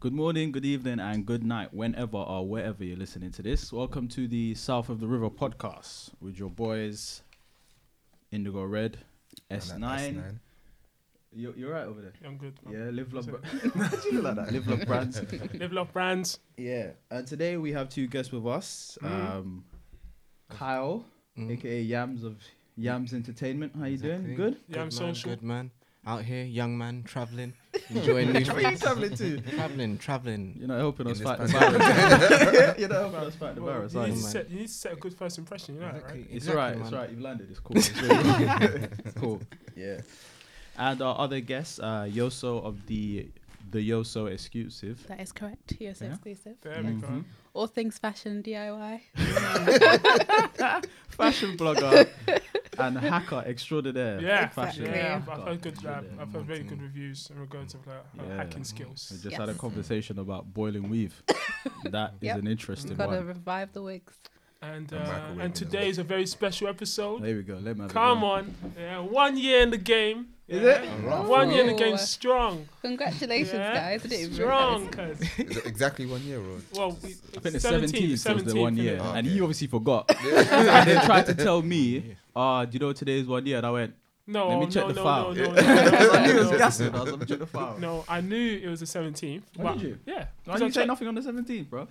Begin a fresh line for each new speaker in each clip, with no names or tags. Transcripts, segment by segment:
Good morning, good evening, and good night, whenever or wherever you're listening to this. Welcome to the South of the River podcast with your boys, Indigo Red, S9.
S9.
You're, you're right over there.
I'm good. man.
Yeah, live love,
That's
How'd you look like that? live love brands.
Live love brands.
Yeah, and today we have two guests with us. Um, Kyle, aka Yams of Yams Entertainment. How you doing?
Mm. Exactly.
Good.
Yeah, I'm
man,
social.
Good man. Out here, young man, traveling, enjoying new
Where are you
things.
traveling to?
traveling, traveling.
You're not helping us
this
fight the virus. You're not helping us fight the
Well,
virus,
you,
are
need
you?
to
man?
set, you need to set a good first impression, you know that, right?
It's
exactly,
alright, it's
man.
alright. You've landed. It's cool. It's really- it's cool. Yeah. And our other guest, uh, Yoso of the the Yoso Exclusive. Mm-hmm.
That is correct. Yes,
Yeah.
exclusive.
There we go.
All things fashion DIY.
fashion blogger and hacker extraordinaire.
Yeah,
fashion.
Exactly.
yeah. I've,
hacker
I've heard good. Like,
extraordinaire.
I've heard very good reviews in regards to like, uh,
Yeah.
hacking
We
skills.
just had a
Yes.
conversation about boiling weave. That is
Yep.
an interesting
Got to
one.
revive the wigs.
And
And
uh,
microwaving
and
as
today
well.
is a very special episode.
There we go. Let me have it,
Come
yeah.
on, yeah, one year in the game.
Is
yeah.
it?
One year in the game,
Oh.
strong.
Congratulations,
yeah.
guys. I didn't even
strong,
realize.
cause
Is it exactly one year old?
well, we,
I think the
17,
17th was the one
17th,
year,
innit?
and he obviously forgot. and then tried to tell me, "Ah, do you know today's one year?" And I went,
No,
Let me check
no,
the
no,
file.
No, no, no, no,
I knew it was
no.
gassing. I was like, "Check the file."
No, I knew it was the 17th.
Oh,
but-
did you?
Yeah.
Why
because
did
I
you say
checked-
nothing on the 17th, bro?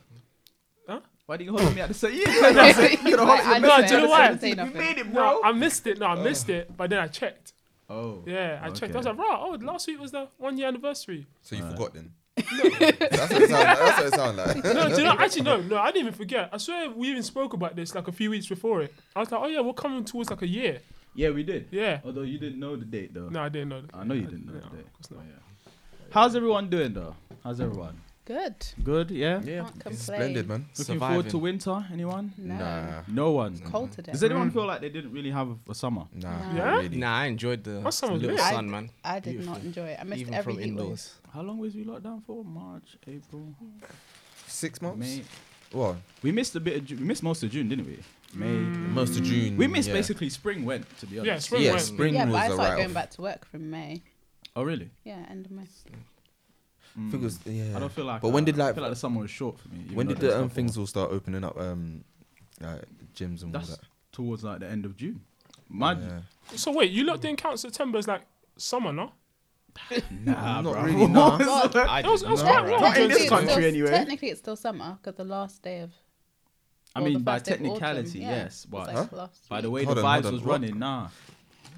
Huh?
Why didn't you hold me at the same? You could've held me- you could've
Like,
held
I
me-
No,
know
do you know
I
why?
didn't say
You
nothing.
made it,
No,
bro.
I missed it. No, I missed it. But then I checked.
Oh,
Yeah, I checked. I was
Okay.
like, right, oh, last week was the one year anniversary.
So you
Alright.
forgot then? that's, what it sound, that's what it sound like.
No, do you know? Actually, no, no, I didn't even forget. I swear we even spoke about this like a few weeks before it. I was like, oh yeah, we're coming towards like a year.
yeah, we did.
Yeah.
Although you didn't know the date, though.
No, I didn't know.
I know you didn't know
No,
the date.
of course not.
Oh, yeah. How's everyone doing, though? How's everyone?
Good.
Good, yeah.
Yeah.
Can't
It's
complain.
splendid, man.
Looking forward to winter? Anyone?
No.
Nah,
No one.
It's cold today.
Does anyone feel like they didn't really have a summer?
nah.
Nah.
not
Yeah?
Really.
Nah, I enjoyed the
That sounds
little
good.
I
sun,
d-
man.
I did not
Beautiful.
enjoy it. I missed
Even
every
from
heat wave.
indoors.
How long was we locked down for? March, April,
Six months?
May.
Well,
We missed a bit. Of Ju- we missed most of June, didn't we? May.
Mm. most of June.
We missed
yeah.
basically spring went, to be honest.
Yeah, spring
Yeah,
went.
spring
Yeah,
was
but I
a
started
write
going
off.
back to work from May.
Oh really?
Yeah, end of May.
I think it was, yeah.
I don't feel like.
But when
uh,
did,
I
like,
feel like the summer was short for me? even
when
though
did
there was
the um,
stuff
things
on.
all start opening up? Um, like gyms and all
That's
that.
towards like the end of June. My
Yeah.
So wait, you lot didn't count September as like summer, no?
nah,
Not
bruh.
really, nah.
I
That was, that was
didn't know,
quite
right?
wrong.
Not in
Technically,
this
it's
country
still-
anyway.
Technically, it's still summer because the last day of.
I
or
mean,
the
by
first day of autumn,
technicality,
yeah,
yes,
was
but
like last
by
week.
the way
Hold
the
on,
vibes
hold on,
was
what?
running, nah,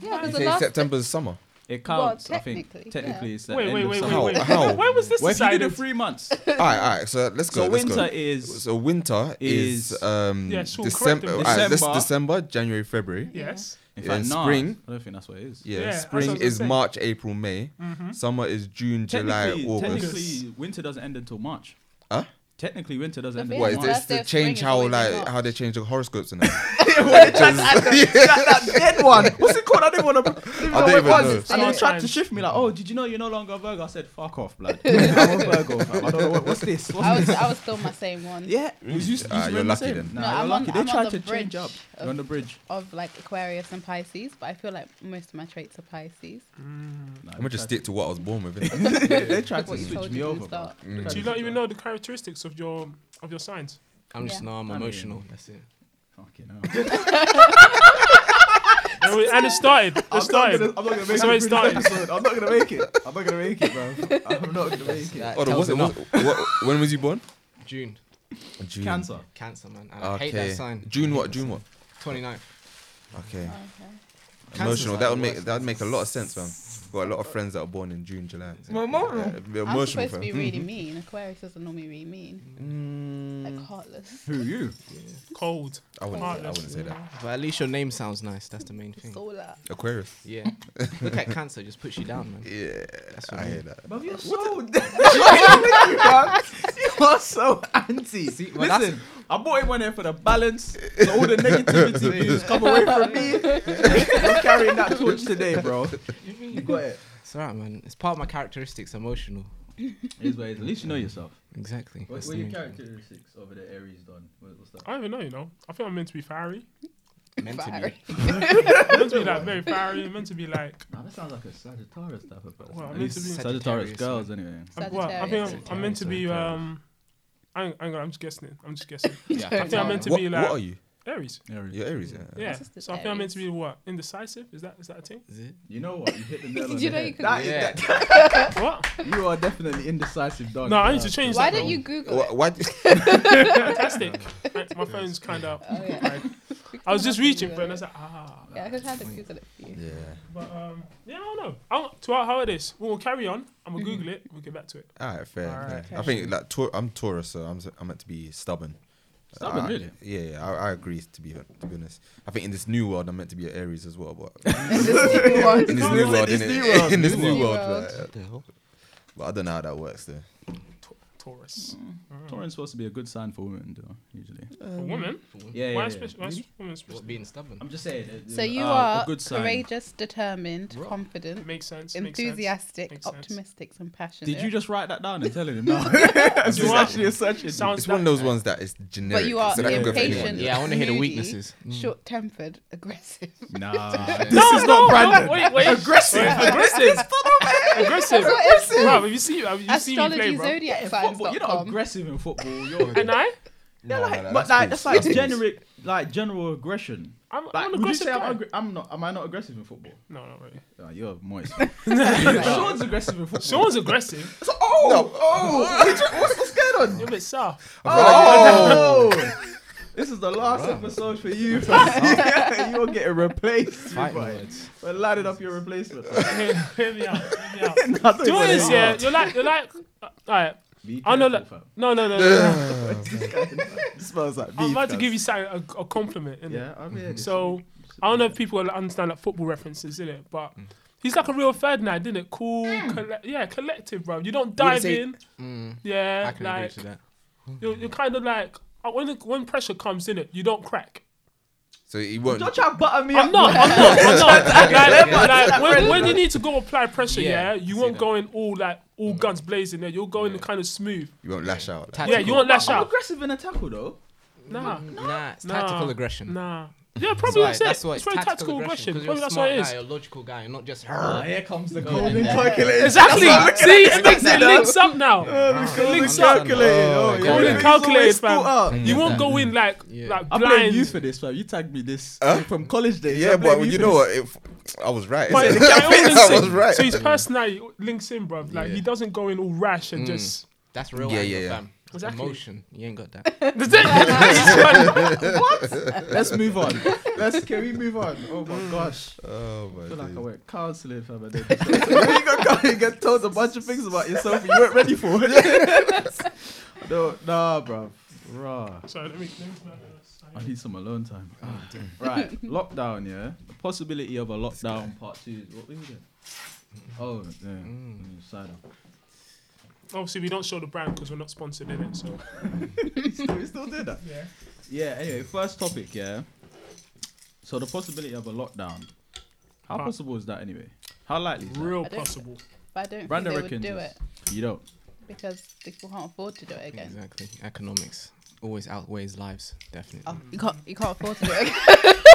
Yeah, because
You
the
say
last.
September's summer?
it
Well,
counts. I think
technically, yeah.
technically it's the
Wait,
end
wait,
of
wait,
summer.
wait, wait.
How?
When was this
Well, if you did it
decided?
three months,
all right, all right. So let's go.
so
let's go.
winter is
So winter is,
is-
um
Yeah, sure, correct
December.
them.
all right, let's-
December.
December, January, February.
Yes.
In
Yeah,
fact, nah,
spring.
I don't think that's what it is.
Yeah,
Yeah, that's what I
spring
was
is
gonna say. Mm-hmm.
March, April, May. Summer is June, July,
Technically,
August.
technically, winter doesn't end until March.
Huh?
Technically, winter doesn't end
The
until
What
What,
is
is
March.
March.
this to
this to Birthday of change
change
spring is how,
how
always like,
like
in
how
how
they change the horoscopes and that?
that dead one. What's it called? I didn't want to. Didn't
I
know
don't
what it
even
was.
know.
And they tried to
Sometimes-
shift me like, "Oh, did you know you're no longer a Virgo?" I said, "Fuck off, blood. I'm a Virgo. Fam. I don't know what, what's this. What's
I
this?
was, I was still my same one.
Yeah, was you, you
Ah,
remember
you're lucky
saying?
then.
Nah,
No,
you're
I'm on-
lucky.
I'm
they
on
tried
the
to change
bridge
up.
of-
You're on the bridge.
Of like Aquarius and Pisces, but I feel like most of my traits are Pisces.
Nah,
I'm gonna
they
just
tried
stick to what I was born with. innit?
to- they tried to
What you
switch
told
me
you from
over. bro.
the start.
They tried to
Do you not
switch
even
me
know the characteristics of your of your signs?
I'm just
Yeah.
no, I'm
I don't
emotional.
know.
That's it.
over. Fucking hell.
and, we- and it started. It
I'm not
started.
gonna- I'm not gonna make
So
it.
it
through
started.
this episode. I'm not gonna make it. I'm not gonna make it, bro. I'm not gonna make it.
Hold on, what's it, what, what, when was you born?
June.
June.
Cancer.
Cancer, man. And I
Okay.
hate that sign.
June what? June what?
29th.
Okay.
Okay.
Emotional.
like
That
the
would make
worst
that would make a lot of sense, man. Got a lot of friends that are born in June, July. Yeah, it'd be
I'm
emotional,
supposed to
fam.
be really mean. Aquarius doesn't normally be mean,
Mm,
like heartless.
Who you?
Cold.
I wouldn't. Say, I
Heartless.
wouldn't say that.
But at least your name sounds nice. That's the main thing.
It's all that.
Aquarius.
Yeah. Look at cancer, just puts you down, man.
Yeah,
That's what
I
I
hear
mean.
that.
But you're so you, man. You are so anti.
well, that's-
Listen, I bought him one here for the balance. So all the negativity views come away from me. I'm carrying that torch today, bro. You got it.
It's alright, man. It's part of my characteristics, emotional.
Is what it is. At least you know yourself.
Exactly.
What,
That's
what
the
are your
main thing.
characteristics over the Aries done? What, what's that?
I don't even know, you know. I think I'm meant to be fiery.
Meant to
Fiery.
be.
meant to be like very fiery. Meant to be like.
Nah, that sounds like a Sagittarius type of person.
Well,
At
I'm
least
into-
Sagittarius
Sagittarius,
girls, anyway.
I'm- Well, I think I'm, I'm meant to be.
Sagittarius.
Um, I ain't, I ain't gonna- I'm just guessing. I'm just guessing.
Yeah,
I think I'm meant to
what,
be
what
like
are you?
Aries.
Aries.
You're Aries, yeah.
Yeah.
It's just
So I think I'm meant
Aries.
to be what? Indecisive? Is that is that a thing?
Is it?
You know what? You hit the nail on
Did you
the
know you
head.
could?
That is-
Yeah.
what?
You are definitely indecisive, dog.
No, I need to change
Why
that.
didn't you Google
Wha-
it?
why
Fantastic. I- My phone's kind of.
Oh, yeah.
I was just reaching for it, and I
it.
was like, ah.
Yeah, I could try to Google it for you.
yeah.
But um, yeah, I don't know. I'll, to our, how it is, we'll carry on. I'm
Mm-hmm.
gonna Google it. We'll get back to it.
All right, fair.
All right,
fair. I think like Taur- I'm Taurus, so I'm, s- I'm meant to be stubborn.
Stubborn,
I-
really?
Yeah, yeah I, I agree. To be hon- to be honest, I think in this new world, I'm meant to be an Aries as well. But in this new world,
this
innit?
new world,
in this
new
new
world.
world, like,
New
What the hell?
but I don't know how that works though.
Taurus.
Taurus is supposed to be a good sign for women, though, usually.
Um,
A woman?
Yeah,
Why spec- why s- women
What,
special?
being stubborn?
I'm just saying. it-
So
it-
you
Ah,
uh,
are
a good sign.
courageous, determined,
Right.
confident,
Makes sense. makes sense.
enthusiastic,
Makes sense.
optimistic, and passionate.
Did you just write that down and tell him? No,
Do you
it's
want-
actually a search.
Sounds
It's one of
that-
those ones that is generic.
you are
so that can go for anyone,
impatient.
yeah.
Yeah, I want to hear the
Moody.
weaknesses. Mm.
Short-tempered, aggressive.
Nah,
no, is not Brandon. Wait, wait. Aggressive. aggressive. aggressive. aggressive. Bro, have you seen, have you seen me play,
Astrology,
bro?
zodiac signs.
football, you're not aggressive in football. You're
And I?
No,
like,
no,
but like
no, false.
that's like
false.
generic, like general aggression.
I'm,
Like,
I'm an
would you
aggressive
say
guy.
I'm, aggr- I'm not? Am I not aggressive in football?
no, not really.
Oh, you're moist. Sean's aggressive in football.
Sean's aggressive.
So- oh,
No.
oh, what's, what's, what's going on?
You're a bit soft.
Oh, this is the last episode for you. fam. You're getting replaced.
Fight
boy.
words.
We're lining up your replacement.
Hear hear me out. Hear me out.
I thought
Do
you
you know what
wanted
it is,
to
yeah?
laugh.
You're like, you're like, all right.
Be
I know,
careful,
like,
fam.
no, no, no, no, no.
oh!
It smells like
I'm
beef,
about to
cuz.
give you something, a, a compliment. innit?
Yeah, I'm here.
So I don't know if people will understand like football references, in it, but he's like a real third now, didn't it? Cool,
Mm.
colle- yeah, collective, bro. You don't dive
say-
in.
Mm, I
Yeah,
can agree
Uh, like
to that.
you're, you're kind of like uh, when when pressure comes in, it you don't crack.
So he won't.
don't try to butter me
I'm
up.
not. I'm not. I'm not. Like,
yeah.
like, when, when you need to go apply pressure, yeah,
Yeah,
you
see
won't
that.
go in all like all guns blazing. There, you'll go in kind of smooth.
You won't lash out. Like,
Tactical.
Yeah, you won't lash
I'm
out.
aggressive in a tackle though.
Nah,
Nah, it's
nah,
tactical aggression.
Nah. Yeah, probably that's,
Mm. That's why-
it. it's
that's why
very tactical, aggression.
'cause
Probably
You're a
that's what
smart
it is.
guy, you're a logical guy, you're not just.
here comes the
golden and then-
Exactly. See, it makes it links up now. it links up.
Oh,
yeah. Golden
calculated, Mm. fam.
I
You won't go in like
Yeah.
like
blame
blind.
you for this, fam. You tagged me this from college days. I
yeah,
blame
but you
for
know
this.
what? If, I was right.
But the
isn't it?
guy always
I
links
was
in.
right.
So his personality links in, bruv. Like
Yeah.
he doesn't go in all rash and just.
That's real.
Yeah,
anger,
yeah, yeah.
fam.
Exactly.
Emotion. You ain't got that.
Does that-
Let's move on. Let's can we move on? Oh
Mm.
my gosh.
Oh my
I feel like I
days.
went counselling fam. and then just- When you got counselling, you get told a bunch of things about yourself you weren't ready for. no, nah, bruv. Rah.
Sorry, let me. let me-
I need some alone time. Ah. right, lockdown, yeah. The possibility of a lockdown part two. What we doing? Oh, yeah. Mm, Cider.
Obviously, we don't show the brand because we're not sponsored in it. So
we, still, we still do that.
yeah,
Yeah, anyway, first topic, yeah. So the possibility of a lockdown. How
Right.
possible is that anyway? How likely is that?
real
I don't-
possible.
But I don't
Brandon
think they would
reckons
do
it's-
it
You don't.
because people can't afford to do it again.
exactly. Economics always outweighs lives. Definitely.
Oh, you can't, you can't afford to do it again.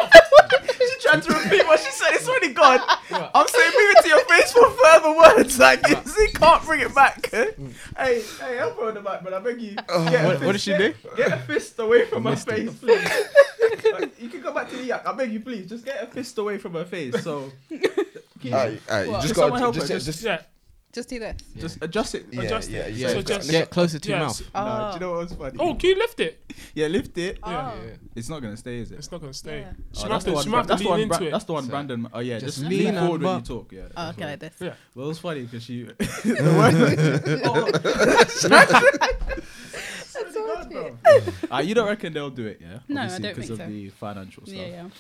She tried to repeat what she said. It's already gone. I'm saying move it to your face for further words. Like, you can't bring it back. hey,
Mm.
hey, help her on the back, but I beg you. Get a
Oh, what- what
fist-
did she
get- Get a fist away from her face, please. Like, you can go back to the yak. I beg you, please. Just get a fist away from her face. So,
Alright, alright, you
What?
Can
just
someone
got
help
just,
her?
just, just
Yeah,
Just do this.
just adjust it.
yeah,
adjust
yeah,
it.
yeah.
So just-
Get closer to your
Yes.
mouth.
Nah, do you
Oh.
know what's funny?
Oh, can you lift it?
Yeah, lift it.
Yeah.
Oh.
Yeah.
It's not gonna stay, is it?
It's not gonna stay.
Yeah.
She
Oh,
might have to, she might
Bra-
have to lean
one Bra-
into it.
that's the one
So-
Brandon. Oh yeah, just,
Just
lean,
lean
forward when you
up.
talk. Yeah.
Ah.
Oh, okay, like this.
Well, it's funny because she.
Oh.
That's all it.
uh, you don't reckon they'll do it, yeah?
No, I
Obviously
don't
because
think
of
so.
the financial stuff.
Yeah, yeah.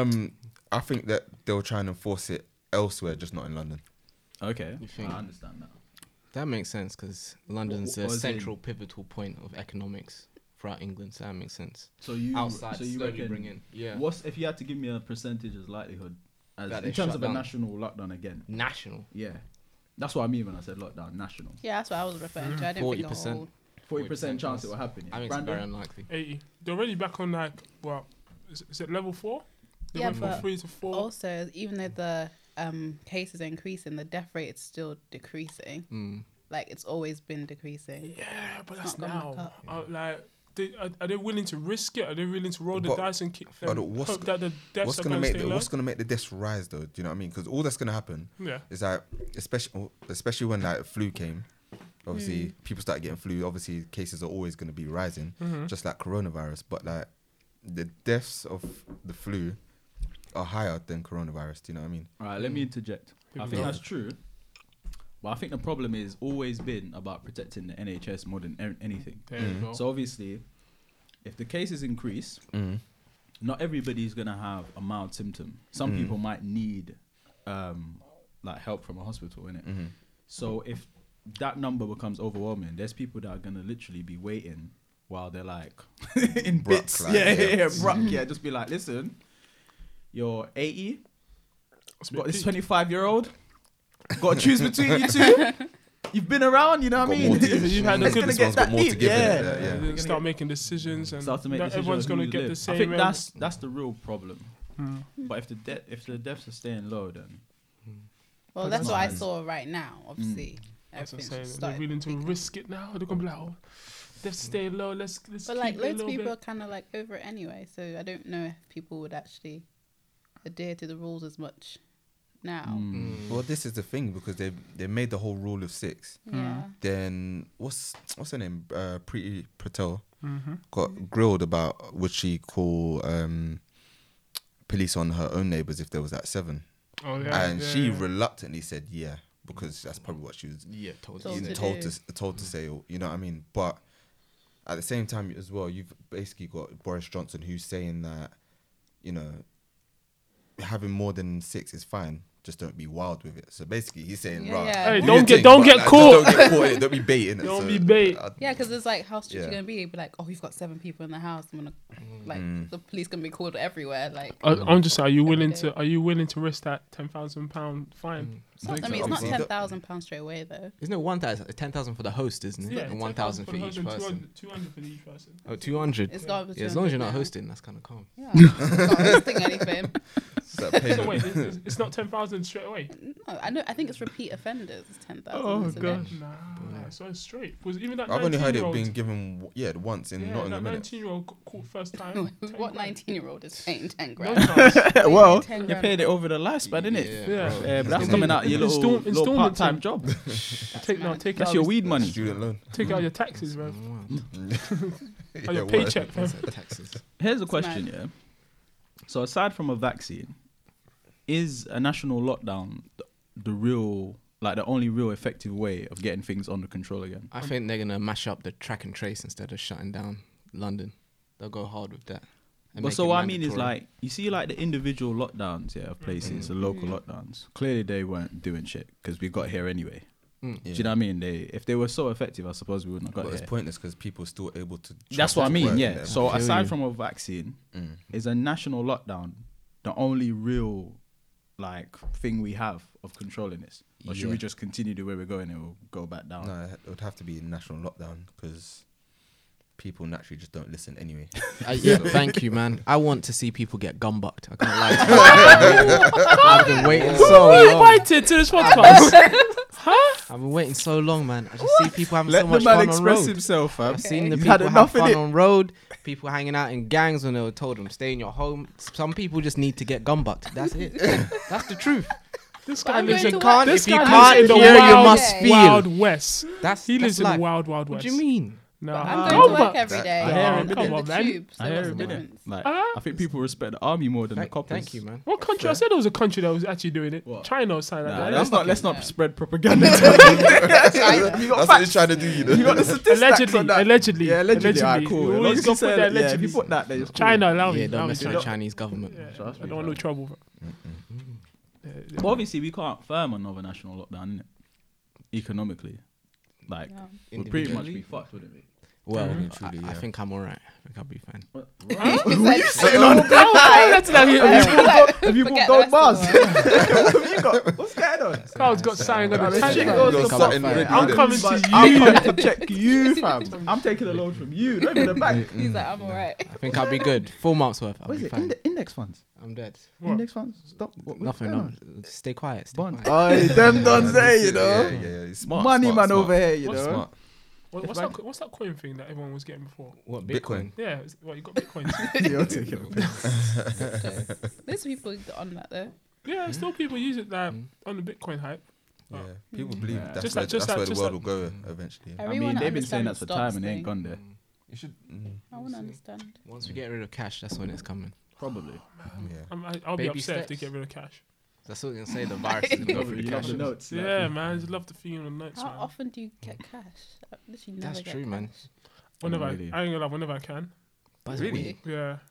Um, I think that they'll try and enforce it elsewhere, just not in London.
Okay,
You think?
I understand that.
That makes sense because London's
what
the
was it?
central pivotal point of economics throughout England. So that makes sense.
Mm. So you
Outside,
so you
slowly
reckon
bring in. Yeah.
what's if you had to give me a percentage as likelihood as
That
in
they
terms
shut
of a
down.
national lockdown again?
National.
Yeah, that's what I mean when I said lockdown. National,
Yeah, that's what I was referring to. I didn't think the
40%.
whole.
forty percent
40%
chance it
chance.
will happen.
I
Yeah.
think it's very
Brandon,
unlikely.
Eighty. They're already back on like well, is, is it level four? They
Yeah,
went from
but
three to four.
Also, even though the um, cases are increasing, the death rate is still decreasing.
Mm.
Like it's always been decreasing.
yeah, but
It's
that's
not gone
now.
back
Uh, like, they, are, are they willing to risk it? Are they willing to roll the
But-
dice and kick
but
them?
what's
hope
go-
that the deaths
what's
are
gonna
gonna
make
stay
the,
low?
what's gonna make the deaths rise though? Do you know what I mean? Because all that's gonna happen
Yeah.
is that especially oh, especially when like flu came, obviously
Hmm.
people started getting flu. Obviously cases are always gonna be rising,
Mm-hmm.
Mhm.
just like coronavirus. But like the deaths of the flu are higher than coronavirus. Do you know what I mean?
All right, let me interject. I
we
think
go.
that's true. But I think the problem is always been about protecting the NHS more than an- anything.
There
Mm.
you go.
So obviously, if the cases increase,
Mm.
not everybody's gonna have a mild symptom. Some
Mm.
people might need um, like help from a hospital, innit?
Mm-hmm.
So if that number becomes overwhelming, there's people that are gonna literally be waiting while they're like in
Bruck, Mm-hmm.
bits.
like,
yeah,
yeah.
yeah, yeah, bruck, yeah. Just be like, listen, you're 80.
It's a
Got
bit
this
peak.
25 year old. Got to choose between you two. You've been around, you know what I mean?
You've had a
It's
good
gonna
it's
get Mm. one's got more to give
yeah.
in it, yeah,
They're
yeah.
gonna start making decisions and
Start to make
that
decisions
everyone's
on
going
who
to get
live.
the same.
I think
end.
that's that's the real problem.
Mm.
But if the de- if the deaths are staying low, then
Well,
But
that's
that's
what I
fine. Mm.
saw right now. Obviously,
That's what I'm
everything's
saying. They're
started
willing to
peaking.
risk it now. They're gonna be like, oh, let's stay low. Let's let's
But like
keep it a
loads
little
of people are
bit.
kind of like over it anyway, so I don't know if people would actually adhere to the rules as much now.
Mm.
Mm. hmm.
Well, this is the thing because they they made the whole rule of six.
Yeah,
Then what's what's her name? Uh, Pretty Patel
Mm-hmm.
got grilled about would she call um, police on her own neighbors if there was that seven,
Oh yeah.
and
yeah,
she
yeah.
reluctically said yeah because that's probably what she was
Yeah, totally.
told,
Told to
told
do.
to told
Mm.
to say. You know what I mean? But at the same time as well, you've basically got Boris Johnson who's saying that you know having more than six is fine. Just don't be wild with it. So basically, he's saying,
Yeah,
right,
yeah.
Hey,
do
don't
your
get-
thing,
don't
but,
get
like, just
caught.
Don't get caught. innit? Don't be bait. innit?
Don't
So,
be bait.
I-
yeah, because it's like how strict
Yeah.
you're gonna be. You'd be like, oh, you've got seven people in the house. I'm gonna like
Mm.
the police gonna be called everywhere. Like,
I, I'm just. Are you willing
Every day.
to? Are you willing to risk that ten thousand pound
Mm,
fine?
it's not, I mean, it's not
Obviously.
ten thousand pounds straight away though.
Isn't it one thousand, ten thousand for the host, isn't it? and one thousand for each person.
Two hundred for each person.
Oh, 200.
It's got
yeah, as long as you're not hosting, that's kind of calm.
Yeah, it's not hosting anything.
it's like payment.
So wait, it's, it's- it's not ten thousand straight away.
No, I know. I think it's repeat offenders. It's ten thousand.
Oh, Nah, so it's straight. Was even that
I've only heard it
19-year-old
being given w- yeah once in
Yeah,
Nottingham.
that
minute.
nineteen-year-old got caught first time. 10
What
grand.
nineteen-year-old is paying ten
No
grand?
chance.
well,
you're paying it over the lifespan, isn't it?
Yeah.
Yeah.
Yeah, but that's
Install-
coming out of your little,
install-
little
installment
part-time job.
Take now, take
That's
out
your
your
weed money.
Student loan.
take out your taxes, bro.
Yeah,
Or your
word.
paycheck, fam.
It's like taxes.
Here's a
It's mad.
question, yeah. So aside from a vaccine, is a national lockdown th- the real, like the only real effective way of getting things under control again?
I think they're gonna mash up the track and trace instead of shutting down London. They'll go hard with that.
But
and make
so
it
what I mean is
mandatory. Mm.
like you see like the individual lockdowns, yeah, of places, the local lockdowns. Clearly they weren't doing shit because we got here anyway.
Mm.
Do you know what I mean? They if they were so effective, I suppose we wouldn't have got
But
here.
it's pointless because people are still able to.
That's what I
travel to
mean,
work
yeah.
and
So
I feel
aside
you.
from a vaccine,
Mm.
is a national lockdown the only real like thing we have of controlling this? Or should we
Yeah.
just continue the way we're going and we'll go back down?
No, it would have to be a national lockdown because people naturally just don't listen anyway.
Uh, yeah, thank you, man. I want to see people get gumbucked. I can't lie. To you. I've been waiting so
Who
long.
invited to this podcast?
I've been waiting so long, man. I just see people having so much fun on road.
himself,
I've seen the
You've
people
had
having
enough,
fun
innit?
on road. People hanging out in gangs when they were told them stay in your home. S- Some people just need to get gumbucked. That's it. That's the truth.
this guy
I'm
lives
If
going
you
in
can't,
to work.
if
this
you
guy
can't
lives in the
hear, you
wild,
must feel.
Wild West.
That's
He lives
that's
in
life.
wild, wild
What
west.
do you mean?
No,
I'm going to work
but-
every day.
I hear
Yeah,
him,
come
innit?
on,
I
the
hear
tube, so
I
what's
hear
the
him, innit?
difference?
Like,
Huh?
I think people respect the army more than
Thank,
the coppers.
thank you, man.
What country? I said there was a country that was actually doing it.
What?
China or something
Nah,
like
let's
that.
not let's not
Yeah.
spread propaganda. to
That's what he's trying to do, you know.
Allegedly, allegedly,
yeah, allegedly, alright, cool.
You
As long
always
as
go
you
for
say
the
that, yeah, if
allegedly.
you put that, then it's cool.
China, allow me.
Yeah,
allow
don't
me
mess with
China.
the Chinese government.
Yeah,
Trust
I
me,
don't want no
fam.
trouble. bro. Yeah,
But obviously, we can't firm another national lockdown, innit? Economically, like
Yeah.
we'd pretty much
Individually.
be fucked, wouldn't we?
Well,
Really,
I,
truly,
I
yeah.
think I'm alright. I think I'll be fine.
It's like,
That's not
Have
Have you
you bought gold- Forget
bought
the
gold bars?
rest
Have you got? What's going on?
Carl's got something on
Nah,
his
this shit
tank.
goes to
bro.
You're
something
coming
really
I'm
good.
coming to
I'm
you.
coming to check you, fam. I'm taking a loan from you, not even the bank.
He's like, I'm alright.
I think I'll be good. Four months worth. I'll
What is
be
it?
fine.
Inde- index funds.
I'm dead.
What?
Index funds. Stop. What, what's
Nothing.
going on?
I'm- stay quiet. Stay
Bonds.
quiet.
Oh, them dons there, you
Yeah,
know.
yeah, yeah, yeah. It's Smart,
Money
smart,
man
smart.
over here, you
What's
know.
Smart.
What- What's that? co- What's that coin thing that everyone was getting before?
Uh,
What
Bitcoin.
Bitcoin?
Yeah, it's- well, you got bitcoins.
You're taking a piss.
There's people that on that though.
yeah, still people use it like
Mm.
on the Bitcoin hype.
Yeah, people believe that's
Just
where,
like- just
that's
like-
where the
just
world
like-
will go eventually.
I mean, they've been saying that for time and they ain't gone there.
You should,
I want to understand.
Mm. Once we get rid of cash, that's when it's coming.
Probably.
um, yeah.
I'm, I, I'll
Baby
be upset if they
steps.
get rid of cash.
That's what you're gonna say. The virus is gonna go through the
You love
cash.
the notes.
Yeah,
like-
man, I just love the feeling on notes.
How
Man.
often do you get cash? I literally never
That's
get
true,
cash.
man.
Whenever I, I
Really?
ain't gonna lie, whenever I can.
Oh,
But
Really?
It's weird.
Yeah,
Right.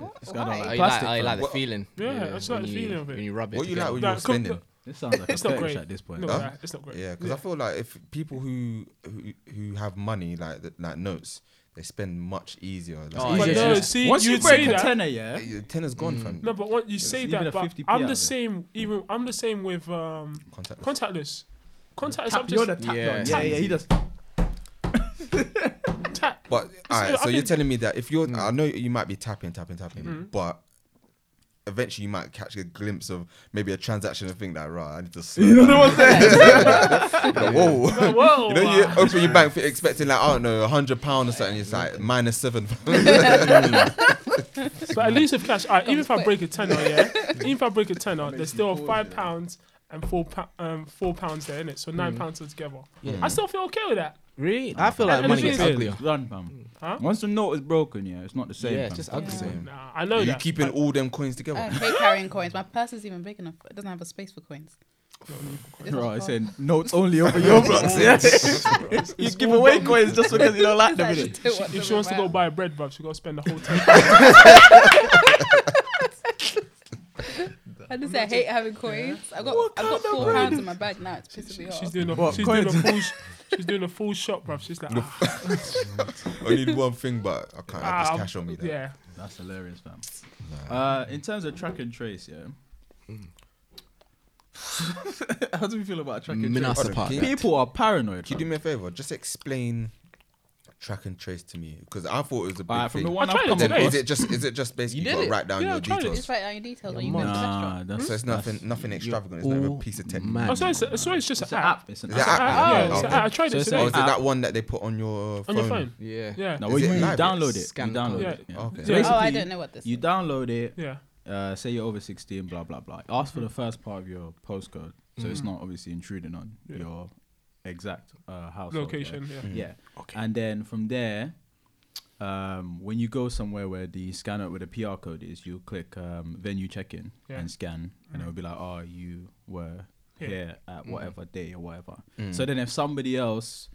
What?
It's going on like
Oh, you
Why?
like, oh,
plastic.
you like
man.
the
What-
feeling.
Yeah, I
when
just like the
you-
feeling of it.
When you rub it.
What you like
together.
when
Nah,
you're
come-
spending?
This sounds like a
It's not
fetish
great.
at this point.
no,
Huh?
right, it's not great.
Yeah, because I feel like if people who who, who have money like th- like notes, they spend much easier. Like,
Oh,
But
yeah.
no, see,
Once you
you'd
break
say
a
that-
tenner, yeah.
eh, tenner's gone, fam.
No, but what you
It's
say
even a
that, but
50p
I'm
out
the
of it.
same. Even I'm the same with um
Contact.
contactless. Contactless,
Tap,
I'm
you're
just
the tap
Yeah.
dog.
Yeah,
Yeah, yeah, he does.
tap.
But all right, so
I
you're
think- Mm-hmm.
telling me that if
Mm.
you're, I know you might be tapping, tapping, tapping, but eventually you might catch a glimpse of maybe a transaction and think that, right, I need to slow. down." Like, whoa.
Whoa,
You know, you
man.
open your bank for expecting like I don't know, hundred pound or something. It's like minus seven.
But at least with cash, alright, even if I
quick.
break a tenner, yeah, even if I break a tenner, there's still five pounds and four pa- um, four pounds there in it, so
Mm.
nine pounds altogether. I
Mm.
still feel okay with that.
Really? I feel like
And
money
the
gets
thing is-
uglier.
Done, fam.
Huh?
Once the note is broken, yeah, it's not the same.
Yeah, it's
fam.
just
Yeah.
ugly.
Mm.
Nah, I know
you
that. Um.
keeping all them coins together.
I hate carrying coins. My purse is even big enough. It doesn't have a space for coins.
Bro, I said notes only over your blocks. Yeah.
You give away coins just because you don't like them. innit?
if she wants to go buy bread, bruv, she gotta spend the whole time.
I just say I hate having coins. I've got I've got four pounds in my bag now. It's pissing me
She's
off.
doing a
What,
she's doing a
coins?
full sh- she's doing a full shop, bruv. She's like, ah,
I need one thing, but I can't have
ah,
this cash on me. Then.
Yeah,
That's hilarious, fam. Uh, in terms of track and trace, yeah.
Hmm.
How do we feel about track and
Minas
trace?
apart.
Can you-
People are paranoid. fam.
Can you do me a favor? Just explain track and trace to me because I thought it was a big
Alright, from
thing.
the one
I
I've
tried
come
it
then
today.
is it just is it just basically
You
you,
did
gotta
it.
write down
Yeah, I
your
tried it.
details?
It's like your details when you go to the restaurant.
Nah, that's
So it's nothing nothing extravagant. It's not even a piece of tech.
mad.
Oh, sorry, it's, a- sorry, it's just
It's
an
an
app.
app. It's an
Is it
app.
app?
Ah,
Yeah,
it's an
okay.
app. I tried
So
it
it's
Or
today.
Oh, is it that one that they put on your
On
phone?
your phone.
Yeah.
Yeah,
No,
Is
well,
it
you, you
live?
download it.
Scan
you
the
download
code.
it.
Yeah.
yeah.
Okay.
So
Yeah.
Oh, I
basically,
don't know what this.
You
is.
download it.
yeah.
Uh, say you're over 16, blah blah blah. Ask for the first part of your postcode, so
Mm.
it's not obviously intruding on
Yeah.
your exact uh, house
Location, yeah.
Yeah. And then from there, um, when you go somewhere where the scanner with a PR code is, you click um, venue check in
Yeah. Mm.
and scan, and it'll be like, oh, you were
Here.
here at whatever day or whatever.
Mm.
So then if somebody else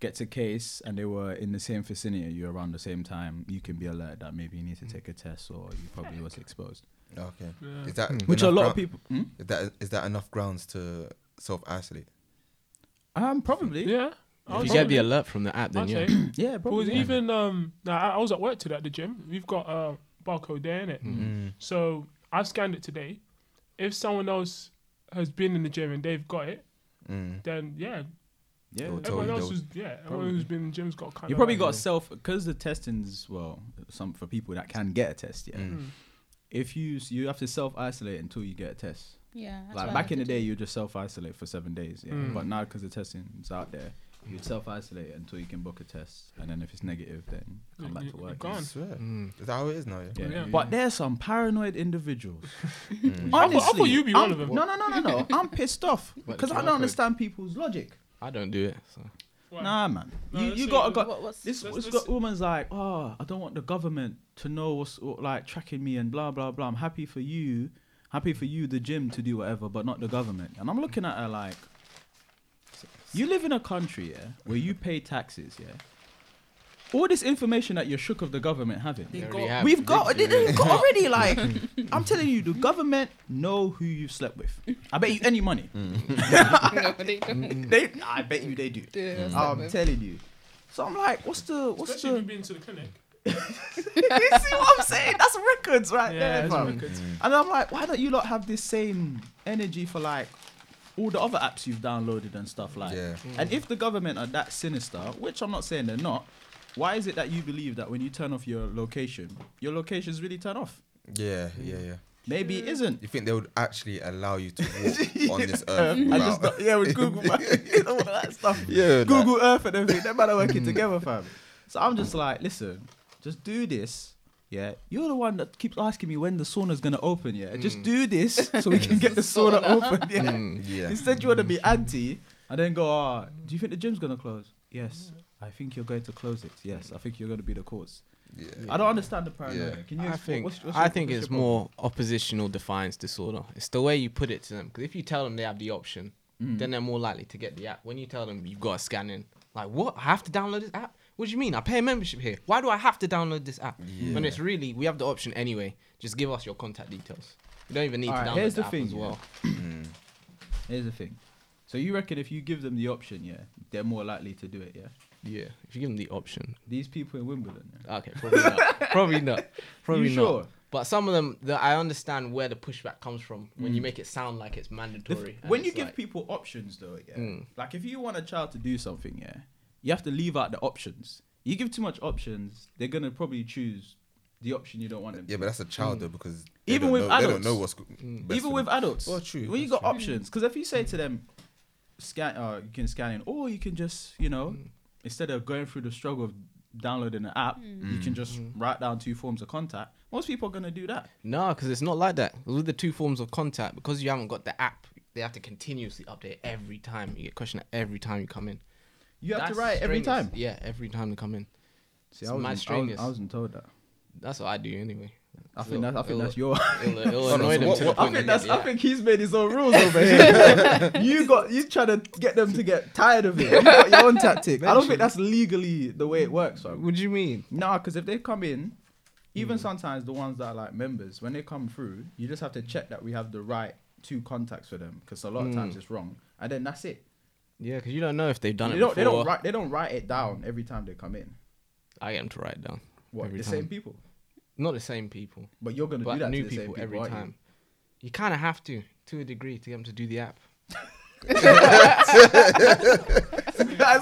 gets a case and they were in the same vicinity, you're around the same time, you can be alerted that maybe you need
Mm.
to take a test or you probably was exposed.
Okay.
Yeah.
Is that
Which a
enough
lot of
ground-
people. Hmm?
Is that is that enough grounds to self isolate?
Um, probably. Yeah,
Yeah. I
If
was
you get the
like,
alert from the app, then yeah.
okay. But
probably.
was even um, nah, I, I was at work today at the gym. We've got a barcode there in
Hmm.
it,
Mm.
Hmm.
Mm,
so I scanned it today. If someone else has been in the gym and they've got it,
Mm.
then yeah,
yeah.
Or
everyone
you
else
don't.
who's yeah, everyone who's been in the gym's got kind
You
of.
probably got a self because the testing's well, some for people that can get a test. Yeah,
hmm.
Mm.
if you s- you have to self isolate until you get a test.
Yeah. that's what
like
I
back in the
had to
day,
do.
you just self isolate for seven days. Yeah,
Mm.
but now because the testing's out there, you self isolate until you can book a test, and then if it's negative, then come back
You-
to
you
work.
go
I
on.
swear.
Mm.
Is that how it is now? Yeah.
Yeah.
Yeah.
But there's some paranoid individuals. Honestly,
Mm.
I thought- I thought you'd be one
I'm-
of them.
No, no, no, no, no. I'm pissed off
But
because I
QR
don't
code.
understand people's logic.
I don't do it. So.
Why?
Nah, man.
No,
you
let's
you
see.
gotta go.
What- what's-
this
let's-
this
let's-
got woman's like, oh, I don't want the government to know what's what, like tracking me and blah blah blah. I'm happy for you, happy for you, the gym to do whatever, but not the government. And I'm looking at her like, you live in a country, yeah, where you pay taxes, yeah. All this information that you're shook of the government having.
They already
got-
have
We've got,
ridiculous-
they've got already. Like, I'm telling you, the government know who you slept with. I bet you any money.
Mm.
No, they don't.
Mm.
They, I bet you they do.
Yeah, that's
Mm.
I'm
Oh,
like-
telling you. So I'm like, what's the what's
Especially if
the
you've been to the clinic.
you see what I'm saying? That's records
Uh,
right
Yeah,
there,
it's
fam.
records.
And I'm like, why don't you lot have this same energy for like all the other apps you've downloaded and stuff like?
Yeah.
And if the government are that sinister, which I'm not saying they're not, why is it that you believe that when you turn off your location, your location's really turned off?
Yeah, yeah, yeah.
Maybe it isn't.
You think they would actually allow you to walk on this earth?
I just
without-
don't- yeah, with Google,
All that stuff.
yeah, Mm. like-
Google Earth and everything, they're better working together, fam. So I'm just like, listen, just do this. Yeah, you're the one that keeps asking me when the sauna's gonna open. Yeah,
Mm.
just do this so we can get the sauna, open. Yeah.
Mm.
yeah.
Instead, you want to be anti and then go, ah, do you think the gym's going to close? Yes. I think you're going to close it. Yes. I think you're going to be the cause.
yeah.
I don't understand the paranoia.
Yeah.
Can you
I
expl-
think
what's- what's
I
your-
think
what's
it's
your problem?
more oppositional defiance disorder. It's the way you put it to them. Because if you tell them they have the option,
Mm.
then they're more likely to get the app. When you tell them you've got to scan in, like what? I have to download this app? What do you mean? I pay a membership here. Why do I have to download this app? When it's really we have the option anyway. Just give us your contact details. You don't even need
Alright,
to download
here's
the,
the
app
thing,
as
yeah.
well.
Here's the thing. So you reckon if you give them the option, yeah, they're more likely to do it, yeah?
Yeah. If you give them the option,
These people in Wimbledon, yeah?
Okay, probably not. probably not. Probably
You
not.
sure?
But some of them, the, I understand where the pushback comes from when you make it sound like it's
The
mandatory.
f-
and
Mm. when you
it's
give
like-
people options, though, yeah,
Hmm.
Mm.
like if you want a child to do something, yeah, you have to leave out the options. You give too much options, they're going to probably choose the option you don't want them to.
Yeah, but that's a child though because they
Hmm. Even
don't
with
know, they don't
adults. Hmm.
know what's go- best
even
for
with
them.
adults.
Well, true,
When you
that's
got options, because if you say to them, scan, uh, you can scan in, or you can just, you know,
Hmm.
instead of going through the struggle of downloading an app,
Hmm.
you can just
Hmm.
write down two forms of contact. Most people are gonna do that.
no, because it's not like that. With the two forms of contact, because you haven't got the app, they have to continuously update every time you get questioned every time you come in.
You have
That's
to write every
strenuous.
time.
Yeah, every time they come in.
See,
It's mad strenuous.
not told that.
That's what I do anyway.
I
So
think that's I
it'll-
think that's your.
It'll, it'll
so
annoy them
what-
to the
what-
point
I
they
think
get
that's.
the
I
app.
think he's made his own rules over here. you got you trying to get them to get tired of it. You got your own tactic. I don't think that's legally the way it works. fam.
What do you mean?
Nah, because if they come in, even sometimes the ones that are like members, when they come through, you just have to check that we have the right two contacts for them, because a lot
Hmm.
of times it's wrong, and then that's it.
Yeah, because you don't know if they've done
They
it
don't,
before.
they don't write they don't write it down every time they come in.
I get them to write it down.
What
every
the
time.
same people,
Not the same people.
but you're gonna do
but
that
new
to the same
people every
aren't you?
time. You, kind of have to, to a degree, to get them to do the app.
that's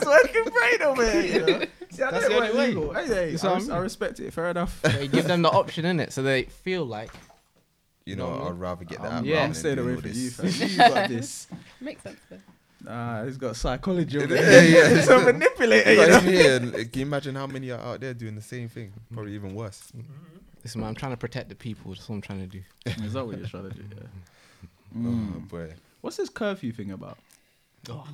working brain over here. You know? See, I know
That's
it
the only
weren't
way.
legal. Hey, hey,
That's
I,
what I
res- I
mean.
respect it. Fair enough.
But you give them the option in it, so they feel like
You know, I'd rather get that.
I'm,
out
yeah.
rather
I'm
than
staying
doing
away
all
from
this.
you. fam. You got this.
Makes sense though.
Nah, he's got psychology. over
yeah,
there.
yeah.
He's a manipulator.
But
you know?
even here, like, can you imagine how many are out there doing the same thing? Probably even worse.
this man. I'm trying to protect the people. That's what I'm trying to do.
Is that what you're trying to do? Yeah.
Oh boy,
Mm. What's this curfew thing about?
I thought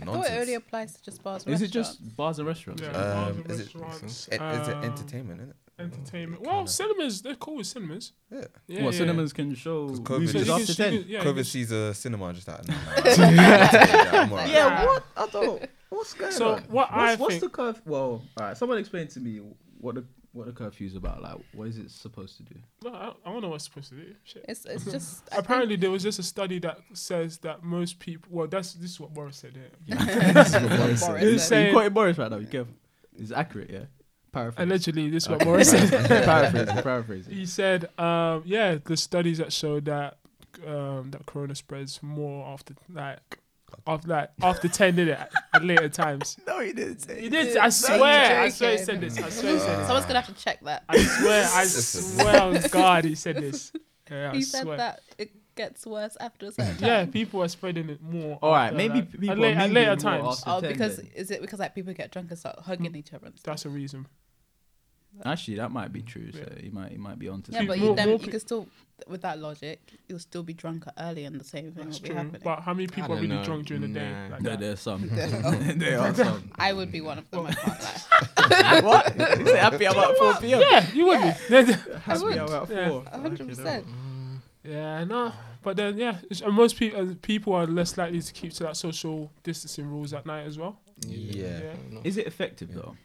it only
nonsense.
applies to just bars. and
Is it
restaurants.
just bars and restaurants? Uh,
Yeah,
Um,
bars and
is it,
restaurants,
e- is it
um,
entertainment? Isn't it?
Entertainment. Well, cinemas. They're cool with cinemas.
Yeah.
Yeah,
what
yeah.
cinemas can show
'Cause COVID
movies
is-
after
So you
ten?
can- you can- yeah, you
COVID
can-
sees a cinema just out. yeah, I'm all right.
Yeah,
what? I don't. What's going
So
on?
what
what's,
I
what's
think-
the curve? Well, all right. Someone explain to me what the what the curfew's about. Like, what is it supposed to do?
No, I, I don't know what's supposed to do. Shit.
It's it's just I think-
Apparently, there was just a study that says that most people. Well, that's this is what Boris said. Yeah.
Boris said.
Who's
You
saying-
quoting Boris right now. Be careful. It's accurate, yeah. Paraphrase.
Allegedly, this is what
Okay,
Boris said.
paraphrasing. Paraphrasing.
He said, um, "Yeah, the studies that show that um, that corona spreads more after like after like after ten minutes at later times."
No, he didn't say.
He did. I swear. I swear he said this. I swear he said this.
Someone's gonna have to check that.
I swear. I swear on God, he said this. Yeah, I
he
swear.
said that it gets worse after a certain time.
Yeah, people are spreading it more.
All right,
after,
maybe
like,
people
at,
are
la- at
mingling
later
more
times.
after
Oh,
10
because
then.
is it because like people get drunk and start hugging each other? And stuff?
That's a reason.
actually that might be true. So he might he might be onto
Yeah, but
something.
you,
More-
then
more
you
pe-
can still, with that logic, you'll still be drunker early, and the same thing
That's
will be
true.
happening.
But how many people are
don't
really
know.
drunk during the day?
Nah.
Like
No,
that?
there's some. there are some.
I would be one of them. I can't lie.
what? He's happy about four p.m.
Yeah, you would be.
Happy about
Yeah.
four.
A hundred percent.
yeah, no. But then, yeah, it's- and most people and people are less likely to keep to that social distancing rules at night as well.
Yeah.
Yeah.
Is it effective though?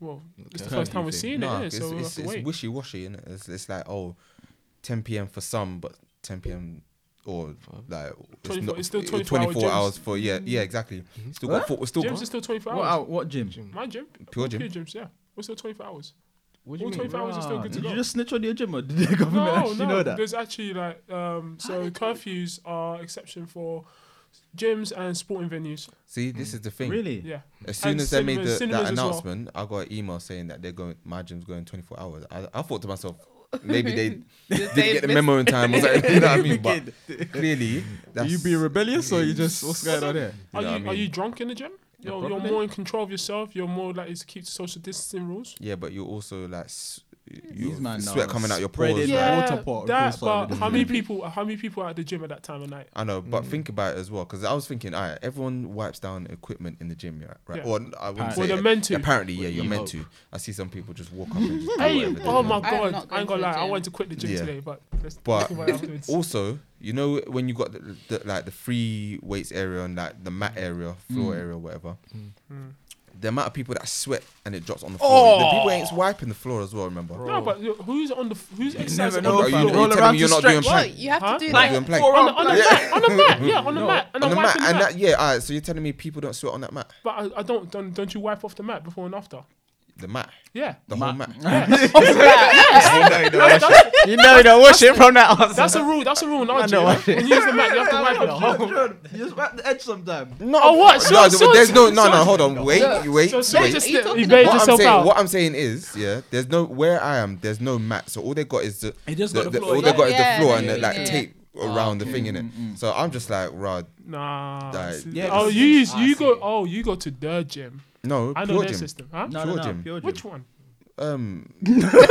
Well, it's the
Okay.
first time we're
Curfew
seeing
No,
it, yeah,
it's,
so we'll have
it's,
to wait.
wishy washy, is It's, it's like, oh, 10 p.m. for some, but 10 p.m. or like it's
24
not-
it's still
it-
24 hour gyms.
hours for yeah yeah exactly. Still got four, still
Gyms
got-
is still 24
What,
hours.
out, what gym?
My gym.
Pure
Pure,
gym.
gyms, yeah. We're still 24 hours.
What do
All
you mean?
24 hours are still good to
Did
go.
you just snitch on your gym or did the government
no,
actually
no.
know that?
There's actually like, um, so curfews are exception for gyms and sporting venues.
See, this is the thing.
Really?
Yeah.
As soon
And
as they made
cinemas-
the,
cinemas
that
as well.
announcement, I got an email saying that they're going. My gym's going 24 hours. I, I thought to myself, maybe they didn't
they
get the
missed-
memo in time. I was like, you know what I mean? But clearly,
Will
that's,
you be rebellious or you just what's going on here?
You
Are you,
know what I
are
mean?
you drunk in the gym? You're, you're
probably.
more in control of yourself. You're more likely to keep social distancing rules.
yeah, but you also like s- you
These man
sweat
now
coming out your
spreading
pores.
It's
Like,
Yeah. like water pot
that,
inside
but
the
how many people? How many people are at the gym at that time of night?
I know, but think about it as well, because I was thinking, all right, everyone wipes down equipment in the gym, right? right?
Yeah.
Or I wouldn't
Apparently.
say
Well, they're
it.
meant to.
Apparently, yeah, you're
You
meant
hope.
to. I see some people just walk up and just do
Hey,
whatever they
oh
do.
my
I am
god!
not
I
going
ain't
to
gonna
the
lie, I
gym.
wanted to quit the gym
Yeah.
today, but let's
But-
talk about it afterwards.
Also, you know when you got the, the like the free weights area and like the mat area,
Mm.
floor area, whatever. The amount of people that sweat and it drops on the floor.
Oh!
The people ain't wiping the floor as well. Remember?
No, but look, who's on the f- who's
never
exercising
know,
on,
Are
the
you,
fam.
are you
Roll
telling
around
me you're
to
not doing
stretch.
What?
plank?
You have
Huh?
to do
Not
that.
doing plank.
on, the, on the mat? On the mat, yeah, on the mat, and
on
I'm
the mat,
wiping
and
the mat.
that, yeah, all right. So you're telling me people don't sweat on that mat?
But I, I don't, don't don't you wipe off the mat before and after?
The mat,
Yeah,
the whole mat.
you know you don't wash it from that answer.
that's a rule. That's a rule in our gym. When you use the mat, you have to wipe off. the-
You just wrap the edge sometime.
No,
Oh, what?
no,
So-
th-
so-
there's no, no, no.
so-
Hold on, wait, you wait,
So sorry,
wait.
just
Are you
you
talking
made
about-
what I'm
yourself
saying,
out.
what I'm saying is, yeah, there's no where I am. There's no mat, so all they got is the,
They just
the-
got the
the-
floor,
all they
yeah.
got is the
Yeah,
floor and
yeah,
the, like
yeah.
tape around the thing in it. So I'm just like, rah,
Nah.
Like,
see-
yeah,
Mm, oh,
it's-
you use,
I
you go.
see.
Oh, you go to the gym.
no,
I know
pure
their
gym.
system. Huh?
No, no,
Pure
no,
gym.
pure gym.
Which one?
Um,
no, no, I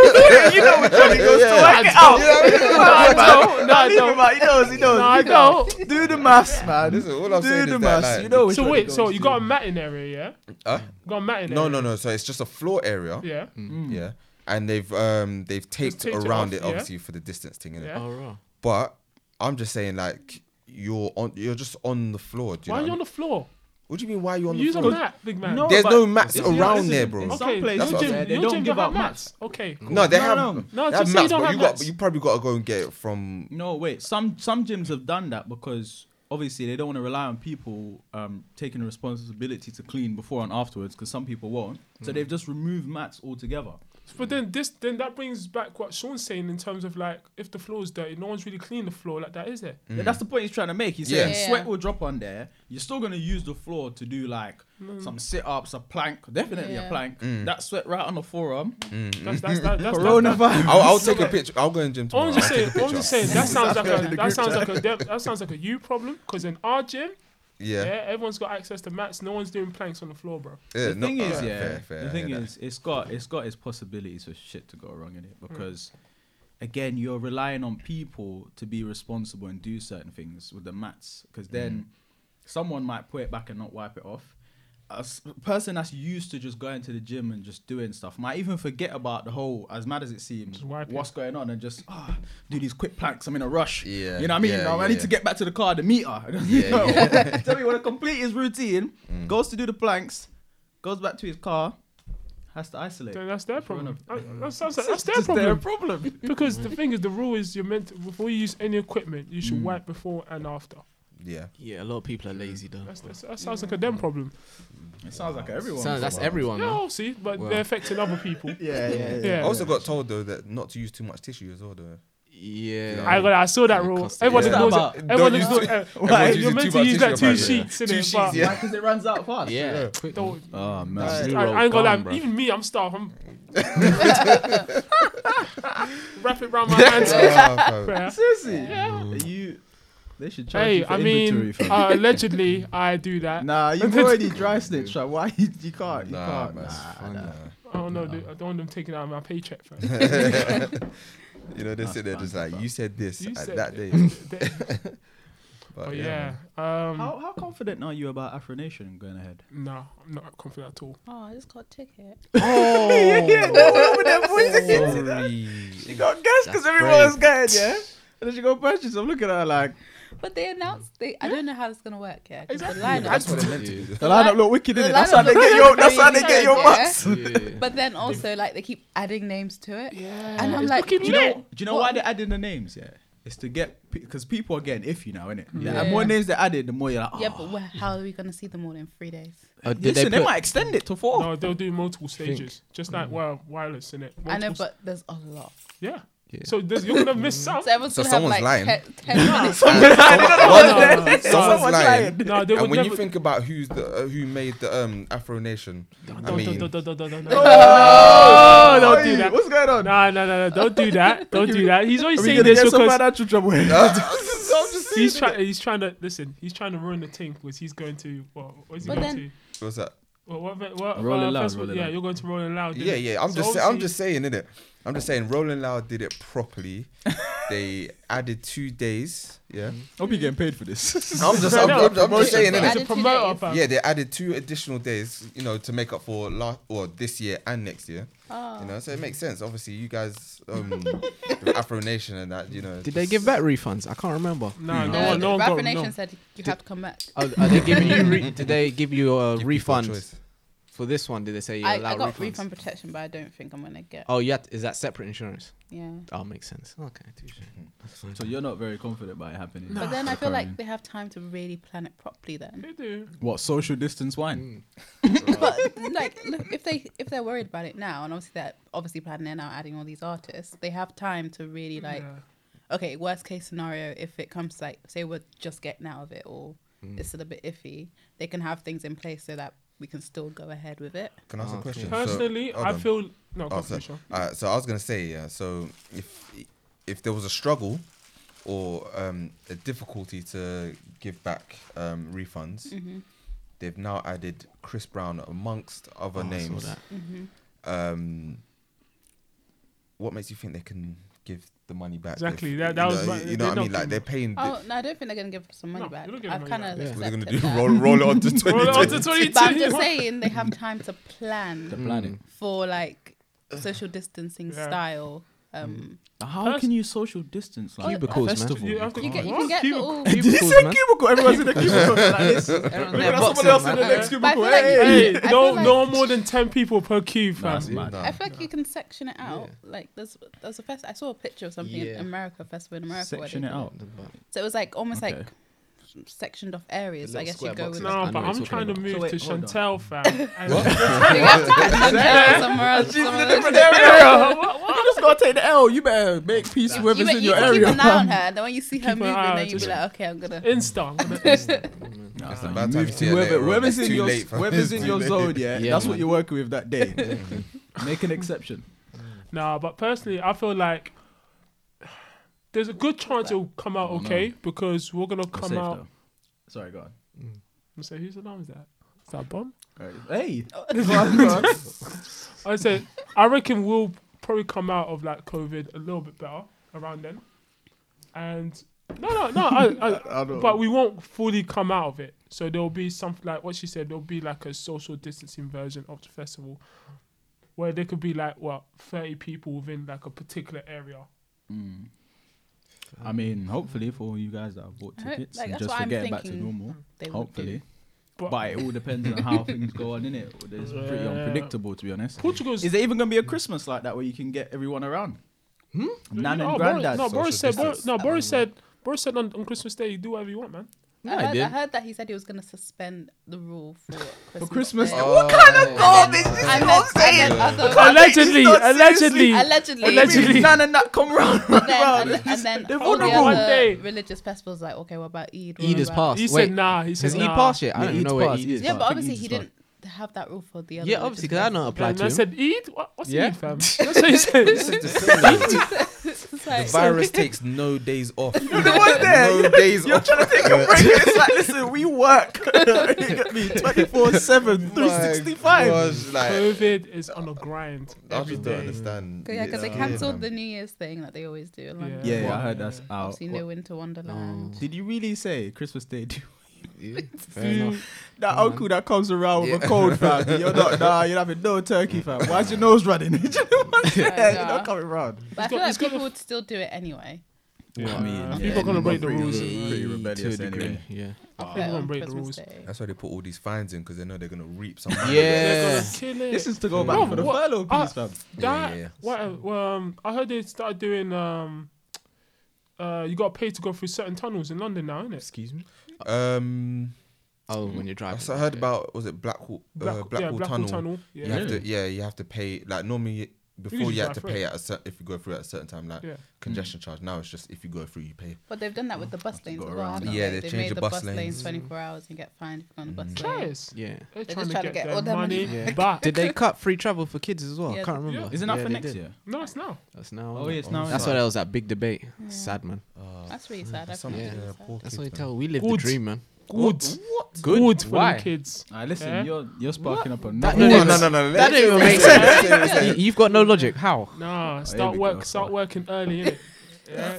don't.
He knows, he knows.
No, I don't.
Do the maths, man.
this is all I'm
Do
saying
the
is that,
maths.
like,
you know which
So
one
wait,
it
so
goes
you
to.
got a mat in area, yeah?
huh?
You got a mat in
no,
area.
no, no. So it's just a floor area,
Yeah.
yeah, and they've um they've taped
taped it
around
off,
it,
yeah.
obviously for the distance thing, innit?
Yeah.
Oh, right.
But I'm just saying, like, you're on, you're just on the floor. Do you
Why
know what,
are
I
you on
mean?
the floor?
what do you mean? Why are you on
Use
the
a
floor?
mat, big man.
There's
but
no mats
it's- it's-
around
it's-
there, bro.
In some
Okay,
That's
places,
your
what I'm
gym,
yeah, they
your
don't
gym
give out
don't have
mats.
mats. Okay. cool.
No, they
No,
have.
no, no.
they
No,
have
just say
mats,
you don't
but
have
you got.
mats.
You probably got to go and get it from.
No, wait. Some some gyms have done that because obviously they don't want to rely on people um, taking the responsibility to clean before and afterwards because some people won't.
Hmm.
So they've just removed mats altogether.
But then this, then that brings back what Sean's saying in terms of like, if the floor is dirty, no one's really cleaning the floor like that, is there?
Yeah, That's the point he's trying to make. He's
Yeah.
saying
Yeah.
sweat will drop on there. You're still gonna use the floor to do like some sit ups, a plank, definitely a
Mm. Yeah.
plank. That sweat right on the forearm.
That's that's that, Mm. that's that,
Coronavirus.
I'll, I'll take a picture. I'll go in gym tomorrow.
I'm just
I'll take
saying.
a
I'm
picture.
just saying. That sounds like a that sounds like a dev- that sounds like a you problem. Because in our gym,
Yeah.
yeah. everyone's got access to mats. No one's doing planks on the floor, bro.
yeah,
the
no-
thing is,
alright,
yeah.
fair, fair,
the
I
thing
hear that.
is, it's got it's got its possibilities for shit to go wrong in
Hmm.
it because, again, you're relying on people to be responsible and do certain things with the mats because
Mm.
then someone might put it back and not wipe it off. A s- person that's used to just going to the gym and just doing stuff might even forget about the whole, as mad as it seems,
Just wipe it.
what's going on and just ah, do these quick planks. I'm in a rush.
Yeah,
you know what I mean.
yeah,
Now I
yeah,
need
yeah.
to get back to the car, the meter.
Yeah, Mm.
Tell me, when to complete his routine, goes to do the planks, goes back to his car, has to isolate.
Then that's their problem.
enough.
That, that sounds like that's their
It's
problem.
problem.
Because the thing is, the rule is you're meant to, before you use any equipment, you
Mm.
should wipe before and after.
Yeah.
Yeah, a lot of people are lazy though.
That's, that's, that sounds like a them problem.
It sounds like everyone.
So that's everyone.
Oh,
Yeah,
man.
obviously, but
Well.
they're affecting other people.
yeah, yeah, yeah.
I
Yeah.
also got told though that not to use too much tissue as well though.
Yeah.
I got. I saw that
Yeah,
rule.
constant-
Everyone
Yeah.
knows.
About-
it. Everyone
Don't
knows.
use
uh,
Everyone's using
You're meant
too
to
much
use that
tissue,
two
apparently.
sheets.
Two
innit?
sheets,
But
yeah.
Because it runs out fast.
Yeah. Quick.
don't-
Oh
I,
man.
Zero
ain't gonna lie,
gone, bruv.
even me, I'm starved. I'm wrap it around my hands.
Oh, bro.
bruh.
Seriously. Are you. They should charge
Hey,
you for
I mean,
inventory. fam.
uh, allegedly, I do that.
nah, you've already dry snitched. fam. Why you, you can't? You
Nah,
can't.
man, it's
Nah,
fun,
nah.
man.
I don't know. dude. I don't want them taking out my paycheck. fam.
You know, they sit there just like you said this
You
at
said
that
it.
day.
They-
But
But yeah, um,
How, how confident are you about Afro Nation going ahead?
no, I'm not confident at all.
Oh, I just got a ticket.
You got gas because
That's
everyone was going, yeah?
And then she go purchase. I'm looking at her like
But they announced they. I don't know how it's gonna work. Yeah, 'cause
Exactly.
the lineup.
That's what it meant to do.
the lineup look wicked
the
in it. That's
lineup
how they
looks
get your.
very
That's how they
good,
get your
yeah.
bucks.
Yeah.
But then also, like, they keep adding names to it.
Yeah,
And I'm
It's
like,
looking
Do you know?
lit.
Do you know why they added the names? Yeah, It's to get because people are getting iffy now, innit? it?
Yeah.
The more names they added, the more you're like, oh.
Yeah, but where, how are we gonna see them all in three days?
Uh,
Listen,
did they
Oh, they,
put-
might extend it to four.
No, they'll do multiple stages, just
Mm.
like well, wireless in it.
I know, but there's a lot.
yeah.
Yeah.
So there's, you're gonna miss
Mm.
some.
So everyone's
So
gonna have
someone's
like
lying.
Ten, 10 minutes.
no, no,
Someone's
Someone's
lying.
no, they would
and when
never.
you think about who's the uh, who made the um Afro Nation, I
Don't-
mean,
don't- don't- don't- don't- don't- don't.
Oh,
don't do that.
What's going on?
No, no, no, no! Don't do that! Don't do that! He's always
Are we
saying
gonna
this
get some
because
financial trouble here?
he's trying. He's trying to listen. He's trying to ruin the thing because he's going to. What, what is he
But
going
then-
to?
what's that?
What, what, what, what,
Rolling
uh,
Loud,
festival-
Rolling
yeah,
Loud.
you're going to Rolling Loud.
Yeah,
innit?
yeah. I'm
So
just sa- I'm
obviously-
just saying, innit? I'm just saying. Rolling Loud did it properly. they added two days. Yeah.
I'll be getting paid for this.
I'm just
No,
I'm,
no,
I'm- I'm just saying,
They
innit?
added two
Promoter,
days.
fam.
Yeah, they added two additional days, you know, to make up for last or this year and next year.
Oh.
You know, so it makes sense. Obviously, you guys, um, with Afro Nation and that, you know.
Did they
just-
give back refunds? I can't remember.
No,
Mm-hmm.
no,
No,
one- no one
Rapper
got
Nation
no.
said you have to come back.
Are, are they giving you? Re- did they give you a
give people
refund
choice?
for this one? Did they say you
I,
allow
I got
refunds?
refund protection, but I don't think I'm gonna get.
Oh, yeah. Is that separate insurance?
Yeah.
Oh, makes sense. Okay. touche.
so you're not very confident about it happening.
But then I feel like they have time to really plan it properly. Then,
They do.
what social distance wine?
Mm,
but like, look, if they if they're worried about it now, and obviously they're obviously planning it now, adding all these artists, they have time to really like.
Yeah.
Okay, worst case scenario, if it comes to, like, say we're just getting out of it, or
mm.
it's still a bit iffy, they can have things in place so that we can still go ahead with it.
Can I ask a
Oh,
question? So-
Personally,
hold
I
on.
feel no.
Oh,
go for
so,
it, Sean.
uh, so I was gonna say, yeah. So if if there was a struggle or um, a difficulty to give back um, refunds,
Mm. Mm-hmm,
they've now added Chris Brown amongst other
Oh, I saw
names.
that.
mm-hmm.
Um, what makes you think they can give the money back? if-
Exactly, that- that
you
was
know,
my-
you know
they're
what I
not
mean. Like
giving
they're paying. the-
Oh no, I don't think they're gonna give us some money
No,
back.
they're not giving
I've
money
kind
back.
of
Yeah.
what are they gonna
accepted
do?
that.
Roll, roll it on to twenty.
Roll on to
But I'm just
22.
saying they have time to plan
The planning.
for like social distancing
Yeah.
style. Um,
How
First-
can you social distance like at a
Cubicles, man.
festival?
You have to-
you get you
What?
can get
Cubicle-
little.
Did you
Cubicles,
say
man.
cubicle? Everyone's in the cubicle like this.
Yeah,
Everyone's someone else in the
boxing,
next cubicle.
man. But I feel like-
Hey.
Hey,
I feel
no,
like-
no more than ten people per queue,
Nah,
fam.
it's mad.
Nah.
I feel like you can section it out. Like there's there's a fest. I saw a picture of something in
Yeah.
America festival in America. where they
Section it
do
out.
So it was like almost
Okay.
like sectioned off areas.
The
I
little
guess you
square
go with
boxes.
it.
I
No,
know
but
what
I'm
you're
trying
talking
to
about.
move
So wait,
to
hold on.
Chantel, fam. And-
So you have to catch Chantel somewhere else. somewhere else.
You just gotta take the L. You better make peace with
You,
whoever's
be-
in
you
your
can
area.
keep an eye on her, and then when you see her
Keep an
moving,
eye
then
out,
you be
just-
like, okay, I'm gonna.
Insta.
Nah,
It's a
you
bad time
move
to
to
see it
whoever-
later on.
whoever's
It's
in
too
your
late for-
whoever's
it's
in
too
your
late.
zone, yeah,
Yeah,
that's
man.
what you're working with that day. Make an exception.
Nah, but personally, I feel like there's a good chance it'll come out
don't
okay because we're gonna come
safe,
out.
though. Sorry, go on.
I say, whose alarm is that? Is that a bomb?
Hey, Go on, go on.
I said, I reckon we'll probably come out of like COVID a little bit better around then, and no, no, no. I, I, but we won't fully come out of it. So there'll be something like what she said. There'll be like a social distancing version of the festival, where there could be like what thirty people within like a particular area.
Mm. I mean, hopefully for all you guys that have bought
I hope-
tickets
like,
and
that's
just
what I'm
forget back to
thinking
normal.
they would
Hopefully,
But,
but it all depends on how things go on, innit? It's pretty
Yeah.
unpredictable, to be honest.
Portugal's
Is there even gonna be a Christmas like that where you can get everyone around? Hmm? Nan and
no,
granddad.
Boris, oh, no, Boris
social
said. Boris,
distance.
no, Boris said. Boris said on, on Christmas Day, you do whatever you want, man.
I,
I
heard, I
did.
heard that he said he was gonna suspend the rule for Christmas.
Christmas-
Day.
Oh,
What kind of garbage is
I
this? What
meant, I meant
saying?
other,
Allegedly,
not seriously-
allegedly,
allegedly,
Allegedly.
Nah, nah, nah, come round.
And then, and, then
They've
all the
all one day.
other religious festivals, like okay, what about Eid? What
Eid has
about-
passed.
He
Wait,
said nah. He said
Has he
nah.
passed yet? I
Yeah,
don't
Eid's
know where
passed,
Eid
Eid's
is.
Yeah,
I
but
think
obviously
Eid
he
is fine.
didn't have that rule for the other.
Yeah, obviously, because I don't apply
And
to
I
him.
said Eid. What, what's
Yeah.
Eid, fam? That's what he said.
The
apply.
virus takes no days off.
The one there.
No days
You're
off.
trying to take a break. It's like, listen, we work.
Four seven,
My
three sixty five.
gosh, like,
COVID is on a grind
I
every
just don't
day.
understand.
Yeah, because they
It's
cancelled the
weird,
New Year's thing that they always do. and, like,
Yeah.
Yeah, yeah, I
Wow.
heard that's out.
Obviously, no Winter Wonderland.
Did you really say Christmas Day? Do
Yeah, fair
Do-
enough.
that uncle that comes around with a cold, fam. You're not, nah, you're having no turkey, fam. Why's your nose running? Do you know what
Oh.
I'm saying?
Yeah,
You're
nah.
not coming round.
uh, But I
It's
feel
got- it's
like
got
people
the-
would still do it anyway.
I mean,
yeah,
people gonna
you're
break the
pretty-
rules.
Pretty rebellious
to a
anyway.
degree. Yeah.
after
everyone
on
Oh. break the
Christmas
rules.
Day.
man. That's why they put all these fines in because they know they're gonna reap some. money.
They're
Yeah.
gonna kill it.
This is to go back
Bro,
for the
what-
furlough piece,
uh,
fam.
that.
yeah, yeah.
What? Well, um, I heard they started doing um, uh, you got to pay to go through certain tunnels in London now, isn't it?
Excuse me.
Um,
Oh, when you're driving.
so I heard about was it Blackwall uh, Blackwall Tunnel?
Yeah.
You have
Really?
to yeah, you have to pay like normally before you,
just
had
drive
to
through.
pay at a cer- if you go through at a certain time like
Yeah.
congestion charge. Now it's just if you go through you pay.
But they've done that with the bus lanes
go
as well.
around.
haven't
Yeah,
they?
they
They've
changed
made
the
the
bus
bus lanes,
lanes. Mm.
24 hours and get fined if you're on the bus lane.
Cheers.
Yeah.
They're,
just
trying, to get,
all
their
their
money.
money.
Yeah.
Back.
Did they cut free travel for kids as well? I
Yeah,
can't
they-
remember.
yeah.
Isn't that
Yeah,
for
they
next
did.
year?
No, it's now.
That's now.
Oh, yeah, it's now.
That's why that was that big debate. Sad man.
That's really sad. I
Some-
feel
yeah,
really sad.
poor
That's
kids,
what you
man.
tell. We live the
Good.
dream, man.
Good.
What?
Good,
Good.
for
Why?
them kids.
Alright, listen,
Yeah.
you're you're sparking up
That
another.
don't even-
No, no, no, no,
That don't even make sense. You- You've got no logic. How?
Nah,
here
start
we
work.
go.
Start working early. Innit? Yeah.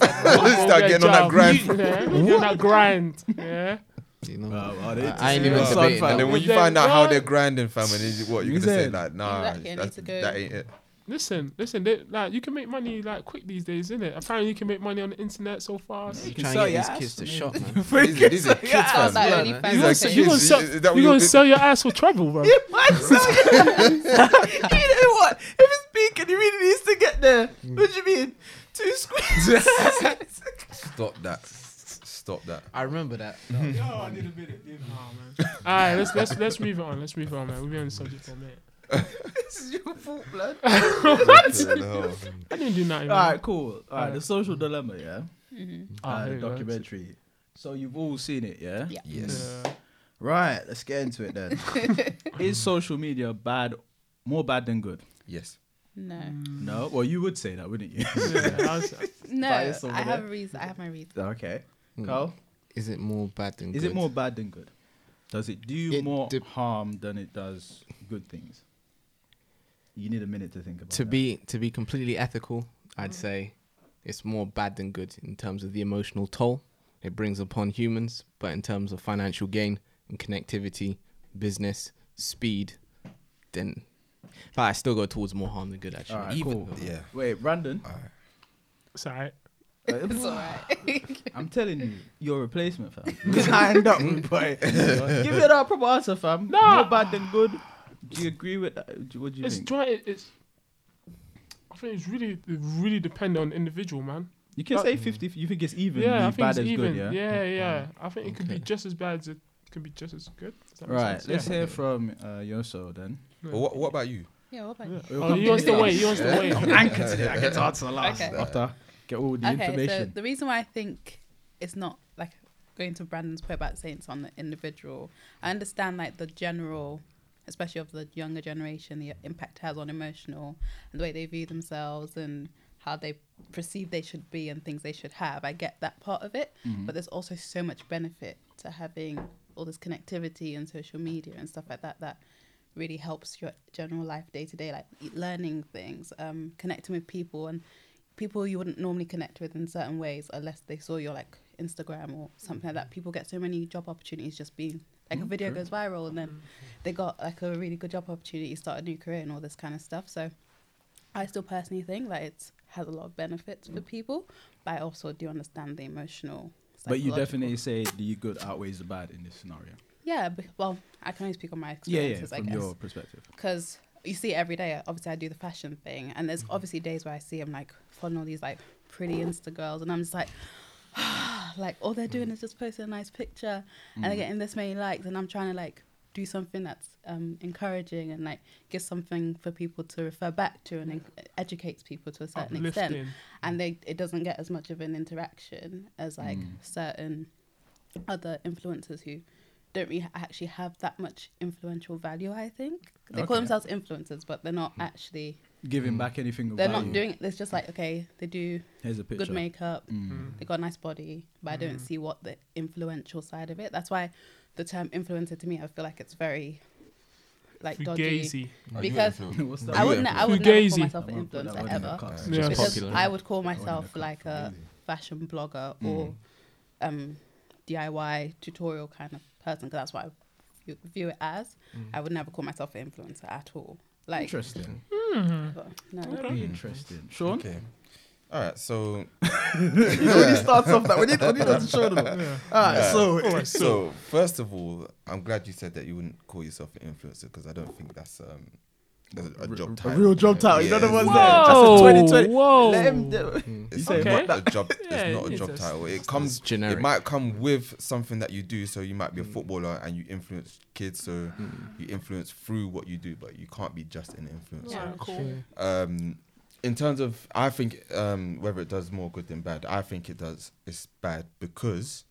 Start getting on that grind.
Yeah, getting that grind. Yeah.
You know.
Oh, Wow, wow, they
I- I ain't
just-
even
Son,
debating
fam,
And
that.
then when
Is
you
that
find out how
right?
they're grinding, fam, and is what you're
Is
gonna say
it?
like, nah,
Exactly, I need
that's-
to go.
that ain't it.
Listen, listen. They, like you can make money like quick these days, isn't it? Apparently, you can make money on the internet so fast.
You
can
trying
sell
to
your
get these
ass,
kids to
man.
shop, man.
These are, these are kids,
Sounds
fam.
like
Yeah,
only
man.
fans
You
are
gonna,
Like,
se-
saying-
you gonna,
is-
sell,
is that what
you
you're
gonna
doing?
sell your ass for travel, bro.
you know what? If it's big and he really needs to get there,
Mm.
what do you mean? Two squeezes.
Stop that. Stop that.
I remember that.
All right, let's let's let's move it on. Let's move it on, man. We'll be on the subject for a minute.
this is your fault, blood.
I didn't do nothing.
All
man.
right, cool. All right, the social dilemma, yeah.
Ah,
Uh,
here
the
we go.
documentary. So you've all seen it, yeah?
Yeah.
Yes.
Yeah.
Right, let's get into it then. Is social media bad, more bad than good?
Yes.
No,
Mm.
No. Well, you would say that, wouldn't you?
Yeah, I was-
no.
Bias over
I have
there.
a reason. I have my reason.
okay.
Mm.
Carl,
Is it more bad than
is
good?
it more bad than good? Does it do
It
more
dep-
harm than it does good things? You need a minute to think about.
to
that.
be to be completely ethical, I'd say it's more bad than good in terms of the emotional toll it brings upon humans, but in terms of financial gain and connectivity, business, speed, then but I still go towards more harm than good actually.
Alright,
Even
cool.
though-
Yeah.
Wait, Brandon.
It's alright.
It's alright.
I'm telling you, your replacement, fam. Lined up, boy. Give it a proper answer, fam.
Nah.
More bad than good. Do you agree with that? Do- What do you
It's
think?
dry. It, it's. I think it's really, it really depend on individual, man.
you can
uh,
say 50 if you think it's even.
yeah, I
means
think
bad
it's
as
even.
good, yeah?
yeah, yeah. I think it could be
Okay.
just as bad as it could be just as good. Does that make
Right,
sense?
let's
yeah.
hear from uh, Yoso then.
But what, what about you?
Yeah, what about you?
Oh, he wants to wait. He wants to wait.
I'm anchored to that. I get to answer last.
Okay.
After get all the
okay, so
information.
the reason why I think it's not like going to Brandon's point about saying it's on the individual, I understand like the general, especially of the younger generation, the impact it has on emotional and the way they view themselves and how they perceive they should be and things they should have. I get that part of it, but there's also so much benefit to having all this connectivity and social media and stuff like that that really helps your general life day to day, like e, learning things, um, connecting with people and people you wouldn't normally connect with in certain ways unless they saw your like Instagram or something like that. People get so many job opportunities just being like a video goes viral and then they got like a really good job opportunity, start a new career and all this kind of stuff. So I still personally think that it has a lot of benefits
Mm.
for people, but I also do understand the emotional.
But you
psychological-
definitely say the good outweighs the bad in this scenario.
yeah. b- Well, I can only speak on my
Yeah,
experiences.
yeah,
I
from
guess.
your perspective.
because you see it every day. Obviously, I do the fashion thing, and
Mm-hmm.
there's obviously days where I see I'm like following all these like pretty Insta girls, and I'm just like, like all they're
Mm.
doing is just posting a nice picture, and they're getting this many likes, and I'm trying to like do something that's um, encouraging and like give something for people to refer back to and en- educates people to a certain extent
Uplifting.
and they it doesn't get as much of an interaction as
Mm.
like certain other influencers who don't really ha- actually have that much influential value. I think they call
Okay.
themselves influencers, but they're not actually.
Mm.
Giving back anything of
They're
value.
not doing it. It's just like okay, they do
Here's a picture.
good makeup,
Mm.
they got a nice body, but I don't see what the influential side of it. That's why the term influencer to me, I feel like it's very like dodgy.
Hmm. Fugazi.
Because- uh,
Mm.
What's
I wouldn't. I would never
Fugazi.
call myself
I'm gonna
an
put that
influencer
one in the
ever.
cut.
Yeah.
Because
Popular.
I would call
in
myself
the
like a fashion blogger or um, DIY tutorial kind of person because that's what I view- view it as. I would never call myself an influencer at all. Like,
Interesting.
Hmm.
but no.
Very interesting. Sean?
Okay. All right. So,
It already starts off that. We need, we need us to show them. All right, so.
so first of all, I'm glad you said that you wouldn't call yourself an influencer because I don't think that's um a, a job title.
real job title. You know the
Yeah,
ones
it's
that
not.
just a
Whoa,
2020.
whoa.
Let him do-
It's
Okay.
not a job.
Yeah,
it's not a
it's
job
a s-
title. It comes
Mm. It's generic.
It might come with something that you do. So you might
Mm.
be a footballer and you influence kids. So
Mm.
you influence through what you do, but you can't be just an influencer.
Yeah,
True.
Um, in terms of, I think um, whether it does more good than bad, I think it does. It's bad because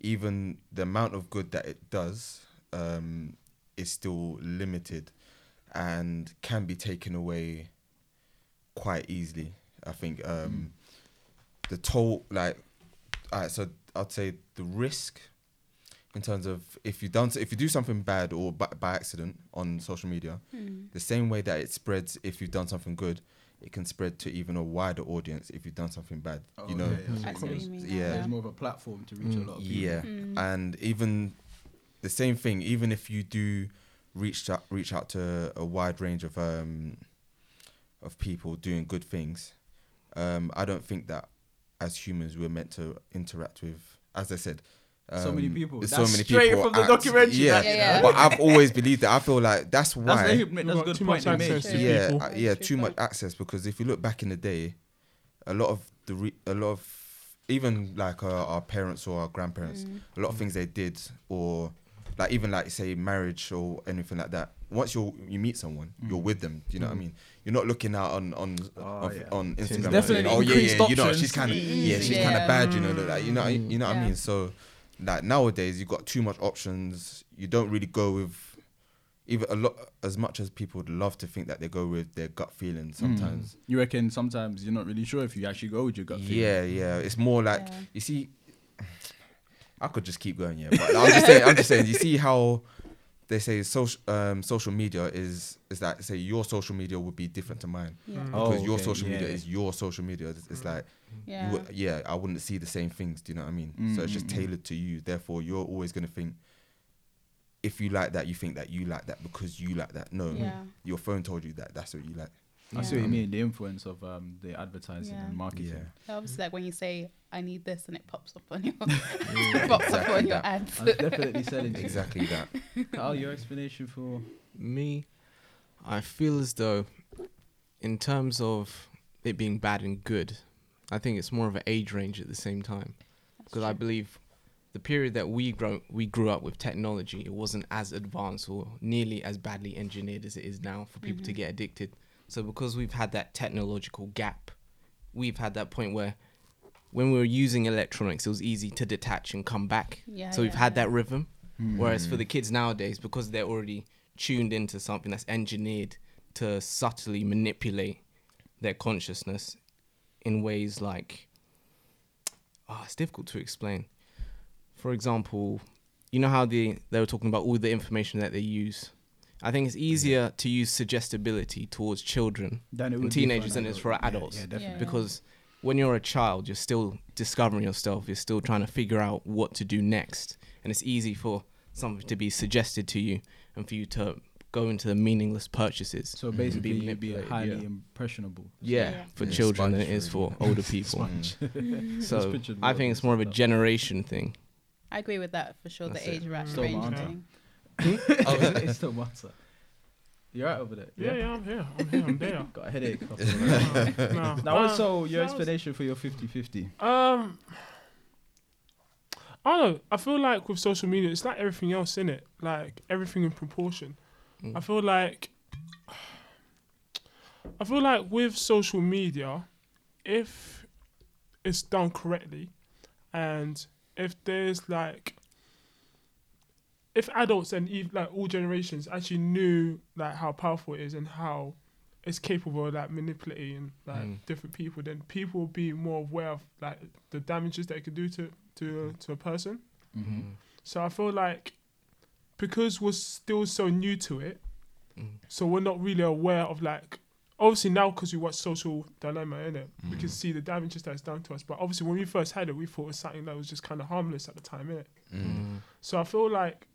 even the amount of good that it does um, is still limited and can be taken away quite easily. I think um, the toll, like, alright, so I'd say the risk in terms of if you done if you do something bad or by, by accident on social media,
Hmm.
the same way that it spreads if you've done something good, it can spread to even a wider audience if you've done something bad. you know,
I see what you mean. Hmm.
yeah.
There's more of a platform to reach a lot of people.
yeah, and even the same thing. Even if you do reach out, reach out to a wide range of um of people doing good things, um, I don't think that as humans we're meant to interact with. As I said.
So many
um,
people.
there's
That's
so many
straight
people
from the
at-
documentary,
Yeah,
that, you know.
but I've always believed that. I feel like that's why
That's, that's, that's,
We've
a
got
good
too
point
much
they made.
access
to
yeah,
people.
uh, yeah,
True
too much
point.
access because if you look back in the day, a lot of the re- a lot of even like uh, our parents or our grandparents,
Hmm.
a lot of things they did or like even like say marriage or anything like that. Once you you meet someone, you're with them. Do you know what I mean? You're not looking out on on on,
Mm. Ah, yeah.
on Instagram. and
definitely
saying, oh yeah,
increased
yeah, you know
options. Mm,
she's kind of yeah she's
Yeah.
kind of bad. You know like you know you know what I
Yeah.
mean. So like nowadays you've got too much options. You don't really go with even a lot as much as people would love to think that they go with their gut feeling sometimes
You reckon sometimes you're not really sure if you actually go with your gut feeling.
yeah yeah it's more like
Yeah.
you see i could just keep going yeah but i'm just saying i'm just saying you see how they say social um, social media is is that say your social media would be different to mine
Yeah.
because your
Oh, okay,
social media
yeah.
is your social media it's, it's like Oh,
Yeah.
you would, yeah i wouldn't see the same things do you know what i mean so it's just tailored to you therefore you're always going to think if you like that you think that you like that because you like that no
Yeah.
your phone told you that that's what you like
I see what
Yeah.
you mean. The influence of um, the advertising
Yeah.
and marketing.
Yeah.
Obviously, like when you say "I need this" and it pops up on your it pops up on your
that.
ads.
I was definitely selling to you.
exactly that
Carl, your explanation for
me, I feel as though, in terms of it being bad and good, I think it's more of an age range at the same time, because I believe the period that we grow we grew up with technology, it wasn't as advanced or nearly as badly engineered as it is now for people
Mm-hmm.
to get addicted. So because we've had that technological gap, we've had that point where. When we were using electronics, it was easy to detach and come back.
Yeah,
so we've
yeah,
had
yeah.
that rhythm. Whereas for the kids nowadays, because they're already tuned into something that's engineered to subtly manipulate their consciousness in ways like, oh, it's difficult to explain. For example, you know how they, they were talking about all the information that they use. I think it's easier to use suggestibility towards children
Than it would be
and
for
teenagers
an
than it's for
adult. Yeah,
adults
yeah, definitely.
Yeah.
because when you're a child, you're still discovering yourself. You're still trying to figure out what to do next, and it's easy for something to be suggested to you and for you to go into the meaningless purchases.
so basically
Being
you'd be
manipulated,
highly
yeah.
impressionable.
yeah,
Yeah.
for
Yeah,
children than it
sponge
is for
really.
older people. Mm.
Just
so
pictured
I think it's more of a
that.
generation thing.
I agree with that for sure.
That's
the
it.
age ra-
Still
range
Marta.
thing.
oh, is it? It's still Marta. You're right over there.
Yeah, yeah, I'm here. I'm here. I'm there.
Got a headache.
No.
Now,
Uh,
also your
that was-
explanation for your 50-50.
Um, I don't know. I feel like with social media, it's like everything else in it, like everything in proportion. I feel like, I feel like with social media, if it's done correctly, and if there's like, if adults and even like all generations actually knew like how powerful it is and how it's capable of like manipulating like different people, then people will be more aware of like the damages that it could do to to to a person.
Mm-hmm.
So I feel like because we're still so new to it,
Mm-hmm.
so we're not really aware of like obviously now because we watch social dilemma in it, we can see the damages that's done to us. But obviously when we first had it, we thought it was something that was just kind of harmless at the time, innit?
Mm.
So I feel like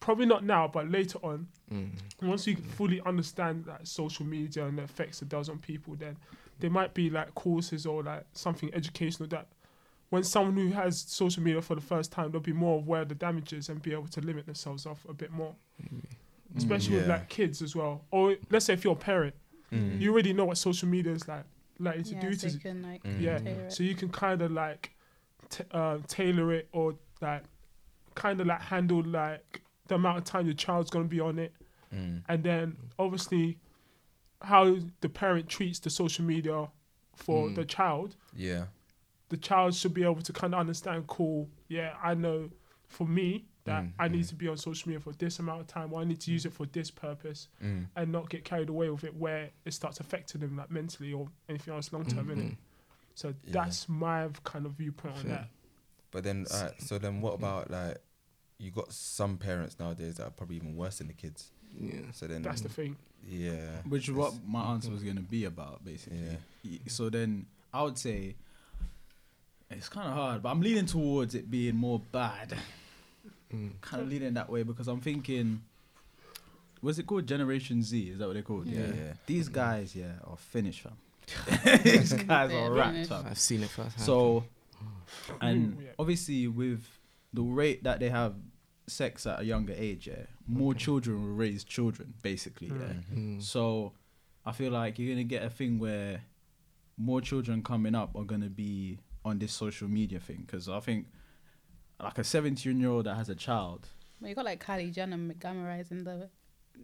probably not now, but later on,
Mm.
once you fully understand that social media and the effects it does on people, then there might be like courses or like something educational that when someone who has social media for the first time, they'll be more aware of the damages and be able to limit themselves off a bit more. Especially with
Yeah. Mm.
like kids as well. Or let's say if you're a parent, you already know what social media is like. like you to do
so
to
you can like
Mm.
yeah
tailor it.
so you can kind of like t- uh, tailor it or like kind of like handle like the amount of time your child's going to be on it
Mm.
and then obviously how the parent treats the social media for
Mm.
the child
Yeah.
the child should be able to kind of understand cool yeah i know for me that
Mm,
i need
mm.
to be on social media for this amount of time or i need to use it for this purpose
Mm.
and not get carried away with it where it starts affecting them like mentally or anything else long term innit? so
Mm-hmm. Yeah.
that's my kind of viewpoint on
Fair.
that
But then, uh, so then, what about like you got some parents nowadays that are probably even worse than the kids.
Yeah.
So then,
that's the thing
yeah,
Which is
It's-
what my answer was going to be about, basically.
Yeah.
Y- So then I would say it's kind of hard, but I'm leaning towards it being more bad.
Mm.
Kind of leaning that way because I'm thinking, was it called Generation Z? Is that what they're called?
Yeah. Yeah.
These guys, yeah, are finished, fam. These guys
They're
are wrapped,
finished.
fam.
I've seen it firsthand.
So, and
yeah.
obviously with the rate that they have sex at a younger age, yeah, more children will raise children, basically. Yeah.
Hmm. Mm-hmm.
Mm.
So I feel like you're gonna get a thing where more children coming up are gonna be on this social media thing because I think like a 17 year old that has a child.
Well, you got like Kylie Jenner m- glamorizing the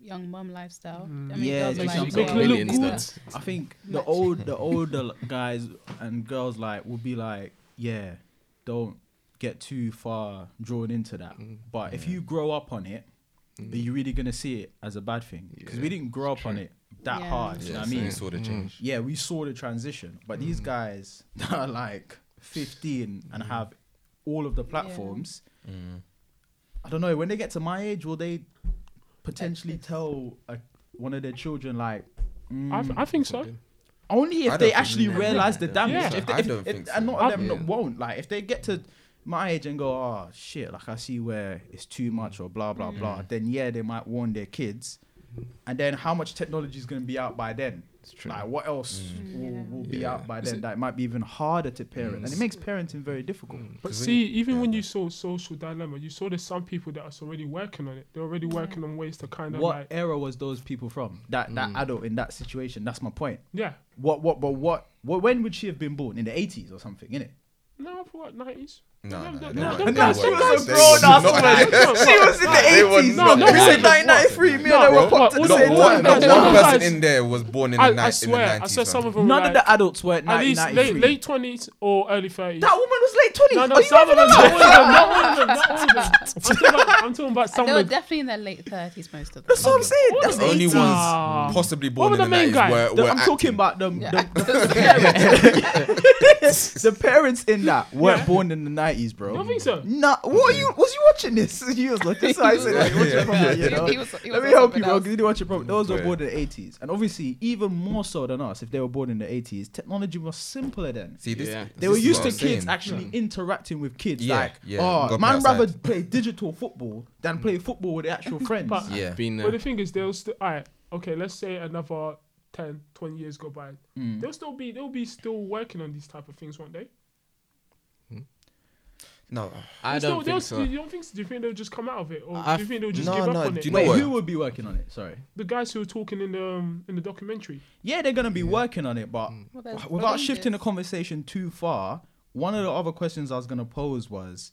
young mum lifestyle. I
Yeah,
girls are
she's
like,
making it
"Oh,
look
millions
good."
that-
I think the
Match.
old the older guys and girls like will be like, yeah, don't get too far drawn into that. But if you grow up on it, are you really gonna see it as a bad thing? Because we
Yeah,
didn't grow up on it that
Yeah.
hard.
Yeah,
You know what I
so
mean?
you saw the change.
yeah, we saw the transition, but these guys that are like 15 and have all of the platforms, I don't know, when they get to my age, will they potentially tell a, one of their children, like, mm,
I, th- I think so
only
I
if
don't
they
think
actually
they-
realize the damage?
Yeah.
If they,
I
if,
don't
if-
think
And
so.
not of them
Yeah.
not, won't. Like, if they get to my age and go, oh, shit, like, I see where it's too much or blah, blah, blah,
Mm.
then yeah, they might warn their kids. And then how much technology is going to be out by then?
It's true.
Like what
Mm.
else will, will be
Yeah.
out by then that might be even harder to parent,
Mm.
and it makes parenting very difficult.
But
'Cause when
see, even
yeah,
when
go
you saw social dilemma, you saw there's some people that are already working on it. They're already working on ways to kind of
What
like,
era was those people from? That that
Mm.
adult in that situation. That's my point.
yeah,
What what but what, what when would she have been born in the eighties or something? In it.
no, for what nineties?
No, no,
them
they weren't-
guys- them
they
guys-
weren't- they
them guys-
grown ass
were not-
man. She was in the
They were
80s.
not-
No,
we
no,
said
no,
1993. Me and
no,
I were
bro.
popped at the
What-
same
Not
They
one,
weren't-
time.
not
they
one
weren't
person
guys-
in there was born in the,
I,
ni-
I
in the
swear,
90s.
I saw some
fam.
of them.
None
were
of
like,
the adults were in
at least late
1993.
late twenties or early thirties.
That woman was late 20s.
No, no,
Are you
some of
even
them,
alive?
not all of them, not all of them, not all of them. I'm talking about, I'm talking about some
They were
of them.
definitely in their late thirties, most of them.
That's what I'm saying. That's
The only
80s.
Nah.
ones possibly
What
born
were
in the,
the main
90s
guys?
were,
The-
were
I'm talking
acting.
about them.
Yeah.
The, the parents in that weren't
Yeah.
born in the nineties, bro.
You don't think so?
Nah, what are you? Was you watching this? You was like this. I said, like, watch it from that, you know?
He was- he was
Let me
on
help
something
you, bro.
else.
'cause You didn't watch it properly. Those were
Yeah.
born in the eighties, and obviously, even more so than us, if they were born in the eighties, technology was simpler then.
See, this,
Yeah.
They
this
were
is
used to
what I'm saying.
kids actually
Hmm.
interacting with kids.
Yeah,
like,
yeah,
oh,
go
man,
play
rather
outside.
play digital football than play football with their actual friends.
But-
Yeah.
Been uh,
But the
there.
thing is, they'll still. Alright, okay. Let's say another 10, 20 years go by. They'll still be. They'll be still working on these type of things, won't they?
No,
I
Still,
don't
they'll
think
s-
so.
You don't think? so? Do you think they'll just come out of it, or
I
do you
f-
think they'll just
No,
give up
no,
on it?
do you know
Wait,
what?
who would be working on it? Sorry.
the guys who were talking in the um, in the documentary.
Yeah, they're gonna be working on it, but
Well, there's
without
religious.
shifting the conversation too far, one of the other questions I was gonna pose was,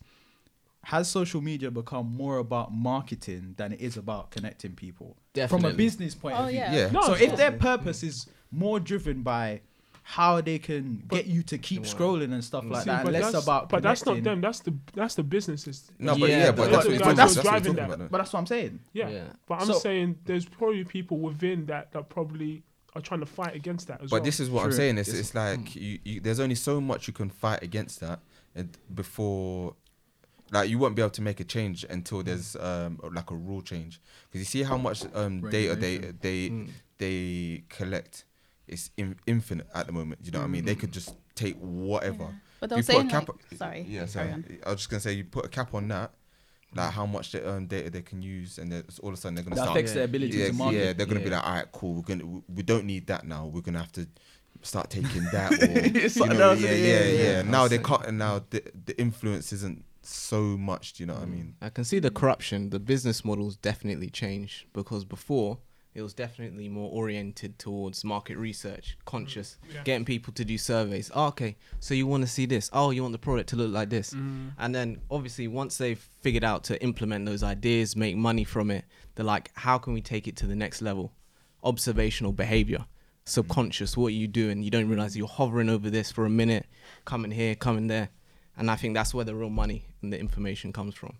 has social media become more about marketing than it is about connecting people from a
Definitely.
business point
Oh
of view?
yeah.
yeah.
No,
so
of
if
course.
their purpose is more driven by how they can get you to keep scrolling and stuff like
Mm. See,
that, and less
that's-
about
But that's not
connecting-
them. That's the that's the businesses.
No, but
Yeah,
yeah, but that's
but
what
that's
we're talking
what
about.
driving
That's what we're talking
that.
about.
But that's what I'm saying.
Yeah.
Yeah.
But I'm
So-
saying there's probably people within that that probably are trying to fight against that as well.
But this is what I'm
True. Mm.
saying. It's, it's like you, you, there's only so much you can fight against that, and before, like you won't be able to make a change
Mm.
until there's um like a rule change. Because you see how much um data they
Regulation. Mm.
they they collect. It's in, infinite at the moment. You know what I mean? They
Mm.
could just take whatever.
But they were
You put a
saying
cap-
like, sorry.
Yeah,
carry
sorry.
on.
I was just gonna say you put a cap on that, like how much they, um, data they can use, and then it's all of a sudden they're gonna
That
start
affects their ability
yeah,
to market.
yeah, they're gonna be like, all right, cool. We're gonna we- we don't need that now. We're gonna have to start taking that. Or, you
Something
know,
else,
yeah,
yeah,
yeah,
yeah.
yeah, Now they
That's
can't. And now the the influence isn't so much. Do you know what I mean?
I can see the corruption. The business models definitely change because before it was definitely more oriented towards market research, conscious,
Yeah.
getting people to do surveys. Oh, okay, so you want to see this? Oh, you want the product to look like this? And then obviously, once they've figured out to implement those ideas, make money from it, they're like, how can we take it to the next level? Observational behavior, subconscious, what are you doing? You don't realize you're hovering over this for a minute, coming here, coming there. And I think that's where the real money and the information comes from.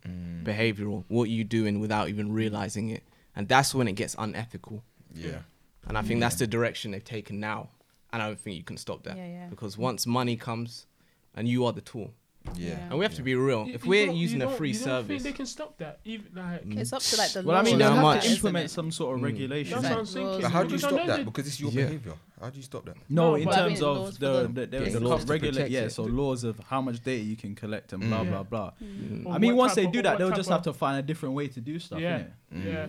Behavioral, what you doing without even realizing it. And that's when it gets unethical.
Yeah.
And I think that's the direction they've taken now. And I don't think you can stop that.
Yeah, yeah.
Because once money comes and you are the tool.
Yeah.
And we have to be real.
You-
If
you
we're
don't- you
using a
don't-
free
you don't think
service,
they can stop that? Even like
It's up to like the
Well, I
law
mean,
know
they
how
and
have
stuff,
much-
to
isn't
implement
it?
some sort of regulation.
Mm. That's what I'm
Like
thinking.
laws
But how do you
We don't
stop
know
that?
the-
Because it's your
Yeah.
behavior. How do you stop that?
No,
No,
in
but I
terms
mean,
of
laws for
the
them.
the,
Yeah,
the,
the
the
laws to
regulate,
protect
yeah.
it.
So laws of how much data you can collect and blah
Mm.
blah blah.
Or
I mean,
what
once
type
they
of-
do
or
that,
what
they'll
type
just
of-
have to find a different way to do stuff.
Yeah.
innit?
Mm.
Yeah,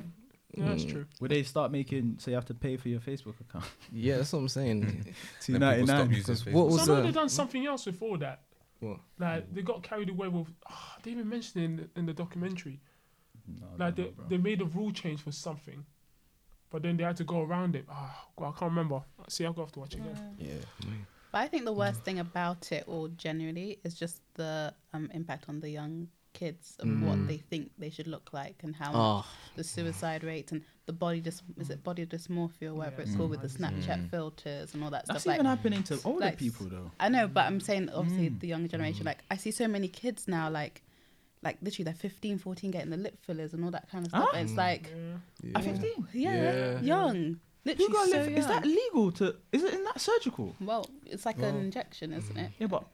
yeah, that's
Mm.
true.
Would they start making so you have to pay for your Facebook account?
yeah, that's what I'm saying.
Two
Then
ninety
people stop
nine.
using
Because
Facebook.
what was-
Somehow
uh,
they've done something else with all that.
What?
Like they got carried away with. ah, they even mentioned in the, in the documentary.
No, I
Like
don't
they,
know, bro.
they made a rule change for something, but then they had to go around it. Ah, well, I can't remember. See, I've got to watch it again.
Yeah.
But I think the worst thing about it all generally is just the um, impact on the young kids of what they think they should look like and how much
Oh.
the suicide rates and the body dys- is it body dysmorphia or whatever
Yeah.
it's called with the Snapchat filters and all that
Mm. That's
stuff.
even Mm.
like,
happening to older
like,
people though.
I know, but I'm saying obviously the younger generation. Like I see so many kids now, like like literally they're 15, 14 getting the lip fillers and all that kind of stuff.
Ah.
And it's like
Yeah.
Yeah.
yeah,
Yeah.
young,
You
literally
got
so
lip-
young.
is that legal to? Is it in that surgical?
well, it's like an
Well,
injection, isn't it?
Yeah, but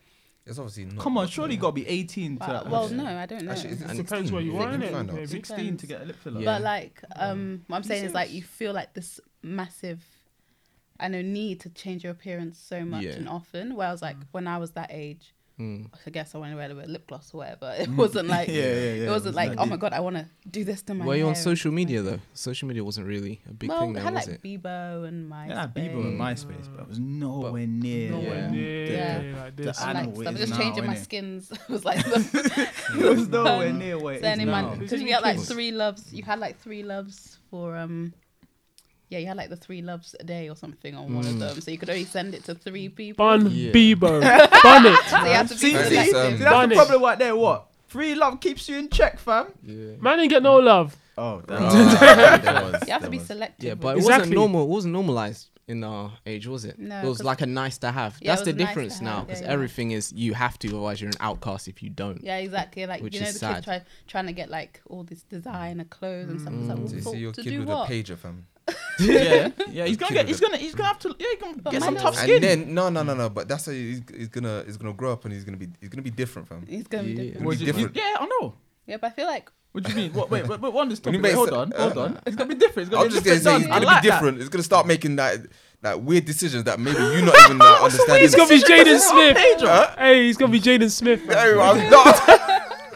It's obviously not.
come on, surely you got to be eighteen to
But, well,
yeah.
no, I don't know.
Actually, is it
And-
Depends where you
They
are,
can
innit?
find out.
Maybe.
sixteen to get a lip filler.
Yeah.
But like, um,
Mm.
what I'm saying is like you feel like this massive, I know, need to change your appearance so much
Yeah.
and often. Whereas
Mm.
like when I was that age,
Mm.
I guess I wanted to wear a bit of lip gloss or whatever. It wasn't like,
Yeah, yeah, yeah,
it wasn't like,
like
oh
the-
my god, I want to do this to my.
Were you on
hair."
social media though? Social media wasn't really a big
well,
thing
I
then,
had
was
like
it?
Bebo and my.
Yeah, Bieber and MySpace, but it was nowhere near.
Nowhere
Yeah.
near
Yeah.
like this.
I know
Like,
it
stuff.
is
just
now,
changing my
innit?
skins was like the
it was nowhere
Um,
near where it is
turning
now.
my because you got like
Kids.
three loves. You had like three loves for um, yeah, you had like the three loves a day or something on one
Mm.
of them, so you could only send it to three people.
Bun
Yeah.
Bieber, bun it.
So you had to be
See, see, um,
see,
selective.
that's the Bunny. problem
right there. What free love keeps you in check, fam.
Yeah.
Man didn't get no love.
Oh,
You have to be selective.
Yeah, but it wasn't
Exactly.
normal. It wasn't normalized in our age, was it?
No,
it was
'cause-
like a nice to have.
Yeah, it
That's the
was nice to
difference now,
have,
because
yeah, yeah.
everything is you have to, otherwise you're an outcast if you don't.
yeah, exactly. Like
Which
you know, the
is
kids
sad.
try, trying to get like all this designer clothes and stuff. It's like,
So you
well,
see your
for- to
kid
do
with
what?
a pager, fam.
yeah, yeah. He's
Just
gonna
keep
get.
it
He's
up.
gonna. He's gonna have to. Yeah, he's gonna
But
get some
mine
tough
is-
And
skin.
then no, no, no, no. But that's how he's, he's gonna he's gonna grow up and he's gonna be he's gonna be different, fam.
It's gonna
Yeah.
be
What
different.
do
You-
you- different.
yeah, I know.
Yeah, but I feel like
What do you mean? What, wait, wait, wait, on this
When you
topic. Wait,
make
hold
se-
on,
uh,
hold on. It's gonna be different. It's gonna
I'm
be
just
different.
gonna say he's
done. I
gonna
like
be
that.
different. It's gonna start making that that weird decisions that maybe you not even uh, like, understanding.
He's gonna be Jaden Smith.
Huh?
Hey, he's gonna be Jaden Smith. man.
No, I'm not.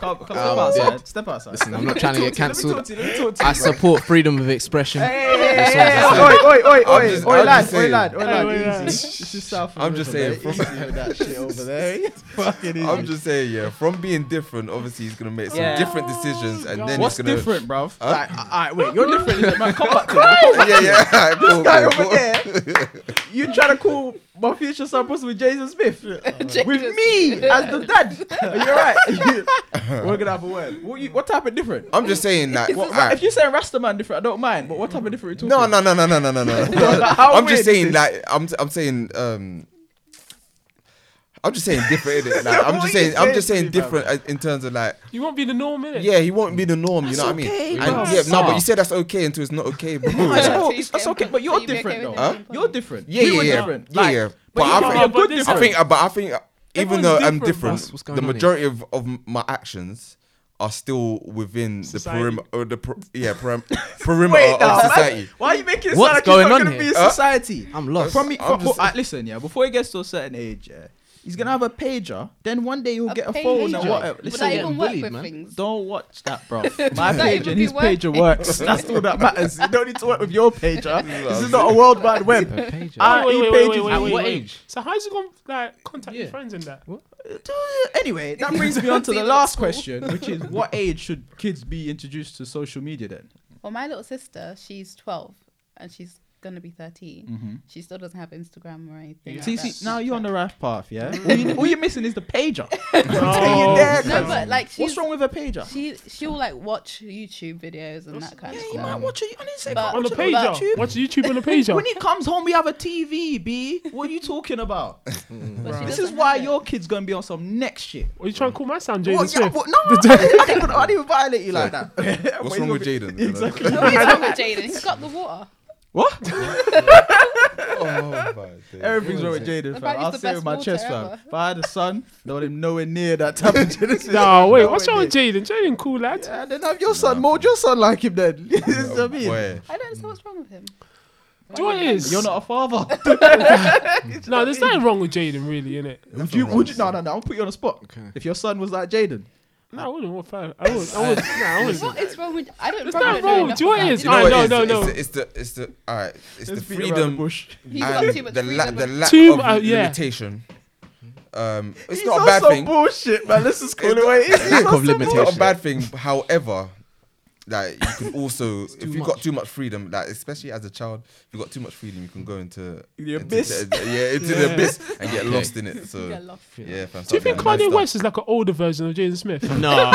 Come, come,
Oh,
step outside.
dear.
Step outside.
Listen, I'm not trying to get cancelled.
Let me talk to you.
I support freedom of expression. That's what I'm
Hey,
saying.
oi, oi, oi,
I'm
oi,
just-
oi,
I'm
lad,
just
oi,
saying.
lad, oi,
Hey, wait,
lad,
wait.
easy. This is South.
I'm just
Africa,
saying,
mate. Easy with that shit over there. Fucking easy.
I'm just saying, yeah. From being different, obviously he's gonna make some
Yeah.
different decisions, and then
What's
he's gonna.
different, bruv?
Huh?
Like, all right, wait, you're different. Is it, man? Come back to it.
Yeah, yeah. alright,
This
cool,
guy
cool,
over
cool.
there, you trying to call my future son possibly Jason Smith with me as the dad? Are you alright? We're gonna have a word. What, you, what type of different?
I'm just saying that. what-
If
alright.
you're saying Rastaman different, I don't mind. But what type of different? are you
No,
talking?
no, no, no, no, no, no, no.
How
I'm
weird
just
is
saying
Oh, this?
like I'm I'm saying um I'm just saying different, innit? Like, I'm
What
just
you
saying I'm just
saying
saying
to me,
different uh, in terms of like
You won't be the norm, innit?
yeah, he won't be the norm, you know what I mean?
okay,
And,
bro.
yeah, no, but
Stop.
you said that's okay until it's not okay, bro.
That's
yeah,
all-
so you
that's
can-
okay, but
so
you're
you'd be okay
different
with
though.
it
Huh?
being
You're
positive?
different.
yeah,
we were
yeah,
different.
yeah,
Like,
yeah.
but
But
you
I
are
think
but
good
this-
I
different.
think, uh, but I think, uh, even
Everyone's
though I'm
different,
different,
bruv. What's going
the
on here?
majority of, of m- my actions are still within
Society.
the perimeter, or the per- yeah, perim- perimeter of society.
why are you making it
What's
sound like
going
he's not
on
gonna
here?
be in
Huh?
society?
I'm lost.
From me,
I'm
from,
just-
oh, alright, listen, yeah. Before he gets to a certain age, yeah, he's gonna have a pager. Then one day he'll
A
get a
pager.
phone and whatever.
Would
Listen,
that
you're
even
getting
work
bullied,
with
man.
things?
don't watch that, bro. My
that
page
even
and
be
his pager
working?
works. That's all that matters. You don't need to work with your pager. this is not a world wide web.
Her page,
I-
yeah.
Ah, Wait, wait,
he paid
wait, wait,
his-
wait,
At
wait,
what
wait.
age?
So how's he gonna like contact your
Yeah.
friends and that?
Anyway, that brings me on to the last
Cool.
question, which is what age should kids be introduced to social media then?
Well, my little sister, she's 12. and she's gonna be 13
Mm-hmm.
she still doesn't have instagram or anything like
See,
that.
see, now you're on the right path, yeah. all, you, all you're missing is the pager.
Oh,
there,
no but like she's
What's wrong with a pager?
she she'll like watch youtube videos and that kind of
You
stuff
might watch it on
But-
Instagram.
on the
Watch
page.
it on
pager. Watch YouTube on the pager.
When he comes home, we have a TV. B, what are you talking about?
But she
this is
doesn't
why
have it.
your kid's gonna be on some next shit.
Are you trying to call my son Jaden
What, yeah,
Smith?
what, no, no, no, I didn't- I didn't, I didn't violate you like that.
What's wrong with Jaden? Exactly.
No, he's not with Jaden. He's got the water.
What?
oh my days.
Everything's wrong with Jaden, fam.
Apparently he's
I'll
the
say it with
best
my
water
chest, fam.
ever.
If I had a son, they would have nowhere near that type of Jaden.
No, wait. What's wrong with Jaden? Jaden, cool lad.
Yeah, then have your son, mold your son like him then. You know what I mean?
Boy.
I don't understand what's wrong with him.
Do you know what it is?
You're not a father.
no, there's nothing wrong with Jaden, really, innit?
would you? Would you? No, no, no. I'll put you on the spot.
Okay.
If your son was like Jaden,
No, I wouldn't want five. I would. I would. Nah, I wouldn't.
What is wrong with? I don't.
It's not
probably don't know
wrong.
enough
Do you know what
about
it is?
him.
No,
what
no,
it is?
no, no.
It's the, it's the, it's the, all right. It's the
let's beat around the
freedom
bush.
He's got too
and
much
the, la-
freedom.
the lack
Too
of
mu- uh, yeah.
limitation. Um, it's
He's
not
on
a bad
some
thing.
Bullshit, man. Let's just call
It's
it what it
not-
is. He's on some
It's not a bad thing. However, like you can also, if you have got
much.
too much freedom, like especially as a child, if you have got too much freedom, you can go into
The
into
abyss.
the- yeah, into the abyss and get lost in it. So
Get lost.
yeah, fam,
Do you
start
think
doing mad
Kanye
stuff.
West is like an older version of Jaden Smith?
No.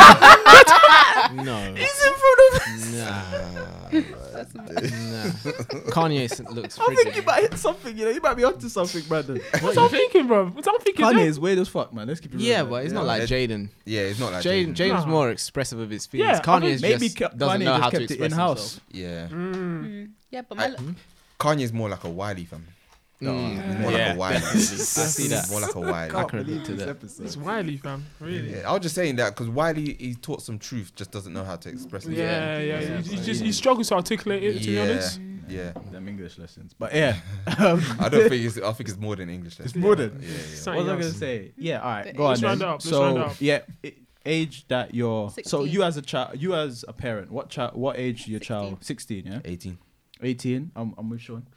no. He's in front of us.
That's not-
Nah. nah. Kanye s- looks
I think
freaking.
you might hit something, you know, you might be onto something, Brandon.
That's what I'm thinking, bro. That's what I'm thinking.
Kanye
yeah.
is weird as fuck, man. Let's keep it real.
yeah,
man.
but it's
Yeah.
not like Jaden.
Yeah, it's not like Jaden.
Jaden Jaden's
Nah.
more expressive of his feelings.
Yeah, I
Kanye
think
is
maybe
just
Ka-
doesn't
Kanye
know how
just
to
kept it
express
in house.
Yeah,
Hmm.
Mm. Yeah, but my
Hmm?
I-
lo-
Kanye's more like a Wiley fam.
himself. Mm,
More
yeah.
like a Wiley. I see
that.
More like a Wiley.
I can relate to that.
It's wily, fam. Really.
Yeah, I was just saying that because Wiley, he taught some truth, just doesn't know how to express it.
Yeah.
Yeah, yeah. You-
Yeah.
You, just you struggle to articulate it. To
Yeah.
be honest.
Yeah,
Them English lessons. But yeah.
I don't think it's. I think it's more than English.
It's
lesson.
more than-
Yeah, yeah.
What was I gonna
Something
say? Yeah, all right,
Let's
go on.
round
then.
up, let's
so
round up.
yeah, i- age that you're. So
16.
you as a child, you as a parent, what child? What age your child? Sixteen, yeah,
Eighteen.
eighteen. I'm, I'm with Sean.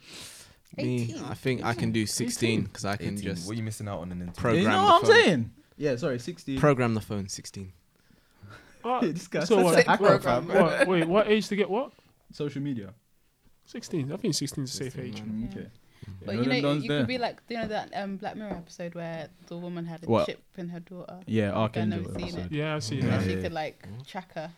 Me,
18.
I think I can do 16 because I can
18.
just
What are you missing out on in Nintendo?
Pro-
Yeah, you
Program
know
the
what I'm
phone.
saying? Yeah, sorry, sixteen.
program the phone. 16.
else.
Yeah, this guy's
So
such
what?
an acro,
Program.
fam.
what? Wait, what age to get what?
Social media.
16. I think 16 is a safe age.
Mm, Okay.
But
Yeah,
you know,
them dons
you
there.
could be like, you know that um, Black Mirror episode where the woman had a
What?
chip in her daughter,
Yeah, Archangel.
never seen it.
episode.
Yeah, I see
and
that.
she could like track her.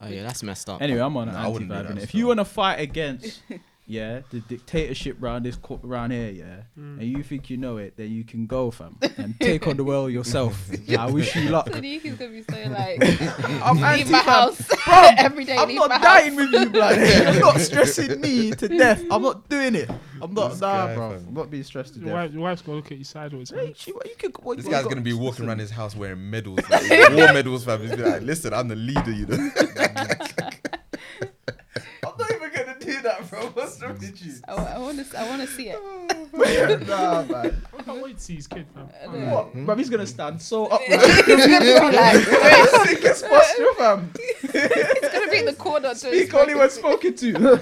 Oh yeah, that's messed up.
Anyway, I'm on an
No, I wouldn't do
anti-vibe.
that
innit? If
still.
you want to fight against, yeah, the dictatorship round this co- round here, yeah,
Mm.
and you think you know it, then you can go, fam, and take on the world yourself. I wish you luck.
So do you think he's gonna be so like,
I'm
leave my
anti-fam.
house
Bro,
every day.
I'm
leave
not
my
dying
house.
with you, blood. You're not stressing me to death. I'm not doing it. I'm not,
This
nah,
guy,
bro.
fam.
I'm not being stressed to
Your,
death.
wife, your wife's gonna look at you sideways.
Hey,
man.
she- what you could- what-
This
what
guy's
you
gonna
got-
be walking around his house wearing medals, like, war medals, fam. He's be like, "Listen, I'm the leader, you know." I'm not even gonna do that, bro. What's wrong with you?
I, want to. I want to see it.
nah, man.
I can't wait to see his kid, fam.
I
Uh, What?
know.
Bruv, he's gonna stand so up.
It's gonna be like,
Sickest posture, fam.
it's gonna be in the corner. so it's
Speak only
like-
when spoken to.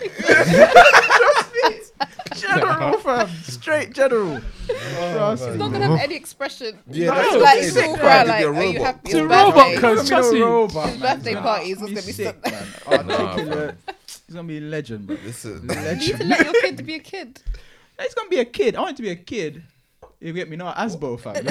general, fam. Straight general. Bruv,
It's not gonna have any expression.
Yeah,
It's
that's
like
what it is.
it's all
It's
cry,
gonna
like,
be a
are you
robot.
happy?
It's a
on that
robot,
day?
cuz.
It's gonna be
Chelsea.
a robot,
His
man. It's
birthday
gonna
party is gonna be
sick,
so-
man.
Nah,
Articulate.
fam.
He's gonna be a legend, bro.
Listen,
You need to let your kid be a kid.
He's gonna be a kid. I want him to be a kid. You get me? Not Asbo, fam.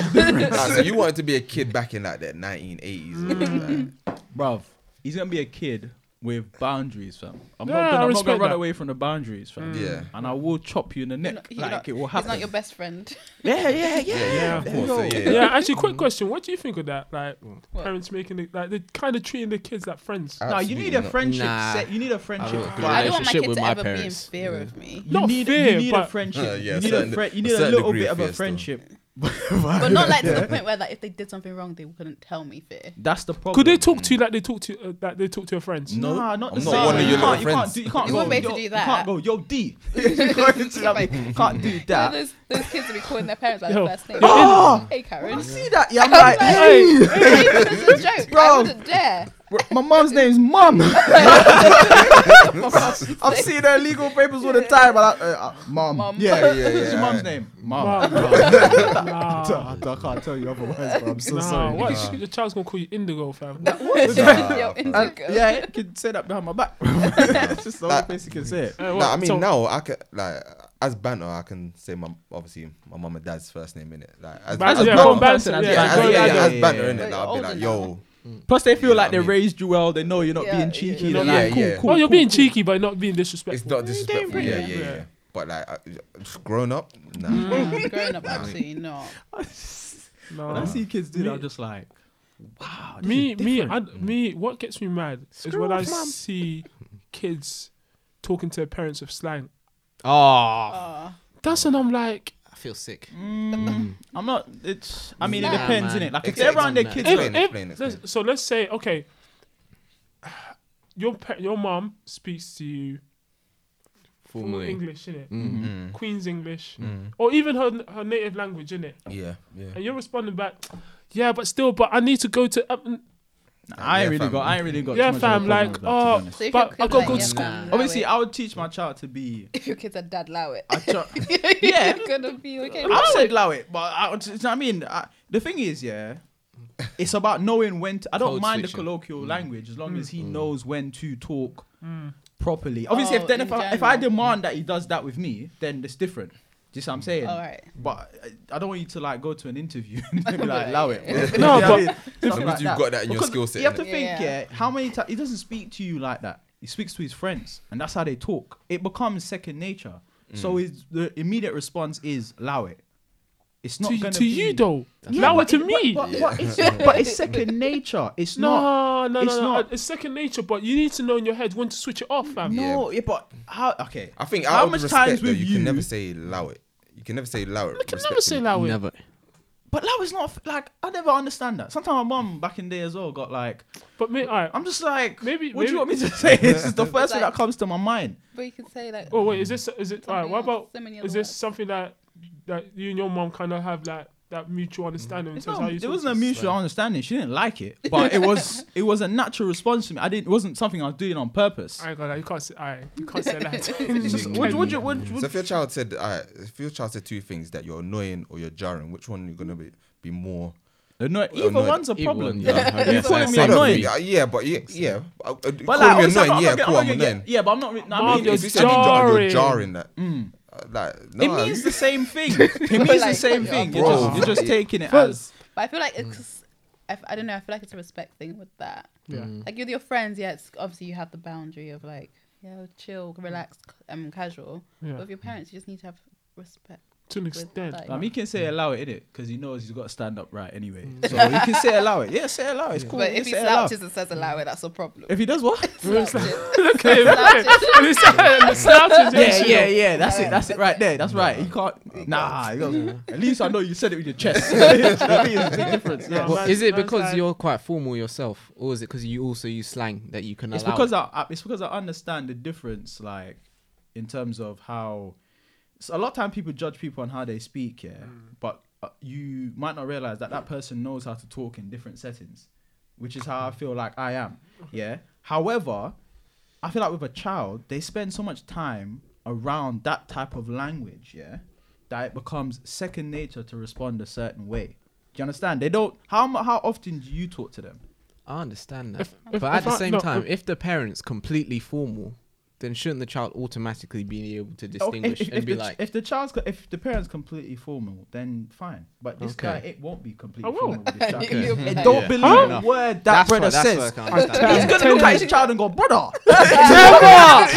Nah, so you wanted to be a kid back in like the 1980s, or something
Bruv, he's gonna be a kid with boundaries, fam. I'm
Yeah,
not
I
gonna, I'm not
respect
gonna run
that. Mm.
away from the boundaries, fam.
like that. yeah.
And I will chop you in the
You're
neck.
not- you're
like
not-
it will
He's not
happen.
your best friend.
yeah, yeah, yeah.
Yeah.
Of course, so, yeah.
Yeah, actually, quick question. What do you think of that? Like,
What?
parents making it, like, they're kind of treating the kids like friends.
Uh,
No, you need
Absolutely
a
not.
friendship
Nah.
set. You need a
I
friendship.
don't want a good
vibe.
I don't want my
relationship
kid
with
to
my
ever be in
parents.
fear of me.
You
Not
need,
fear,
you need a
but-
friendship.
Uh, yeah,
you need
certain-
a, fri- you
a
need a
certain
little
degree
bit
of
of a
fear still.
friendship.
But not like to the point where like if they did something wrong, they couldn't tell me fear.
That's the problem.
Could they talk to you like they talk to uh, like they talk to your friends?
mm. No,
Nah, not
I'm
the
not
same.
one of
You
your
can't-
little
you can't
friends.
do- You can't
You
go,
want me to
yo-
do
you
that?
can't go, yo, D. You can't do
Yeah.
that.
Those, those kids will be calling their parents by
Yo.
their first name.
Oh,
Hey Karen.
see that? Yeah, I'm like,
Hey, this is a joke. I
Bro.
wouldn't dare.
My mom's name's Mum.
I'm seeing their legal papers all the time. And I, uh,
Mum.
Mum.
Yeah,
yeah,
What's
yeah.
your mum's name? Mum.
Nah.
I can't tell you otherwise, bro. I'm so
Nah,
sorry.
what? Your child's gonna call you Indigo, fam.
Yo, indigo.
And- yeah, you can say that behind my back. it's just the only
Like-
place you can say it.
Uh,
Nah,
what?
I mean
So-
now I can like as banter I can say my obviously my mum and dad's first name in it. Like as
Banter,
as
yeah,
banter.
go on banter,
As
yeah,
Yeah,
go
as, yeah,
banter.
yeah, as
Yeah,
banter
yeah,
in
yeah.
it, like, I'll be
Older
like,
now.
yo,
Plus, they feel
Yeah,
like
I
they
mean-
raised you well. They know you're not
Yeah,
being
yeah,
cheeky.
yeah.
They're like,
Yeah,
cool,
yeah.
cool,
oh, you're
cool,
being
cool.
cheeky, but not being
it's
disrespectful.
not disrespectful. Yeah, yeah, yeah,
Yeah.
But like, I, just grown up, nah.
Mm.
Nah, growing up, absolutely not.
When I
No.
see kids do that,
Me-
I'm just like, wow. this
Me,
is
me,
different.
I, me. What gets me mad is when I see kids talking to their parents with slang.
Oh,
Ah,
That's when I'm like,
I feel sick.
Mm, I'm not. It's. I mean, it
Nah,
depends,
man.
innit? Like, if
Except-
they're around their
Nah.
kids,
If-
like,
Explain, explain,
let's-
explain.
So let's say, okay, your pa- your mom speaks to you full
Formally.
English, innit?
Mm.
Mm-hmm.
Mm.
Queen's English,
Mm.
or even her her native language, innit?
Yeah, yeah.
And you're responding back, yeah, but still, but I need to go to. Uh, mm."
I ain't
Yeah,
really
fam.
got. I ain't really got.
Yeah,
too much of a
fam,
problem
like,
with that, to be
oh,
honest.
so if
But
your kids
I gotta
like,
go to
yeah,
school.
nah,
Obviously,
allow
I would teach my child to be.
it. if your kids are dad, allow it.
I try-
yeah, you're gonna be okay.
I've said allow it, but I, would- you know what I mean, I, the thing is, yeah, it's about knowing when. To, I don't
Code
mind the
switching. Mm.
colloquial language as long as he knows when to talk
Mm.
properly. Obviously,
Oh,
if then
in
if I, if I
general.
demand that he does that with me, then it's different. Do you see what I'm saying?
All right.
But I, I don't want you to like go to an interview and be like, allow it. bro."
No,
You know what I
but-
mean?
As long
Something
as
like
you've
that.
got that in your
Because
skill set,
You have to
innit?
think,
Yeah.
yeah, how many times he doesn't speak to you like that. He speaks to his friends, and that's how they talk. It becomes second nature.
Mm.
So his the immediate response is allow it. It's not
To,
gonna
to
be,
you though,
That's
allow it
right.
to
But-
me.
But, but it's, but it's second nature. It's not.
No, no, no,
it's
no.
not.
It's second nature, but you need to know in your head when to switch it off, fam.
No, yeah, but how? Okay.
I think
How
out of
much
respect,
times
though,
with
you,
you-
can never say allow it. You can never say allow it.
You can never say that way.
Never.
But allow is not f- like I never understand that. Sometimes my mum back in the day as well got like
But me, alright.
I'm just like
Maybe-
What do
maybe-
you want me to say? this is the first thing that
Like-
comes to my mind.
But you can say like.
Oh wait, is this is it? Alright,
something
what
else,
about
so many
is
other
this
words.
something that that you and your mom kind of have like that mutual understanding in
It's
terms of
not-
how you
it
talk
wasn't a
to-
mutual understanding. She didn't like it, but it was it was a natural response to me. I didn't. It wasn't something I was doing on purpose.
I ain't gonna lie, you can't say alright, you can't say
It's just-
that.
what- what do you- what- what-
So if your child said, uh, if your child said two things that you're annoying or you're jarring, which one are you gonna be, be more?
Annoy-
Well,
Either
annoyed.
one's a
Either
problem.
one, yeah.
You're calling me
I don't
annoying.
think- uh, yeah, but yeah, yeah. Uh, uh,
But
call
like,
me
obviously,
annoying,
I'm not- I'm
yeah,
not
cool, I'm
gonna get-
annoying.
Yeah, but I'm not. re- no,
Mom,
I
If
mean,
you're
you said you jar-
jarring.
you're jarring that,
Mm.
uh, like,
It
no, I-
means the same thing. It means the
Like,
same
yeah,
thing.
bro.
You're just, you're just taking it as.
But I feel like it's. I f- I don't know. I feel like it's a respect thing with that.
Yeah.
Like with your friends, yeah. It's obviously you have the boundary of like, yeah, chill, relax, c- um, casual. But
Yeah.
with your parents, you just need to have respect.
To an
with,
extent.
like-
Um, he can say allow it, innit? Because he knows he's got to stand up right anyway. So he can say allow it. Yeah, say allow it. It's cool.
but
yeah,
if he
say allow.
slouches and says allow it, that's a problem.
If he does what?
Slouches.
Okay, okay. It's the slouches,
yeah,
isn't
yeah,
it?
yeah. That's it. That's it right there. That's right. You can't. Nah. you gotta- At least I know you said it with your chest. It's a big difference. Yeah.
Well,
Well,
Man's-
is it
man's
because
like-
you're quite formal yourself, or is it because you also use slang that you can
it's
allow?
because
it?
I, I it's because I understand the difference, like in terms of how. So a lot of time people judge people on how they speak, yeah, but uh, you might not realize that that person knows how to talk in different settings, which is how I feel like I am, yeah. However, I feel like with a child, they spend so much time around that type of language, yeah, that it becomes second nature to respond a certain way. Do you understand? They don't. How mu- how often do you talk to them?
I understand that,
If- if-
but at
if
the
I-
same
no,
time,
if-
if the parents completely formal, then shouldn't the child automatically be able
Oh,
to
if-
distinguish
if,
and
if
be
the, ch-
like,
if the child's co- if the parents completely formal, then fine. But this
Okay.
guy, it won't be completely
I will.
formal. With this child.
Okay.
And don't
Yeah.
believe
Huh?
a word that
that's
brother
what, that's
says.
what I can't understand.
He's gonna look at his child and go, brother.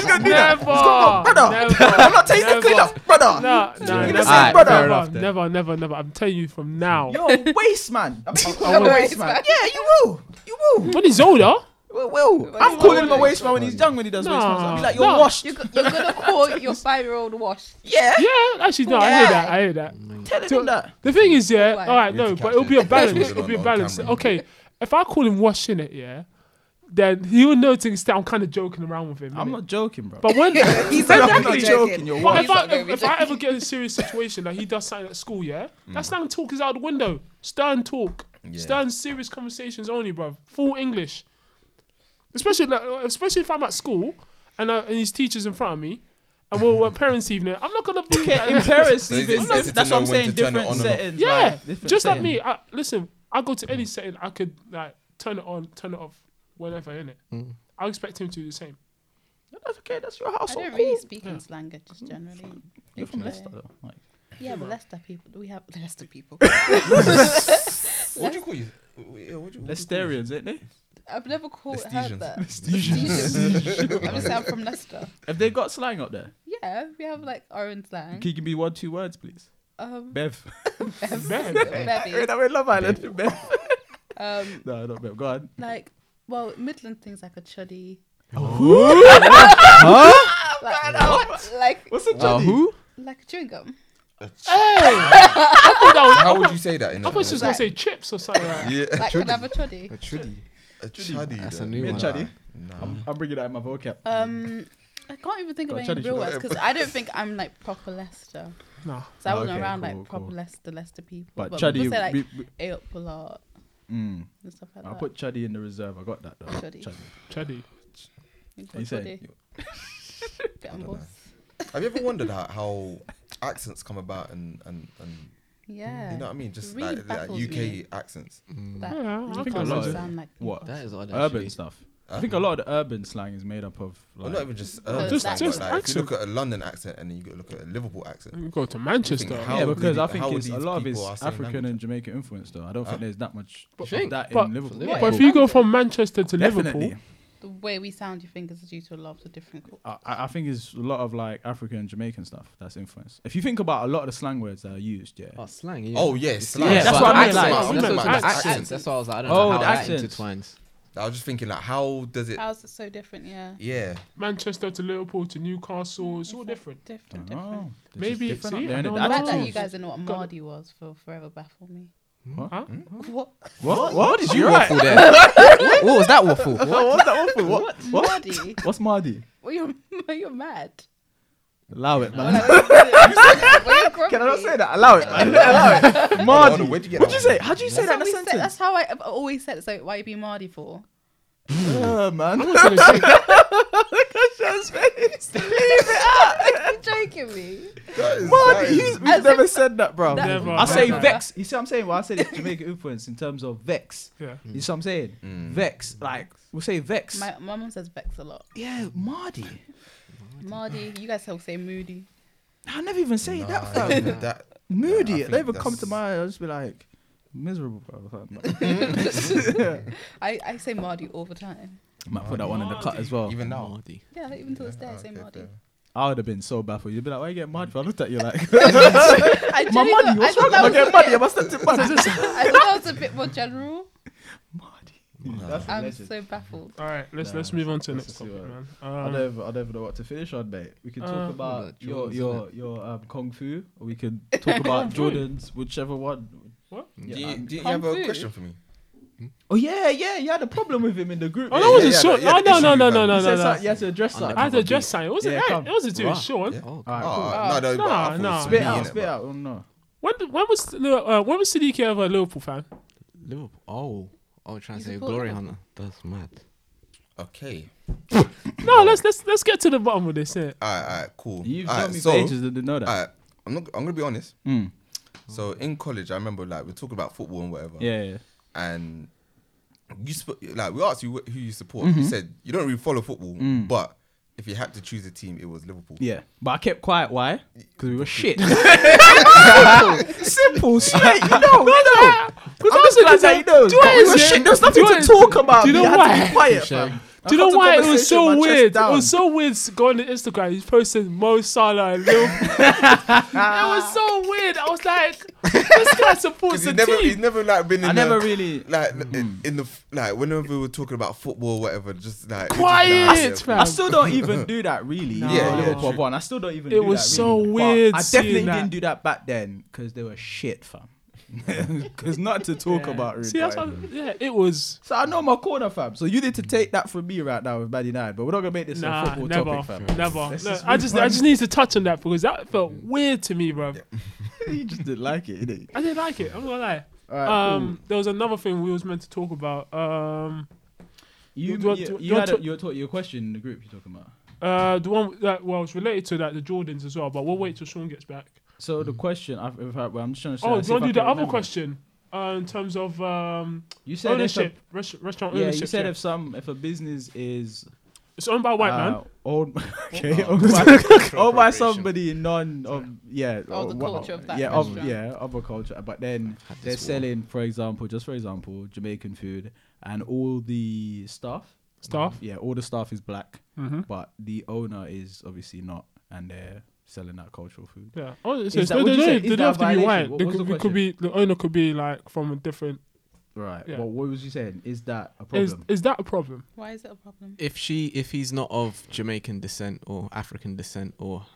Never, never.
I'm not taking the
Never.
clean up, brother.
No, no,
gonna
never,
say,
never,
brother?
never,
Alright, fair
never, never, never. I'm telling you from now.
You're a waste man. I'm mean,
I
calling him a
will.
waste man. Yeah, you will. You will.
When he's older,
Will. will.
But
I'm
he's
calling him a
older.
waste man when he's young. When he does waste man, so I'll be
Nah.
like, you're
Nah.
washed.
You're, go- you're gonna call your five-year-old wash.
Yeah.
yeah, actually, no, I hear that. I hear that.
Telling
So-
him that.
The thing is, yeah,
Why?
all right,
You have
no,
to
but
catch
it'll
it.
be a
That's
balance.
what's
It'll
on-
be a
on
balance.
camera.
Okay, if I call him washing it, yeah, then he'll notice that I'm kind of joking around with him.
I'm
innit?
not joking, bro.
But when, but
He's
not
I'm not
Exactly.
joking. You're
Why
washed.
if
he's
I
not gonna
if,
be
if I ever get in a serious situation like he does something at school, yeah, that slang talk is out the window. Stern talk,
Mm. Yeah.
stern serious conversations only, bruv. Full English. Especially, like, especially if I'm at school and, uh, and these teachers in front of me, and we're, we're parents' evening. I'm not gonna be
Okay, in Paris,
So is it-
even-
is it to
that's what
know
I'm
when
saying.
to turn it
Different
on and off?
settings.
Yeah,
like, different
just like
setting.
me. I, listen, I go to any setting, I could like turn it on, turn it off, whenever in it.
Mm.
I expect him to do the same.
That's okay. That's your house.
I don't really speak in slang it just generally.
You're from
Okay.
Leicester, though. Like,
Yeah, but Leicester people, we have Leicester people.
What do you call you? Yeah, what do you-
Leicesterians, ain't they?
I've never called
Leicesians.
heard that. Leicesians. I'm just saying I'm from Leicester.
Have they got slang up there?
Yeah, we have like orange slang.
Can you give me one, two words, please?
Um,
Bev.
Bev.
Wait,
Bevy.
I'm in Love Island.
Um,
No, not Bev. Go on.
like, well, Midland things like a chuddy. Like, like,
What's a
Uh,
Johnny?
who?
like a chewing gum.
I thought,
How would you say that in
I thought she was gonna say chips or something. Like that.
Yeah,
Like, can I have a chuddy?
A chuddy.
a chuddy.
That's a
then.
new
Me
one.
and Chaddy.
Nah. um,
I'm, I'm bringing that in my vocab.
Um, I can't even think of
Got
any
chuddy
real
chewing
words because I don't think I'm like proper Leicester.
No.
So I wasn't
Oh, Okay,
around
cool,
like proper
cool.
Leicester, Leicester people.
But
But,
chuddy.
people say like
we- we-
Aop a lot
mm.
and stuff like
I
that.
put Chaddy in the reserve. I got that though.
Chuddy.
Chaddy.
You
you
got
say?
chuddy. Bit on both.
Have you ever wondered how, how accents come about and, and, and
Yeah.
you know what I mean? Just
Really
like, like
baffles
UK
me.
accents.
that
Yeah, I
you
think
a
can't
lot of-
sound like
What?
people.
Mm, That is odd.
Urban
actually.
stuff.
Huh?
I think a lot of the urban slang is made up of
Well,
like.
not even just urban
just-
slang,
just
but like, if you
accent.
look at a London accent and then you go look at a Liverpool accent.
Mm.
We go to
you think,
Manchester.
how
yeah,
would
because
they-
I think
how would
it's a
these
lot of it's
people are saying
African
language?
and Jamaican influence, though. I don't
Huh?
think there's that much of
Think?
that
But-
in Liverpool.
Liverpool.
But if you go from Manchester to
Definitely.
Liverpool,
The way we sound, you think, is due to a lot of the different. cul-
I, I I think it's a lot of like African and Jamaican stuff that's influenced. If you think about a lot of the slang words that are used, yeah.
Oh, slang. Yeah.
Oh yes,
Yeah, that's
but
what I mean,
accents,
like-
that's
Accents,
what I'm talking about,
accents.
accents, That's what I was like. I don't
Oh,
know how
the
that
accents.
intertwines.
I was just thinking like, how does it?
How's it so different? Yeah.
Yeah,
Manchester to Liverpool to Newcastle, it's all different.
Different,
I don't
different.
know. They're just
Maybe-
different
see,
up there,
I
innit?
don't
The
I
know.
like
accents-
that
Oh.
you guys don't know what
Got-
Mardi was for forever baffle me.
What? What? What is
You
you right?
waffle there. what was that waffle? What?
What? What?
Mardi?
What's Mardi?
Well, you're, well, you're mad.
Allow it,
Well,
man.
you're grumpy.
Can I not say that? Allow it, man.
Mardi.
Mardi.
Where'd you get? What'd you say?
How do you say
That's,
that in
what
a
we said.
sentence?
That's how I, have always said it. So why you be Mardi for?
Yeah, man.
I was gonna say,
You're joking me.
Mardi.
He's,
As never
never said that, bro.
That-
Never.
I say
Never.
vex. You see what I'm saying? Well, I said it's Jamaican influence in terms of vex.
Yeah.
You see what I'm saying? Vex. Like, we'll say vex.
My, my mum says Bex a lot.
yeah, Mardi.
Mardi. You guys will say Moody.
I never even say that. fam.
Mm. that.
Moody.
Yeah, I
it
think
never come to
that's-
mind. I'll just be like, miserable, bro.
I, I say Mardi all the time.
Might put that one in the cut as well.
Even now.
Mardi.
Yeah, even to this day, I say
Okay,
Mardi.
fair.
I would have been so baffled. You'd be like, why you get mad for? I looked at you like, my
I genuinely
money,
thought-
what's
I
wrong
thought
with
that
my
was a
money? I
bit-
must have money.
I thought that was a bit more general.
That's a
I'm
legend.
so baffled.
All right, let's
Nah,
let's move on to the
let's
next
see
topic,
what-
man.
I
Um,
don't, even, I don't even know what to finish on, mate. We could talk
Uh,
about
About
your
Jordans,
your your um, kung fu, or we could talk about
Kung fu?
Jordans, whichever one.
What?
Do you,
Yeah.
do you
Kung
have a
fu.
question for me?
Oh yeah, yeah, you had a problem with him in the group.
Oh,
yeah.
that wasn't
yeah,
Sean.
yeah,
No,
the
no, no,
issue
no,
with
no,
You
that.
no,
said
no.
so- you had to address that.
I had to
Undercover
dress something. It wasn't.
Yeah,
hey,
come.
It wasn't doing
Right.
Sean.
Yeah.
Oh,
Alright, cool.
Oh, no, no, but
Nah,
I thought it
nah.
was
Spit
me,
out,
innit,
spit
but-
out. Oh no.
When did- when was the- uh, when was Siddiqui ever a Liverpool fan?
Liverpool. Oh, oh, I'm trying to
You
say
support
glory
Liverpool?
hunter. That's mad.
Okay.
No, let's let's let's get to the bottom of this. Here.
All right, all right, cool.
You've
all
known
right,
me
so,
for ages and didn't know that.
all right, I'm not. I'm gonna be honest.
Mm.
So in college, I remember like we're talking about football and whatever.
Yeah, yeah.
and you sp- like we asked you wh- who you support. You said you don't really follow football, but if you had to choose a team, it was Liverpool.
Yeah, but I kept quiet. Why? Because we were shit. Simple shit. You Oh, know, you know. Because I was glad that you know.
do you know
but we
what
were
is it?
shit. There was nothing
Do
to
you know-
talk about.
do you
We
know
had to
why?
be quiet, fam.
Do you know
I
why
cut
it
the
was so
conversation, my chest
weird? It
down.
was so weird going to Instagram. He posted Mo Salah and Liverpool. it was so weird. I was like, this guy
'Cause
supports the
he's never, he's
team.
never like been in.
I
the-
never really.
like in, in the f- like whenever we were talking about football, or whatever. Just like
Quiet,
Just,
fam.
I still don't even do that really.
Yeah,
for
yeah,
Liverpool
true.
one. I still don't even.
It
do
was
that,
so
really. But
weird
I
seeing
definitely
that.
didn't do that back then because they were shit, fam. Because not to talk about. Really,
See, that's what, yeah, it was.
so I know my corner, fam. So you need to take that from me right now with Man United, but we're not gonna make this a
Nah,
football
never,
topic, fam.
never.
Let's
Look,
just
I
move
just,
on.
I just need to touch on that because that felt weird to me, bro.
you just didn't like it, innit?
I didn't like it. I'm not gonna lie.
All right,
um, there was another thing we was meant to talk about. Um,
You,
Do I-
you,
do-
you
do I
had a,
talk-
you were talk, your question in the group you're talking about.
Uh, the one that well, it's related to that the Jordans as well, but we'll wait till Sean gets back.
So the question, I've, if I, well, I'm just trying to.
oh,
see
do you
if
want
I
to do the
can
other
remember.
question uh, in terms of um,
You said if a-
ownership, res- restaurant
yeah,
ownership?
you said
yeah.
if some if a business is
it's owned by a white
uh,
man.
owned, okay,
Oh.
owned by,
Cultural
owned by
appropriation.
somebody non of yeah
Of the
wha-
culture of that
yeah of,
restaurant.
yeah of a culture, but then
Had this
they're
war.
selling, for example, just for example, Jamaican food and all the staff.
Staff.
Yeah, all the staff is black,
Mm-hmm.
but the owner is obviously not, and they're selling that cultural food.
Yeah. Oh, it's,
Is
it's,
that-
they,
would you
they-
say-
they
is
don't
that a
have to be
violation?
white.
What
they
was
could,
the
it could be the owner could be like from a different.
Right.
Yeah.
Well, what was you saying? Is that a
Is
problem?
is that a problem?
Why is it a problem?
if she if he's not of Jamaican descent or African descent or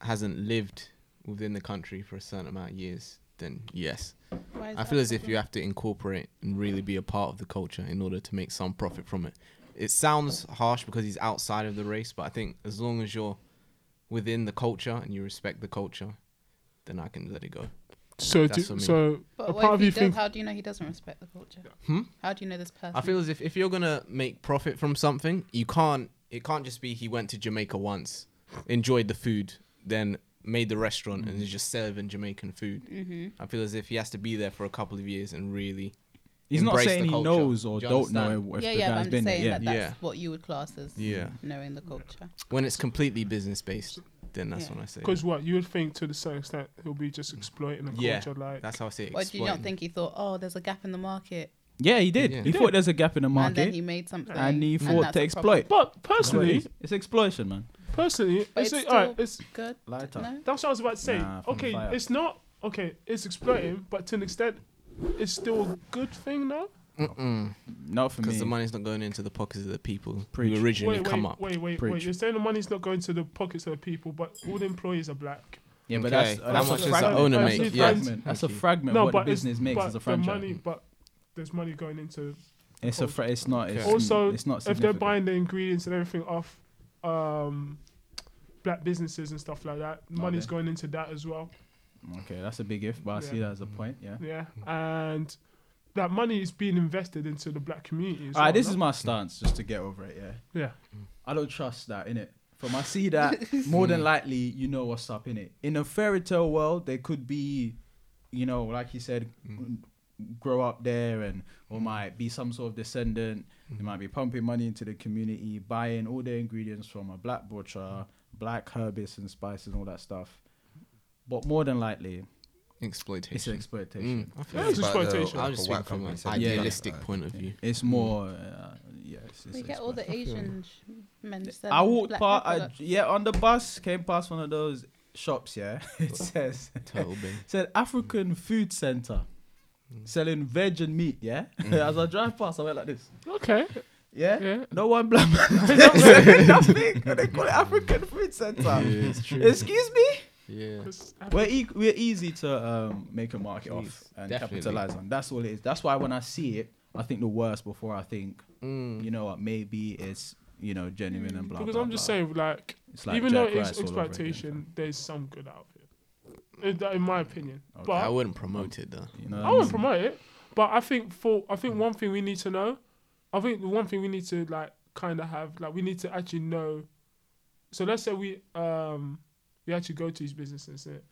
hasn't lived within the country for a certain amount of years, then yes.
Why is
I
that
feel
a
as if you
problem?
have to incorporate and really be a part of the culture in order to make some profit from it. It sounds harsh because he's outside of the race, but I think as long as you're within the culture and you respect the culture, then I can let it go.
So
That's what I
do,
mean.
so a
But
part
what if
of
he
you
does,
think-
how do you know he doesn't respect the culture?
Hmm?
How do you know this person?
I feel as if if you're gonna make profit from something, you can't. It can't just be he went to Jamaica once, enjoyed the food, then made the restaurant and is just serving Jamaican food.
hmm
I feel as if he has to be there for a couple of years and really.
He's not
embrace the
saying he
culture.
knows or do
Do you
not
understand?
know if
Yeah,
the
yeah,
guy's
but I'm just
been there.
saying
Yeah.
that that's
Yeah.
what you would class as
Yeah.
knowing the culture.
When it's completely business based, then that's
Yeah.
when I say.
because what you would think to the certain extent he'll be just exploiting the
Yeah.
culture like
That's how I say.
Or do you not
exploiting.
think he thought, oh, there's a gap in the market,
yeah, he did.
Yeah.
He,
He
thought there's a gap in the
and then
market,
he made something,
and he
that's
thought to
a
exploit.
But personally,
it's exploitation, man.
personally,
But
it's,
it's
all right,
still-
it's
problem. Good.
Lighter.
No.
that's what I was about to say.
Nah, from
okay,
fire.
it's not okay. It's exploiting, but to an extent, it's still a good thing now.
Mm-mm.
Not for me.
Because the money's not going into the pockets of the people
Preach.
who originally
Wait,
come
wait,
up.
wait, wait, wait.
Preach.
You're saying the money's not going to the pockets of the people, but all the employees are black.
yeah, but
Okay.
that's,
How
that's a
much does the
fragment.
owner
That's
make?
a
Yeah.
fragment. That's a
Thank you.
fragment of what the
it's-
business makes
but
as a
the
franchise.
money, but there's money going into.
It's a fra- it's not. It's,
Also,
it's not
if they're
significant.
buying the ingredients and everything off um, black businesses and stuff like that, money's
then.
going into that as well.
Okay, that's a big if, but I see
Yeah.
that as a point. Yeah.
Yeah, and that money is being invested into the black community. as
All right,
well,
this
no?
is my stance, just to get over it. Yeah.
yeah.
I don't trust that in it. From I see that more than likely, you know what's up in it. In a fairy tale world, there could be, you know, like you said,
Mm.
grow up there and or might be some sort of descendant.
Mm.
They might be pumping money into the community, buying all their ingredients from a black butcher, black herbs and spices and all that stuff. But more than likely,
Exploitation.
it's an exploitation.
Mm, I feel
Yeah,
you.
it's
It's about the-
exploitation.
uh, like
I
a
was just
white
thinking from
company
an
said, yeah,
idealistic
like,
point of
Mm.
view.
It's more, uh, yeah. It's, it's
We get all
exploit-
the Asian sh- men selling.
I walked
black
past, I,
products.
yeah, on the bus, came past one of those shops, yeah. It says,
Toby.
said African Food Center
Mm.
selling veg and meat, yeah. As I drive past, I went like this,
Okay.
yeah.
Yeah.
No one black man.
Nothing. They call it African Food Center.
it's true.
Excuse me.
yeah.
'Cause I-
We're e- we're easy to um, make a market off
Please,
and
definitely.
capitalize on. That's all it is. That's why when I see it, I think the worst before I think,
Mm.
you know what, maybe it's you know genuine and blah.
because
blah,
I'm just
blah.
saying, like,
It's like
even though
Jack
it's
Rice all over again.
exploitation, there's some good out of it, In that- in my opinion.
Okay. um,
But
I wouldn't promote it though.
You know what
I
mean?
won't promote it. But I think for I think one thing we need to know, I think the one thing we need to like kind of have like we need to actually know. So let's say we um we actually go to these businesses. innit?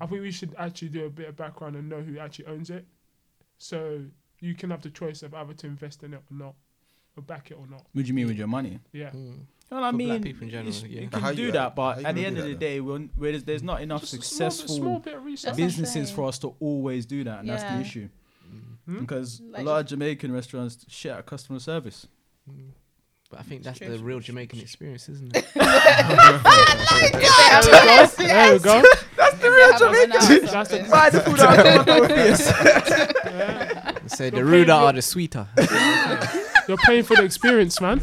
I think we should actually do a bit of background and know who actually owns it. So you can have the choice of either to invest in it or not, or back it or not.
What do you mean with your money?
Yeah.
Mm.
Well, I
For
mean,
black people in general,
it's-
yeah.
you
But
can
how
do
you-
that,
how
but
you
at the
gonna
end
do
of the
that though?
day, when, whereas there's not enough
Just a small bit-
successful
small, bit of research.
That's what I'm
businesses
saying.
for us to always do that, and that's the
Yeah.
issue.
Hmm?
Because a
Like-
lot of Jamaican restaurants shit at customer service.
But I think
It's
that's
true.
the real Jamaican experience, isn't it?
there we go. There we go.
If they have a banana or
That's the-
something.
Buy the food out of the office.
They Say the
Your
ruder
favorite-
are the sweeter.
You're paying for the experience, man.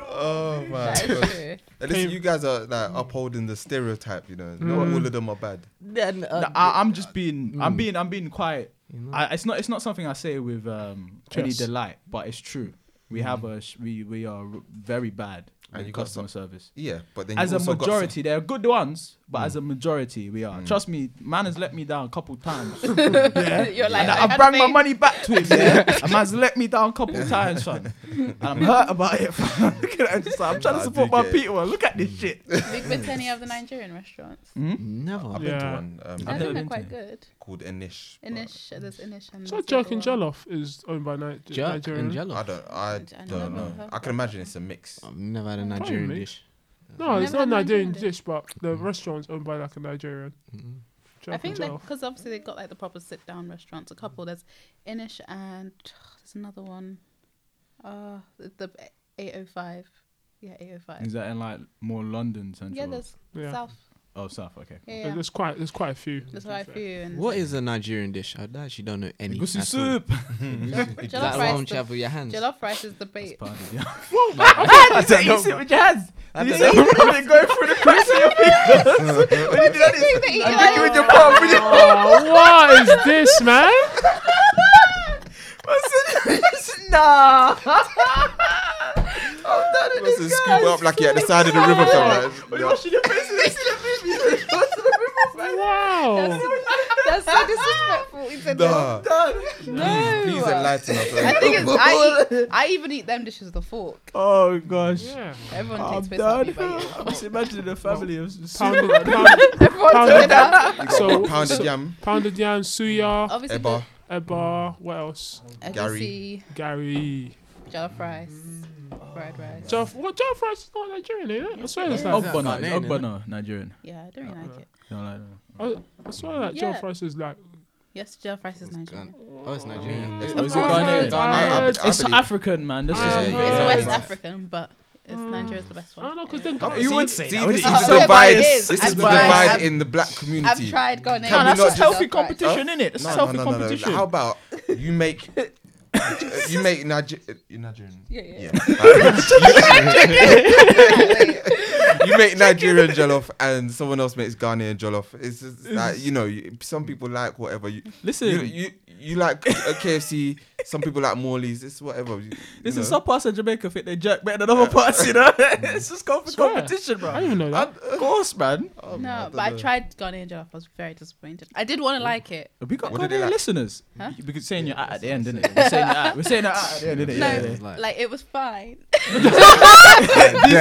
Oh my
That
god.
is true.
At least you guys are like upholding the stereotype, you know. Not all of them are bad.
then
No, I, I'm
uh,
just being,
mm.
I'm being, I'm being quiet.
You know?
I, it's not, it's not something I say with um, any
Yes.
delight, but it's true. We have a, sh- we, we are r- very bad
And
at
you got
customer service.
Yeah, but then you
As a
also got some- Mm.
majority, there are good ones, but as a majority, we are. Trust me, man has let me down a couple times.
You're like,
And
I
I
had
bring my
faith.
money back to him. Yeah? a man's let me down a couple times, son. And I'm hurt about it. fam. Look at that, son. I'm trying
I
to
do
support my
get it.
people. man. Look at this shit.
Have you been to any of the Nigerian restaurants?
Hmm? Never.
I've
Yeah.
been to one
I
um,
never
think they're
been
quite
to
good.
called Enish. but
Inish, there's Inish and
So
there's
Jerk
the
and
other one.
Jollof is owned by Ni-
Jerk
Nigerian.
and jello.
I don't. I
I
don't
never
know.
heard
I can imagine it's a mix.
I've never had a Nigerian
mate.
dish.
No, it's
Never
not
had Nigerian
Nigerian
dish.
dish, but the restaurant's owned by like a Nigerian. Jerk
I think
and Jollof.
because obviously they've got like the proper sit down restaurants. A couple there's Inish and there's another one. Uh the, the 805. Yeah, 805.
Is that in like more London central?
Yeah, there's
Yeah.
South.
oh south. Okay.
Yeah,
There-
yeah.
There's quite there's quite a few.
There's quite a few. And
What is a Nigerian dish? I actually don't know any.
Goosey
at all.
soup.
Jollof,
That
jollof
alone
rice.
travel
The,
with your hands.
jollof rice is the
That's
bait.
part of it, yeah.
You said you sit with your hands.
I
You
don't
said
know.
you've been going through the cracks of your fingers. when you do that, it's-
They eat
I'm
it like-
thinking with your palm. With your
Oh, what is this, man?
I said, nah. I'm done at
Must have
this guy.
scooped up like you're at the side of the river, fam.
But
Like,
you're
yeah.
washing your face and it's in the river. You're washing the river, fam.
Wow.
That's so disrespectful. He said
Nah.
Done.
no.
Please enlighten us.
I think it's, I, eat, I even eat them dishes with a fork.
Oh gosh.
Yeah.
Everyone
I'm
takes piss off me
done.
by you.
I'm just imagining a family of
Pounded, pound,
Everyone
Pound
took
it
it up.
You got
So-
pounded yam,
pounded yam, suya,
Obviously,
eba,
the
eba. What else?
Gary.
Gary.
Gary. jollof rice, fried rice.
Jeff, what Jeff Rice is not Nigerian, is it? I swear it's like,
Ogbonna,
Ghanaian,
it's
isn't it?
Ogbonna, Nigerian.
Yeah, I don't really like it.
No, like, no.
I, I swear that
Yeah.
Jeff Rice is like,
Yes, jollof rice is Nigerian.
Oh, it's Nigerian.
It's-
Oh, is it
I've
Ghanaian?
heard, I've
Ghanaian.
heard.
I
It's
believe-
African, man. This
Ah, Yeah,
is
yeah,
It's
yeah.
West
Yeah.
African, but it's Nigeria's the best
I don't
one.
know, because then
You would see. This is
Oh,
the
yeah, but
divide.
it is.
This is
I've
the
tried.
divide
I've-
in the black
I've
community.
tried Ghanaian.
Can we
that's
not
just
just-
healthy
jollof rice.
competition, innit? It's
No,
healthy
no, no, no, no.
competition.
How about you make you make Niger- you Nigerian?
Yeah, yeah.
you make Nigerian jollof and someone else makes Ghanaian jollof. It's just like you know, you, some people like whatever. You
Listen,
you, you you like a KFC. Some people like Morley's. It's whatever. You, you
Listen,
know. Mm.
some parts of Jamaica think they jerk better than other parts, you know? it's just called for
Swear.
competition, bro.
I didn't even know that.
Of course, man.
Oh, man,
No,
don't
but I
know.
tried Ghanaian jollof. I was very disappointed. I did
Mm.
want to like it.
We got
What do they
Ghanaian
like?
listeners.
Huh?
You- Because saying you're at, at the end, innit? We're saying you're at, we're saying you're at, at the end, innit?
No,
Yeah, yeah.
Like-
like it was fine.
Yeah.
These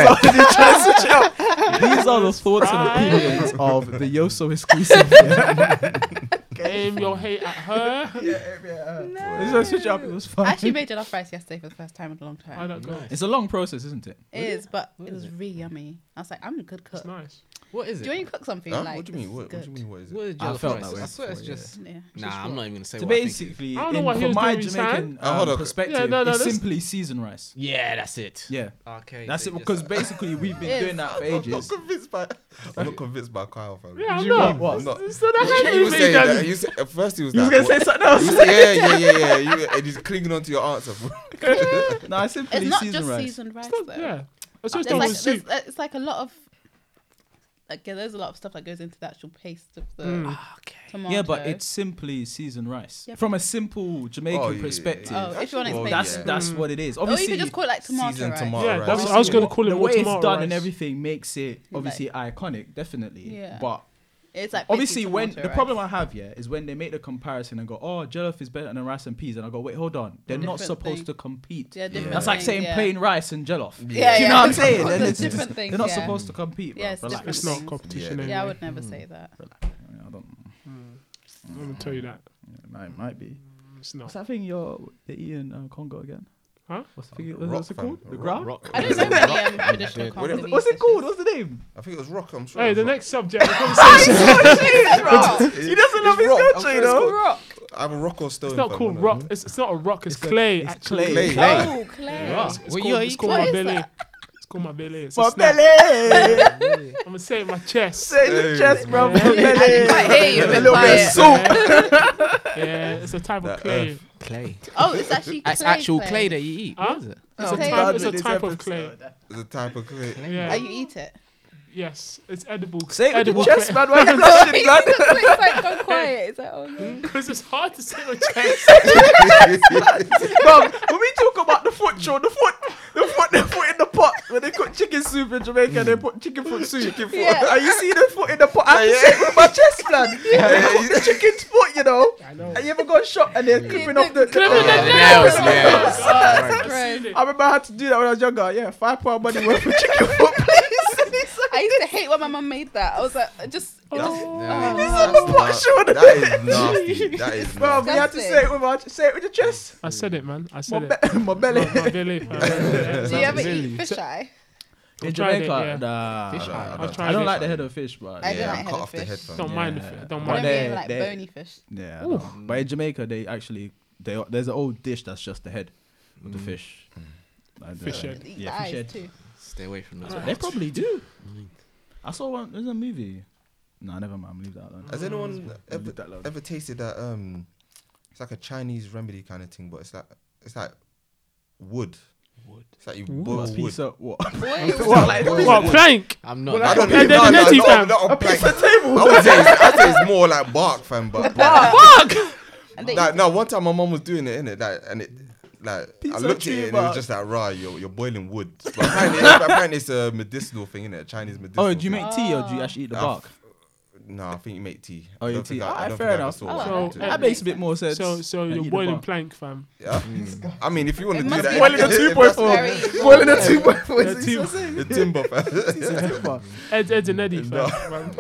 are the thoughts and opinions of the Yoso exclusive. Yeah.
Aim your hate at her.
It's just switch up, it was fun.
I actually made jollof rice yesterday for the first time in a long
I
time.
don't go.
It's a long process, isn't it?
It is, but
What
it
is
was
it?
really yummy. I was like, I'm a good cook.
It's nice.
What is
Do
it?
you want to cook something?
Huh?
Like,
what do you mean? What,
this is
what do you mean? What is it?
What is
I
jollof
felt
rice?
that way
I swear it's
before,
just.
good? Yeah.
Nah, I'm not even gonna say
So
what
basically,
I don't know
in-
what he
from
was
my
doing,
Jamaican
son. Oh, hold
um,
on.
perspective,
Yeah, no, no,
it's
that's-
simply seasoned rice.
I think. Yeah, that's it.
Yeah,
Okay.
that's
so
it.
just-
Because basically, we've been
Yes.
doing that for
I'm not
ages.
convinced by. I'm not convinced by Kyle. Fam.
Yeah, I'm
You
not.
what?
I'm not.
So that can't
He was
even
saying
be
that.
done.
He was, at first he was
You was
like,
gonna say
what-
something else.
he was- yeah, yeah, yeah, yeah. You, and he's clinging on to your answer. Bro.
no, it's simply
It's not
seasoned
just
rice.
seasoned rice though.
Yeah. It's just
There's
done
like,
with soup.
there's- it's like a lot of like yeah, there's a lot of stuff that goes into the actual paste of the
Hmm.
Mm.
tomato.
Yeah, but it's simply seasoned rice.
Yeah.
From a simple Jamaican
Oh, yeah, yeah, yeah.
perspective,
Oh, if you want to
Well,
explain,
that's
yeah.
that's what it is.
Oh,
or
Obviously,
you could just call it like tomato,
seasoned
right?
tomato.
Yeah,
rice.
that's, I was going to
what-
call it
the
more
way
tomorrow
it's done
rice.
and everything makes it obviously iconic, definitely.
Yeah.
But
It's like
obviously,
basically
when
tomato
the
rice.
problem I have here is when they make the comparison and go, "Oh, jollof is better than rice and peas," and I go, "Wait, hold on, they're not
Different
supposed
thing.
to compete."
yeah, different
That's like
things,
saying
yeah.
plain rice and jollof.
Yeah,
Do you
yeah.
know what I'm saying?
There's
They're, it's-
different
it's-
things,
they're not
yeah.
supposed to compete. Bro.
Yeah, it's
Relax.
It's
different.
not
things.
competition
Yeah.
Yeah, I
anyway.
would never say that.
Hmm. I don't.
I'm going to tell you that.
No, it might be.
It's
What's
not.
that thing you're they're eating uh, Congo again?
Huh?
What's the thing?
Rock,
What's it
fam.
called? The
Rock.
ground?
Rock.
I don't know many um, traditional
Whatever-
Congolese
What's it
dishes.
called? What's the name?
I think it was rock. I'm sure.
Hey,
it
the
was
next subject. of conversation.
Rock.
He doesn't love his country, you know.
Rock.
I have a rock or stone.
It's not
fam,
called
you know.
rock. It's, it's not a rock. It's, clay.
it's
actually.
clay.
Clay.
Clay. Oh, clay.
It's, it's
What
called,
you
it's
eat?
called
What
my
is
belly.
that?
It's called my belly. It's
My
a snack.
belly.
I'm gonna say it in my chest.
Say in the chest, bro. My
I didn't
belly.
quite hear you.
A
bit
little bit of
quiet.
soup.
Yeah, it's a type of
That
clay.
earth.
clay.
Oh, it's actually clay.
It's actual clay that you eat.
Huh?
What is it?
It's a
I'm
type.
done
It's a type of clay.
The type of clay.
Oh,
Yeah.
you eat it.
Yes, it's edible.
Say it with
edible
your
clay.
Chest, man. Why you blushing, blood?
it's like go quiet. It's like oh no.
Because it's hard to say with chest.
Bro, when we talk about the foot, Joe, the foot, the foot, the foot in the pot. when they cook chicken soup in Jamaica, they put chicken foot soup. Chicken
foot. Yeah.
And you see the foot in the pot. I have to shake with my chest, man. They cook the chicken's foot, you know.
I know.
And you ever go to shop and they're clipping off the.
Clipping the
Yeah.
nails,
Yeah.
Oh, gross.
I remember I had to do that when I was younger. Yeah, five pound money worth of chicken foot, please.
I used to hate when my mum made that. I was like, I just.
It's
Oh.
on the pot shoulder.
That is nasty. That is
Bro,
nasty.
we had to
Disgusting.
say it with our, say it with your chest.
I said it, man. I
My,
said it.
be- my belly.
My- my belly, man.
Do you ever
Really?
eat fisheye?
In
tried it,
Jamaica,
yeah.
nah.
Fish eye.
I
I
tried
don't
it.
like the head of fish, but yeah.
I don't
Yeah,
like
I
head
cut
of
off the
fish.
head, fam.
Don't
Yeah.
mind the fi- Don't
I
mind.
don't
They-
really like
they-
bony fish.
Yeah, I don't. but in Jamaica they actually they there's an old dish that's just the head of the fish. Like the-
Fish head.
Eat
Yeah,
the
fish
eyes
head.
too.
Stay away from those.
They probably do. I saw one. There's a movie. No, never mind. Leave that alone.
Has anyone ever,
Leave that alone.
ever tasted that? Um, it's like a Chinese remedy kind of thing, but it's like it's like wood. Wood. It's like you boil
Last
wood.
piece of what?
What? Boil
What
wood.
plank?
I'm not.
I don't
Yeah,
know.
they're
No,
the
no,
netty,
no,
fam.
no,
A
plank.
piece of table.
I would say it's, I'd say it's more like bark, fam. But
Bark. And they
like,
eat-
no, one time my mum was doing it, innit? Like, and it, like,
Piece
I
of
looked at it and it
tuber.
was just like, raw, you're, you're boiling wood. But apparently, apparently it's a medicinal thing, innit? A Chinese medicinal.
Oh, do you
thing.
make tea or do you actually eat the
Ah,
bark?
No, I think you make tea.
Oh,
I
you
don't
tea.
think I- I
Alright,
don't
fair
think I
enough.
saw
Oh,
what
I
you
like
do.
That makes a bit more sense.
So, so
than
you're
eat the
boiling
bark.
plank, fam.
Yeah. I mean, if you want
It
to do
must
that,
be
Boiling the
if
two
that's
point four.
very-
Boiling the two point four.
Yeah, team.
The timber, fam.
Ed, Ed's an Eddie, fam. man.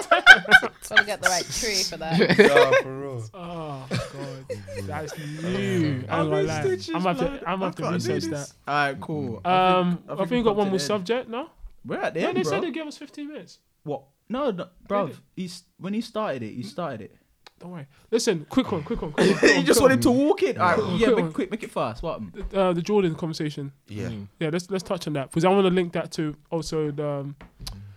Gotta get the right tree for that.
Nah, for real.
Oh god, that's new.
I
I'm gonna
mean,
lie.
stitches,
I'm gonna have
blood.
to, I'm gonna have
I
to
can't do
research that.
this.
Alright, cool.
Um, I
I
think,
think we
we got
come to
one more
the end.
subject. No,
We're at the
no,
end,
they
bro.
said they gave us 15 minutes.
What? No, no bro.
Really?
He's when he started it. He started it.
Don't worry. Listen, quick one, quick one, quick one.
You just wanted to walk it. Alright, yeah.
Quick
Make,
one.
quick, make it fast. What? happened?
Uh, the Jordan conversation.
Yeah.
Mm.
Yeah, let's let's touch on that because I want to link that to also the, um,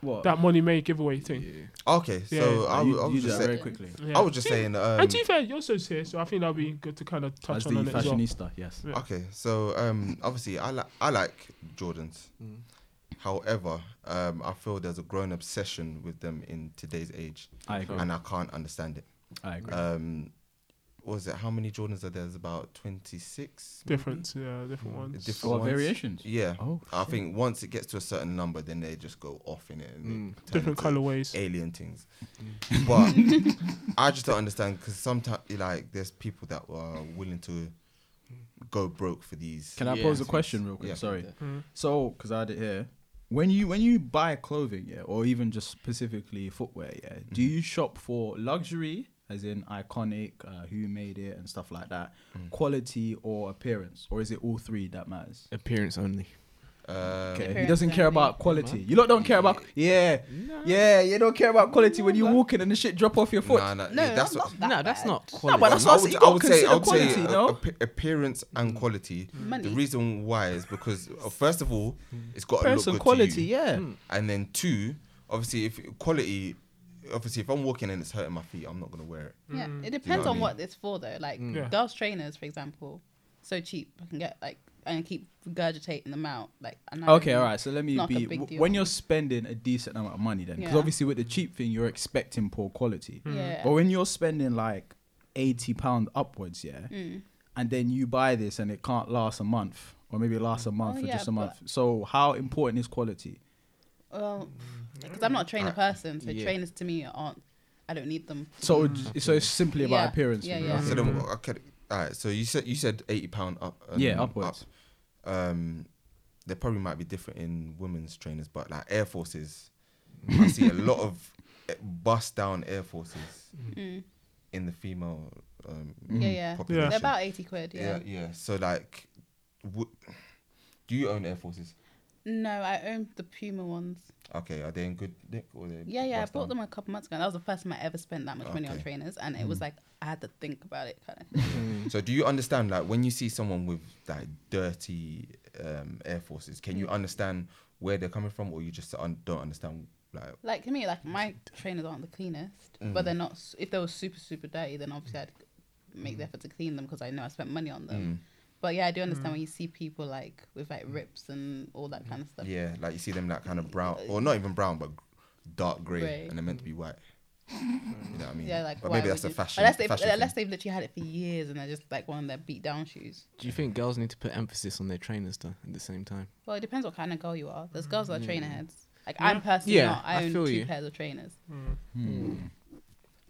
What?
that money made giveaway thing.
Okay,
Yeah,
so
Oh,
I,
you,
w- I
you
was
do
just
that very
saying,
quickly.
Yeah.
I was just saying, um,
and to be fair, Yosso's here, so I think that'll be good to kind of touch
As the
on, it as well.
fashionista, yes.
Yeah.
okay, so um, obviously I like I like Jordans.
Mm.
However, um, I feel there's a grown obsession with them in today's age,
I agree.
and I can't understand it.
I agree.
Um, what was it how many Jordans are there? There's about twenty six
Different, yeah, different ones.
different
Or
ones.
variations.
Yeah,
Oh,
I think once it gets to a certain number, then they just go off in it. And
Mm.
they turn
Different
into-
colorways.
alien things. But I just don't understand because sometimes like there's people that are willing to go broke for these.
Can I
Yeah.
pose a question real quick?
Yeah.
Sorry.
Mm.
So, because I had it here, when you when you buy clothing, yeah, or even just specifically footwear, yeah, do
Mm-hmm.
you shop for luxury, as in iconic, uh, who made it, and stuff like that,
Mm.
quality or appearance, or is it all three that matters?
Appearance only.
Uh,
Okay. He
Appearance
doesn't care
only.
about quality. You lot don't care about yeah, yeah. You don't care about quality when you're walking and the shit drop off your foot.
Nah, nah,
No,
yeah, that's what.
not that
no, that's
bad.
not
No,
quality. Mm.
but that's what I
would,
said. You
I
gotta
would say,
consider
I would
quality,
say
you
a-
know.
appe- appearance and
Mm.
quality. The
Money.
reason why is because uh, first of all, it's got to look
Person
good to
quality,
you.
yeah.
And then two, obviously, if quality, obviously, if I'm walking and it's hurting my feet, I'm not gonna wear it.
Yeah,
Mm.
it depends
what I
on
mean?
what it's for though. Like
Yeah.
girls' trainers, for example, so cheap. I can get like and keep regurgitating them out. Like and I don't
Okay,
know.
all right. So let me
Hmm. Not a
be.
big
w-
deal.
when you're spending a decent amount of money, then because
Yeah. Hmm.
obviously with the cheap thing you're expecting poor quality,
Yeah.
but when you're spending like eighty pound upwards, yeah,
Hmm. Mm.
and then you buy this and it can't last a month or maybe it lasts a month
Oh,
or
yeah,
just a month. So how important is quality?
Well,
Mm.
because I'm not a
Ah,
trainer person, so
Yeah.
trainers to me aren't. I don't need them.
So it's so it's simply about
Hmm. Yeah,
appearance.
yeah,
really.
yeah.
So then, okay, all right. So you said you said eighty pound up. um,
Yeah, upwards.
up. Um, they probably might be different in women's trainers, but like Air Forces, I see a lot of eh, bust down Air Forces
Mm.
in the female. Um,
Mm. Yeah, yeah.
population.
They're about eighty quid. Yeah.
yeah, yeah. So like, w- do you own Air Forces?
No, I own the Puma ones.
Okay, are they in good nick or they?
Yeah, yeah. I
bust
bought
down?
them a couple months ago. and That was the first time I ever spent that much money on
Okay. Mm.
trainers, and it was like I had to think about it kind of thing.
Mm.
So do you understand like when you see someone with like dirty um, Air Forces, can you
Mm.
understand where they're coming from, or you just un- don't understand like?
like to me, like my trainers aren't the cleanest,
Mm.
but they're not. s- If they were super super dirty, then obviously I'd make
Mm.
the effort to clean them because I know I spent money on them. But yeah, I do
Mm.
understand when you see people like with like rips and all that kind of stuff. Uh,
Yeah, like you see them like kind of brown, or not even brown, but dark grey,
Grey.
and they're meant to be white. You know what I mean?
Yeah, like
but
why
maybe
would
that's a
you-
fashion.
Unless they,
fashion thing.
unless they've literally had it for years and they're just like one of their beat down shoes.
Do you think girls need to put emphasis on their trainers though at the same time?
Well, it depends what kind of girl you are. There's girls that are
Mm.
trainer heads. Like I'm personally
Yeah,
not.
I
I own
feel
two
you.
pairs of trainers.
Hmm.
Hmm.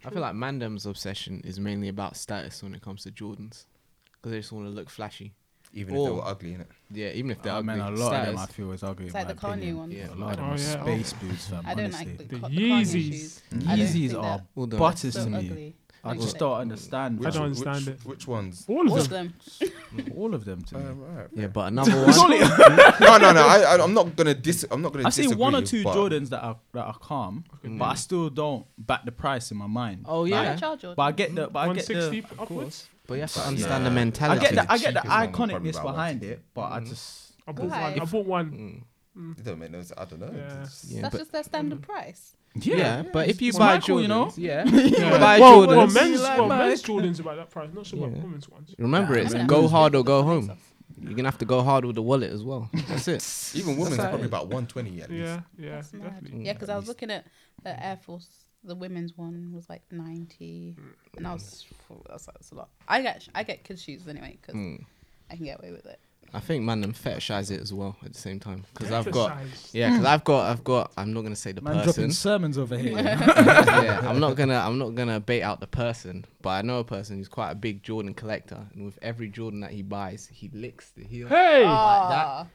I feel like Mandem's obsession is mainly about status when it comes to Jordans, because they just want to look flashy.
even if they
Oh.
were ugly, innit?
Yeah, even if they're
I
ugly.
mean, a lot of them
Status.
I feel is ugly.
It's
in
like the
my
Kanye
opinion.
ones.
Yeah.
A lot of them
Oh,
are
yeah.
space boots, fam.
I don't
honestly.
like the,
The
co- the Kanye
Yeezys.
shoes. I don't think
Yeezys
they're-
are
All them.
butters
so
to me.
ugly.
I
Like,
just don't understand.
I
fam.
don't understand
which,
it.
Which ones?
All
all
of
of
them.
them.
All of them to me.
Um, alright.
Yeah, but another
There's
one.
only-
no, no, no. I, I- I'm not gonna dis. I'm not gonna.
I've seen one or two
disagree, but
Jordans that are that are calm, but I still don't back the price in my mind.
Mm. Oh
Like,
Yeah.
yeah,
Charge Jordan.
but I get the but I get
160
the
upwards.
but you have to understand the
I
mentality.
get the I
The
get the
cheapest one will probably be
iconicness
about
behind it, but
Mm-hmm.
I just
I bought
Why?
one. I bought one.
Mm.
It don't make no sense. I don't know.
Yeah.
It's-
Yeah,
That's
but,
just their standard price.
yeah, but if you
Well,
buy
Michael,
Jordans,
you know?
yeah,
Yeah.
buy
Well,
Jordans.
well, men's,
you like
well,
mine.
men's Jordans about that price. Not sure about
Yeah.
women's ones.
Remember, it's
Yeah.
go hard or go home. You're gonna have to go hard with the wallet as well. That's it.
Even women's
how it
probably
is.
about 120 at least.
Yeah, yeah,
That's mad.
definitely.
Yeah, because I was
least.
looking at the Air Force, the women's one was like ninety, and I was
Mm.
that's, that's a lot. I get I get kids shoes anyway because
Mm.
I can get away with it.
I think man them fetishize it as well at the same time because I've got
Fetishize.
yeah because I've got I've got I'm not gonna say the
man dropping
person
sermons over here.
yeah I'm not gonna I'm not gonna bait out the person but I know a person who's quite a big Jordan collector and with every Jordan that he buys he licks the heel
Hey,
Ah,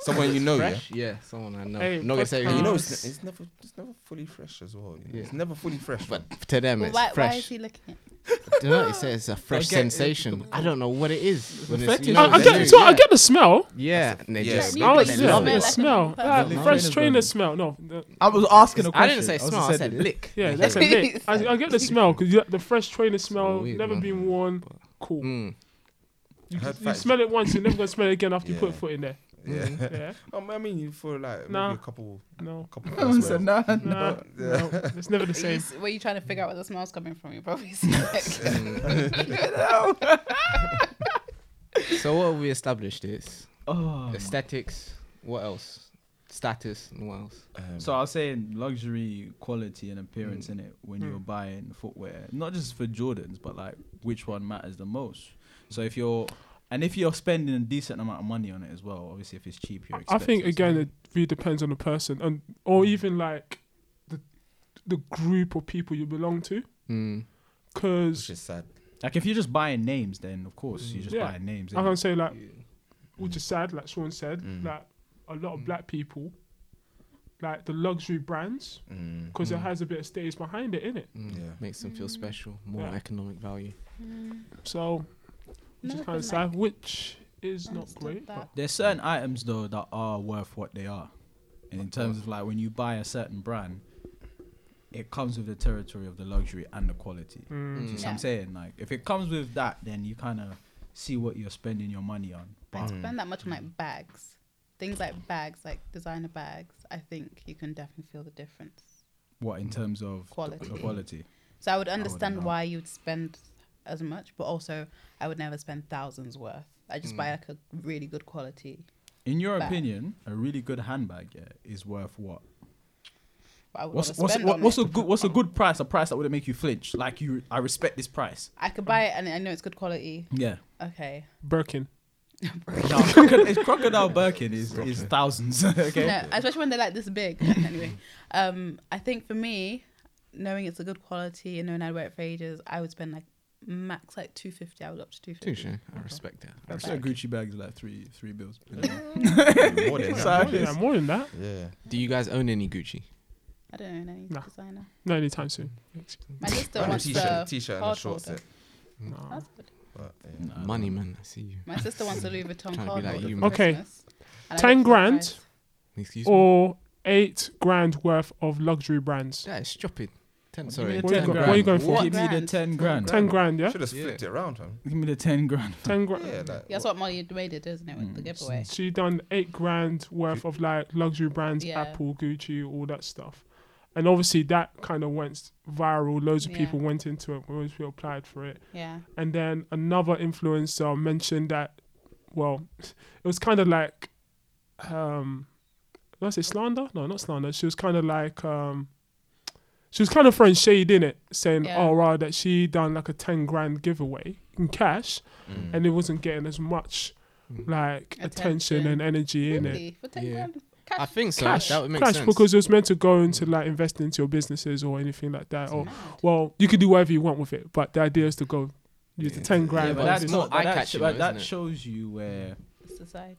Someone you know, yeah.
fresh yeah, someone I know
Hey,
I'm not gonna say
podcast.
You know,
who,
it's, it's never, it's never fully fresh as well. you know. It's
Yeah.
never fully fresh.
but to them
well,
it's
why, why is
fresh
he looking?
Do you know, it says it's a fresh
get it.
sensation I don't know what it is when it's,
fetish.
you know,
I, I
it's
get
new.
so I get the smell.
yeah and they
Yeah,
just
new
I was
They
yeah,
love
the
it.
smell.
Like
Yeah,
the
fresh
trainers
trainer
one.
smell. No, the-
I was asking a
I
question.
didn't say smell I
just
said lick
yeah, that's a bit. I, I get the smell because the fresh trainer smell
weird,
never
man.
been worn. Cool.
Mm.
you,
You smell it once, you're never gonna smell it again after you put a
Yeah.
foot in there.
Yeah.
Yeah,
Um, I mean, you for like
Nah.
maybe a couple,
no,
couple.
I
hours
said,
worth.
nah, nah.
nah, no, it's never the
Were you,
same.
were you trying to figure out where the smell's coming from? You're probably sick.
so what we established is
Oh.
aesthetics. What else? Status and what else?
Um,
So I was saying luxury, quality, and appearance in it when you're
Mm.
buying footwear, not just for Jordans, but like which one matters the most. So if you're and if you're spending a decent amount of money on it as well, obviously if it's cheap, you're.
I- I think
expecting
again
something.
it really depends on the person and or even like the the group of people you belong to.
Mm.
which
Because
is sad.
like if you're just buying names, then of course you're just
Mm. Yeah.
buying names.
I
innit?
can say like,
Mm.
which is sad, like Sean said,
Mm.
like a lot of black people, like the luxury brands,
Mm,
because it
Mm.
has a bit of status behind it, in it.
Mm.
Yeah.
Makes them feel special, more
Yeah.
economic value.
So, which
Never
is kind
been,
of sad, which is not
understood
great.
that.
but
There's certain items though that are worth what they are, and in terms of like when you buy a certain brand, it comes with the territory of the luxury and the quality.
Mm.
Mm.
Do you see what
Yeah.
I'm saying? Like, if it comes with that, then you kind of see what you're spending your money on.
I
But
spend that much on
Mm.
like bags, things like bags, like designer bags. I think you can definitely feel the difference.
what in terms of the-
Quality.
the quality?
So I would understand
know.
why you'd spend as much, but also I would never spend thousands worth. I just
Mm.
buy like a really good quality.
In your
Bag.
opinion, a really good handbag yeah, is worth what?
But I would
What's
wanna
what's
spend
what,
on
what's
it.
a good what's a good price? A price that wouldn't make you flinch. Like you, I respect this price.
I could buy it and I know it's good quality.
Yeah.
Okay.
Birkin.
No, crocodile, it's crocodile Birkin is, is thousands. okay.
No, especially when they're like this big. anyway, um, I think for me, knowing it's a good quality and knowing I'd wear it for ages, I would spend like max like two fifty. I would up to two
Touche.
fifty.
I respect that. I
I'm
respect
sure Gucci bags are like three three bills.
More than
So
that.
More than that, more than that.
Yeah.
it. Do you guys own any Gucci?
I don't own any
Nah.
designer.
Not anytime soon.
My sister
And a
wants
t-shirt,
the.
t-shirt and a
card
short
holder.
set. Mm.
No.
That's good.
But, yeah.
Uh,
Money, man. I see you.
My sister wants a Louis
Trying
Vuitton
to be
card.
like
holder
you,
for
man.
Okay.
Christmas, and I
10
looked at the
grand.
price.
Excuse me.
Or eight grand worth of luxury brands.
That is stupid.
Give
Ten.
me
Sorry.
the
What you
ten
got-
grand.
what you going for?
What
Give me the
grand?
ten grand.
Ten grand, yeah.
Should have flipped it around, man.
Give me the ten grand.
Ten grand.
Yeah, like,
Yeah, That's what Molly May did, isn't it, with the giveaway?
She done eight grand worth of like luxury brands,
Yeah.
Apple, Gucci, all that stuff. And obviously that kind of went viral. Loads of
Yeah.
people went into it. Loads of people applied for it.
Yeah.
And then another influencer mentioned that, well, it was kind of like, um, did I say slander? No, not slander. She was kind of like, um, she was kind of throwing shade in it, saying,
Yeah.
"Oh, right, that she done like a ten grand giveaway in cash,
mm.
and it wasn't getting as much like attention,
Attention.
and energy in it."
Really? For 10
Yeah.
grand?
I
Cash.
think so.
Cash,
that would make
cash,
sense.
because it was meant to go into like invest into your businesses or anything like that. Or
mad.
well, you could do whatever you want with it, but the idea is to go use the ten grand.
Yeah,
but
but
on
that's
this-
more
not but that,
eye-catching
but
though,
that
isn't it?
shows you where
Society.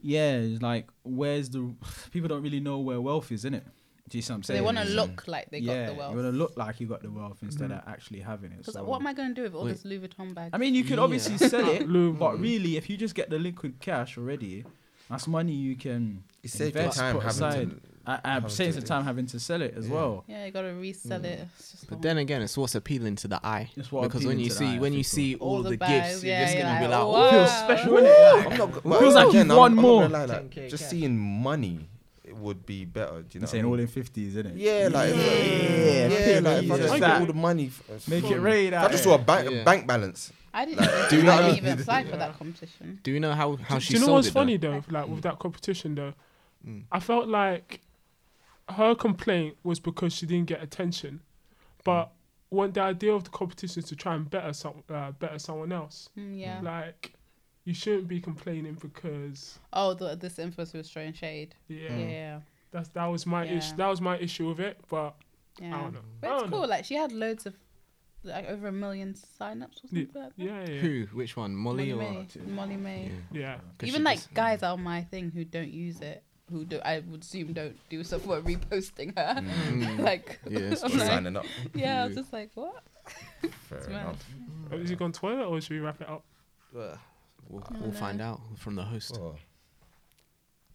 yeah, it's like where's the people don't really know where wealth is in it. Do you see what I'm
So
saying?
they want to look like they
yeah,
got the
You want
wealth.
to look like you got the wealth instead of actually having it.
Because
So.
what am I going to do with all
Wait.
this Louis Vuitton bag?
I mean, you could
Yeah.
obviously sell it,
Lou-
but really, if you just get the liquid cash already, that's money you can
It saved your
invest,
time
put aside.
having to.
I, I'm
having
saving
to
some
do
time having to sell it as
Yeah.
well.
yeah, you got to resell it. It's just
But
not-
then again, it's what's appealing to the eye.
It's what
because when
appealing
you
to the
see
eye, I
when you
think so.
see all, the
bags,
gifts,
yeah,
you're just gonna
you're
be like,
wow.
Feels special,
Ooh.
innit? Like,
I'm not,
Feels like you've
again,
won
I'm,
more.
I'm not gonna lie, like,
10K
just
cash.
seeing money it would be better. Do
You're
you know? what I
saying
mean?
all in fifties, isn't it?
Yeah, like
Yeah,
yeah,
yeah,
like if I
yeah.
just
Like
saw
that.
all the money, f-
Make
f-
it rain.
If I just saw a bank,
Yeah.
bank balance.
I didn't, even,
do you know
I
what I
didn't
mean?
even apply for that competition.
do you know how how
do,
she
do you know
sold
what's
it? though?
funny though, like with that competition though
Mm.
i felt like her complaint was because she didn't get attention but when the idea of the competition is to try and better some uh, better someone else
Mm, yeah.
like you shouldn't be complaining because
Oh, the, this influencer was throwing shade.
yeah,
Yeah.
Mm.
Yeah.
that's that was my issue
Yeah.
that was my issue with it but
Oh,
i don't know I
But it's
don't
cool.
know.
Like, she had loads of, like, over a million sign-ups or
Yeah.
something like that.
yeah yeah
Who? Which one? Molly, or?
Molly May. Molly May.
Yeah.
yeah
'Cause
Even
she
like
just- um,
guys are my thing who don't use it, who do I would assume don't do stuff for reposting her.
Mm.
like,
Yeah, it's
I'm
Just
like-
signing up.
yeah, I was
Yeah.
just like, what?
Fair
mad.
enough.
is he gone to toilet or should we wrap it up
We'll,
Oh,
we'll
no.
find out from the host.
Oh.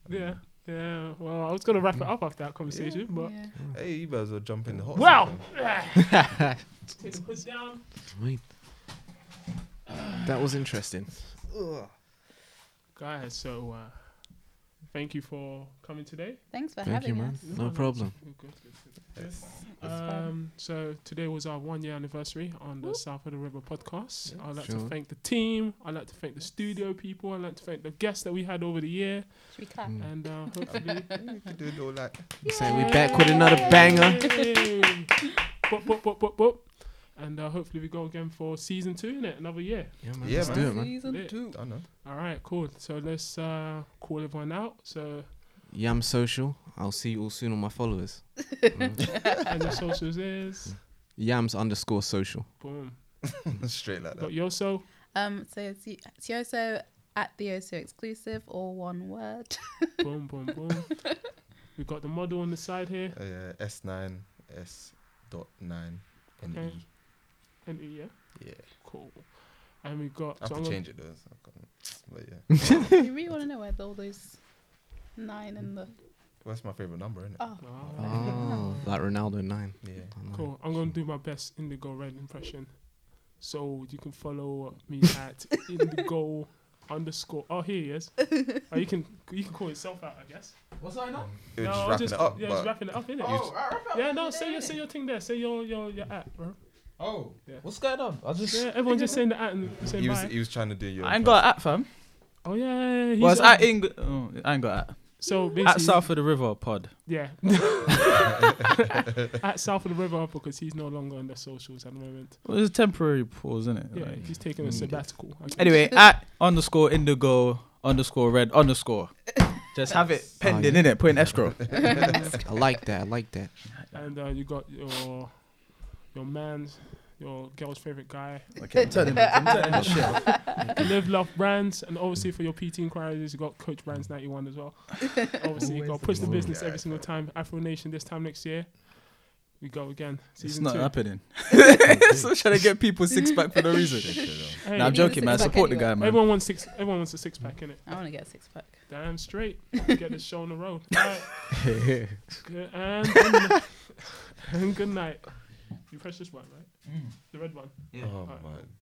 Mm.
yeah yeah well i was gonna wrap it up after that conversation but
Yeah.
Hey, you better well jump in the hot.
wow
seat, man.
Take the hood down.
Wait. That was interesting.
guys so uh, thank you for coming today
Thanks for
Thank
having
you, man.
us.
No problem.
Um, so today was our one year anniversary on the South of the River podcast. I'd like to
Sure.
thank the team. I'd like to thank the studio people. I'd like to thank the guests that we had over the year.
Should we
Mm.
clap?
And uh, hopefully,
You could do it all like.
Saying we back with another banger.
Yay! Bop, bop, bop, bop, bop. And uh, hopefully we go again for season two in it, another year.
Yeah, man.
Yeah,
let's
man.
do it, man.
Season
Lit.
I don't know.
All right, cool. So let's uh, call everyone out. So
Yam social. I'll see you all soon on my followers. Mm.
and the socials is
Yams underscore social.
boom.
Straight like
Got
that.
Yoso.
Um, so it's y- it's Yoso at the Oso exclusive, all one word.
Boom, boom, boom. We got the model on the side here.
Uh, yeah, S nine S dot nine and
Okay.
E.
And yeah,
Yeah,
cool. And we got.
I
so
have
I'm gonna-
to change it though. so I can't- But yeah,
you really want to know where the- all those nine and the
that's my favorite number, isn't it?
Ah.
oh.
Oh.
Oh, like Ronaldo 9.
Yeah.
Cool. I'm gonna do my best Indigo Red impression. So you can follow me at Indigo underscore. Oh, here he is. Oh, you can you can call yourself out, I guess.
What's that now?
It was
No,
just wrapping it
I'm
up,
yeah, just
but
wrapping Oh, it up, innit? yeah, no, say your say your thing there. Say your your your at, bro.
Oh,
Yeah.
what's going on? I just
Yeah, everyone just saying the at and saying
he was
bye.
he was trying to do your.
I ain't got an app, fam.
oh yeah, yeah, yeah.
Well, it's
he's
at
on-
Ing. Oh, I ain't got at.
So
At
basically,
South of the River Pod.
yeah, at South of the River because he's no longer on the socials at the moment.
Well, it's a temporary pause, isn't it?
Yeah,
Like-
he's taking a sabbatical. I guess.
Anyway, at underscore indigo underscore red underscore. Just have it pending,
Oh, yeah.
in innit? Put in escrow.
I like that. I like that.
and uh, you got your your man's your girl's favorite guy.
okay, I'm turning back. I'm turning this shit off.
Live Love Brands, and obviously for your PT inquiries, you got Coach Brands 91 as well. obviously, you got Push the Business every single time, Afro Nation this time next year. We go again.
It's
Season
not
two.
happening. so trying to get people six pack for no reason.
Hey,
Nah, I'm
You need a
joking, man.
six-pack
Support the
anyway.
guy, man.
everyone wants six. Everyone wants a six pack in it.
I want to get a six pack.
Damn straight. Get this show on the road. Alright. Good- and, good
Mm.
night. and good night. You press this one, right? The red one.
Oh
Alright.
my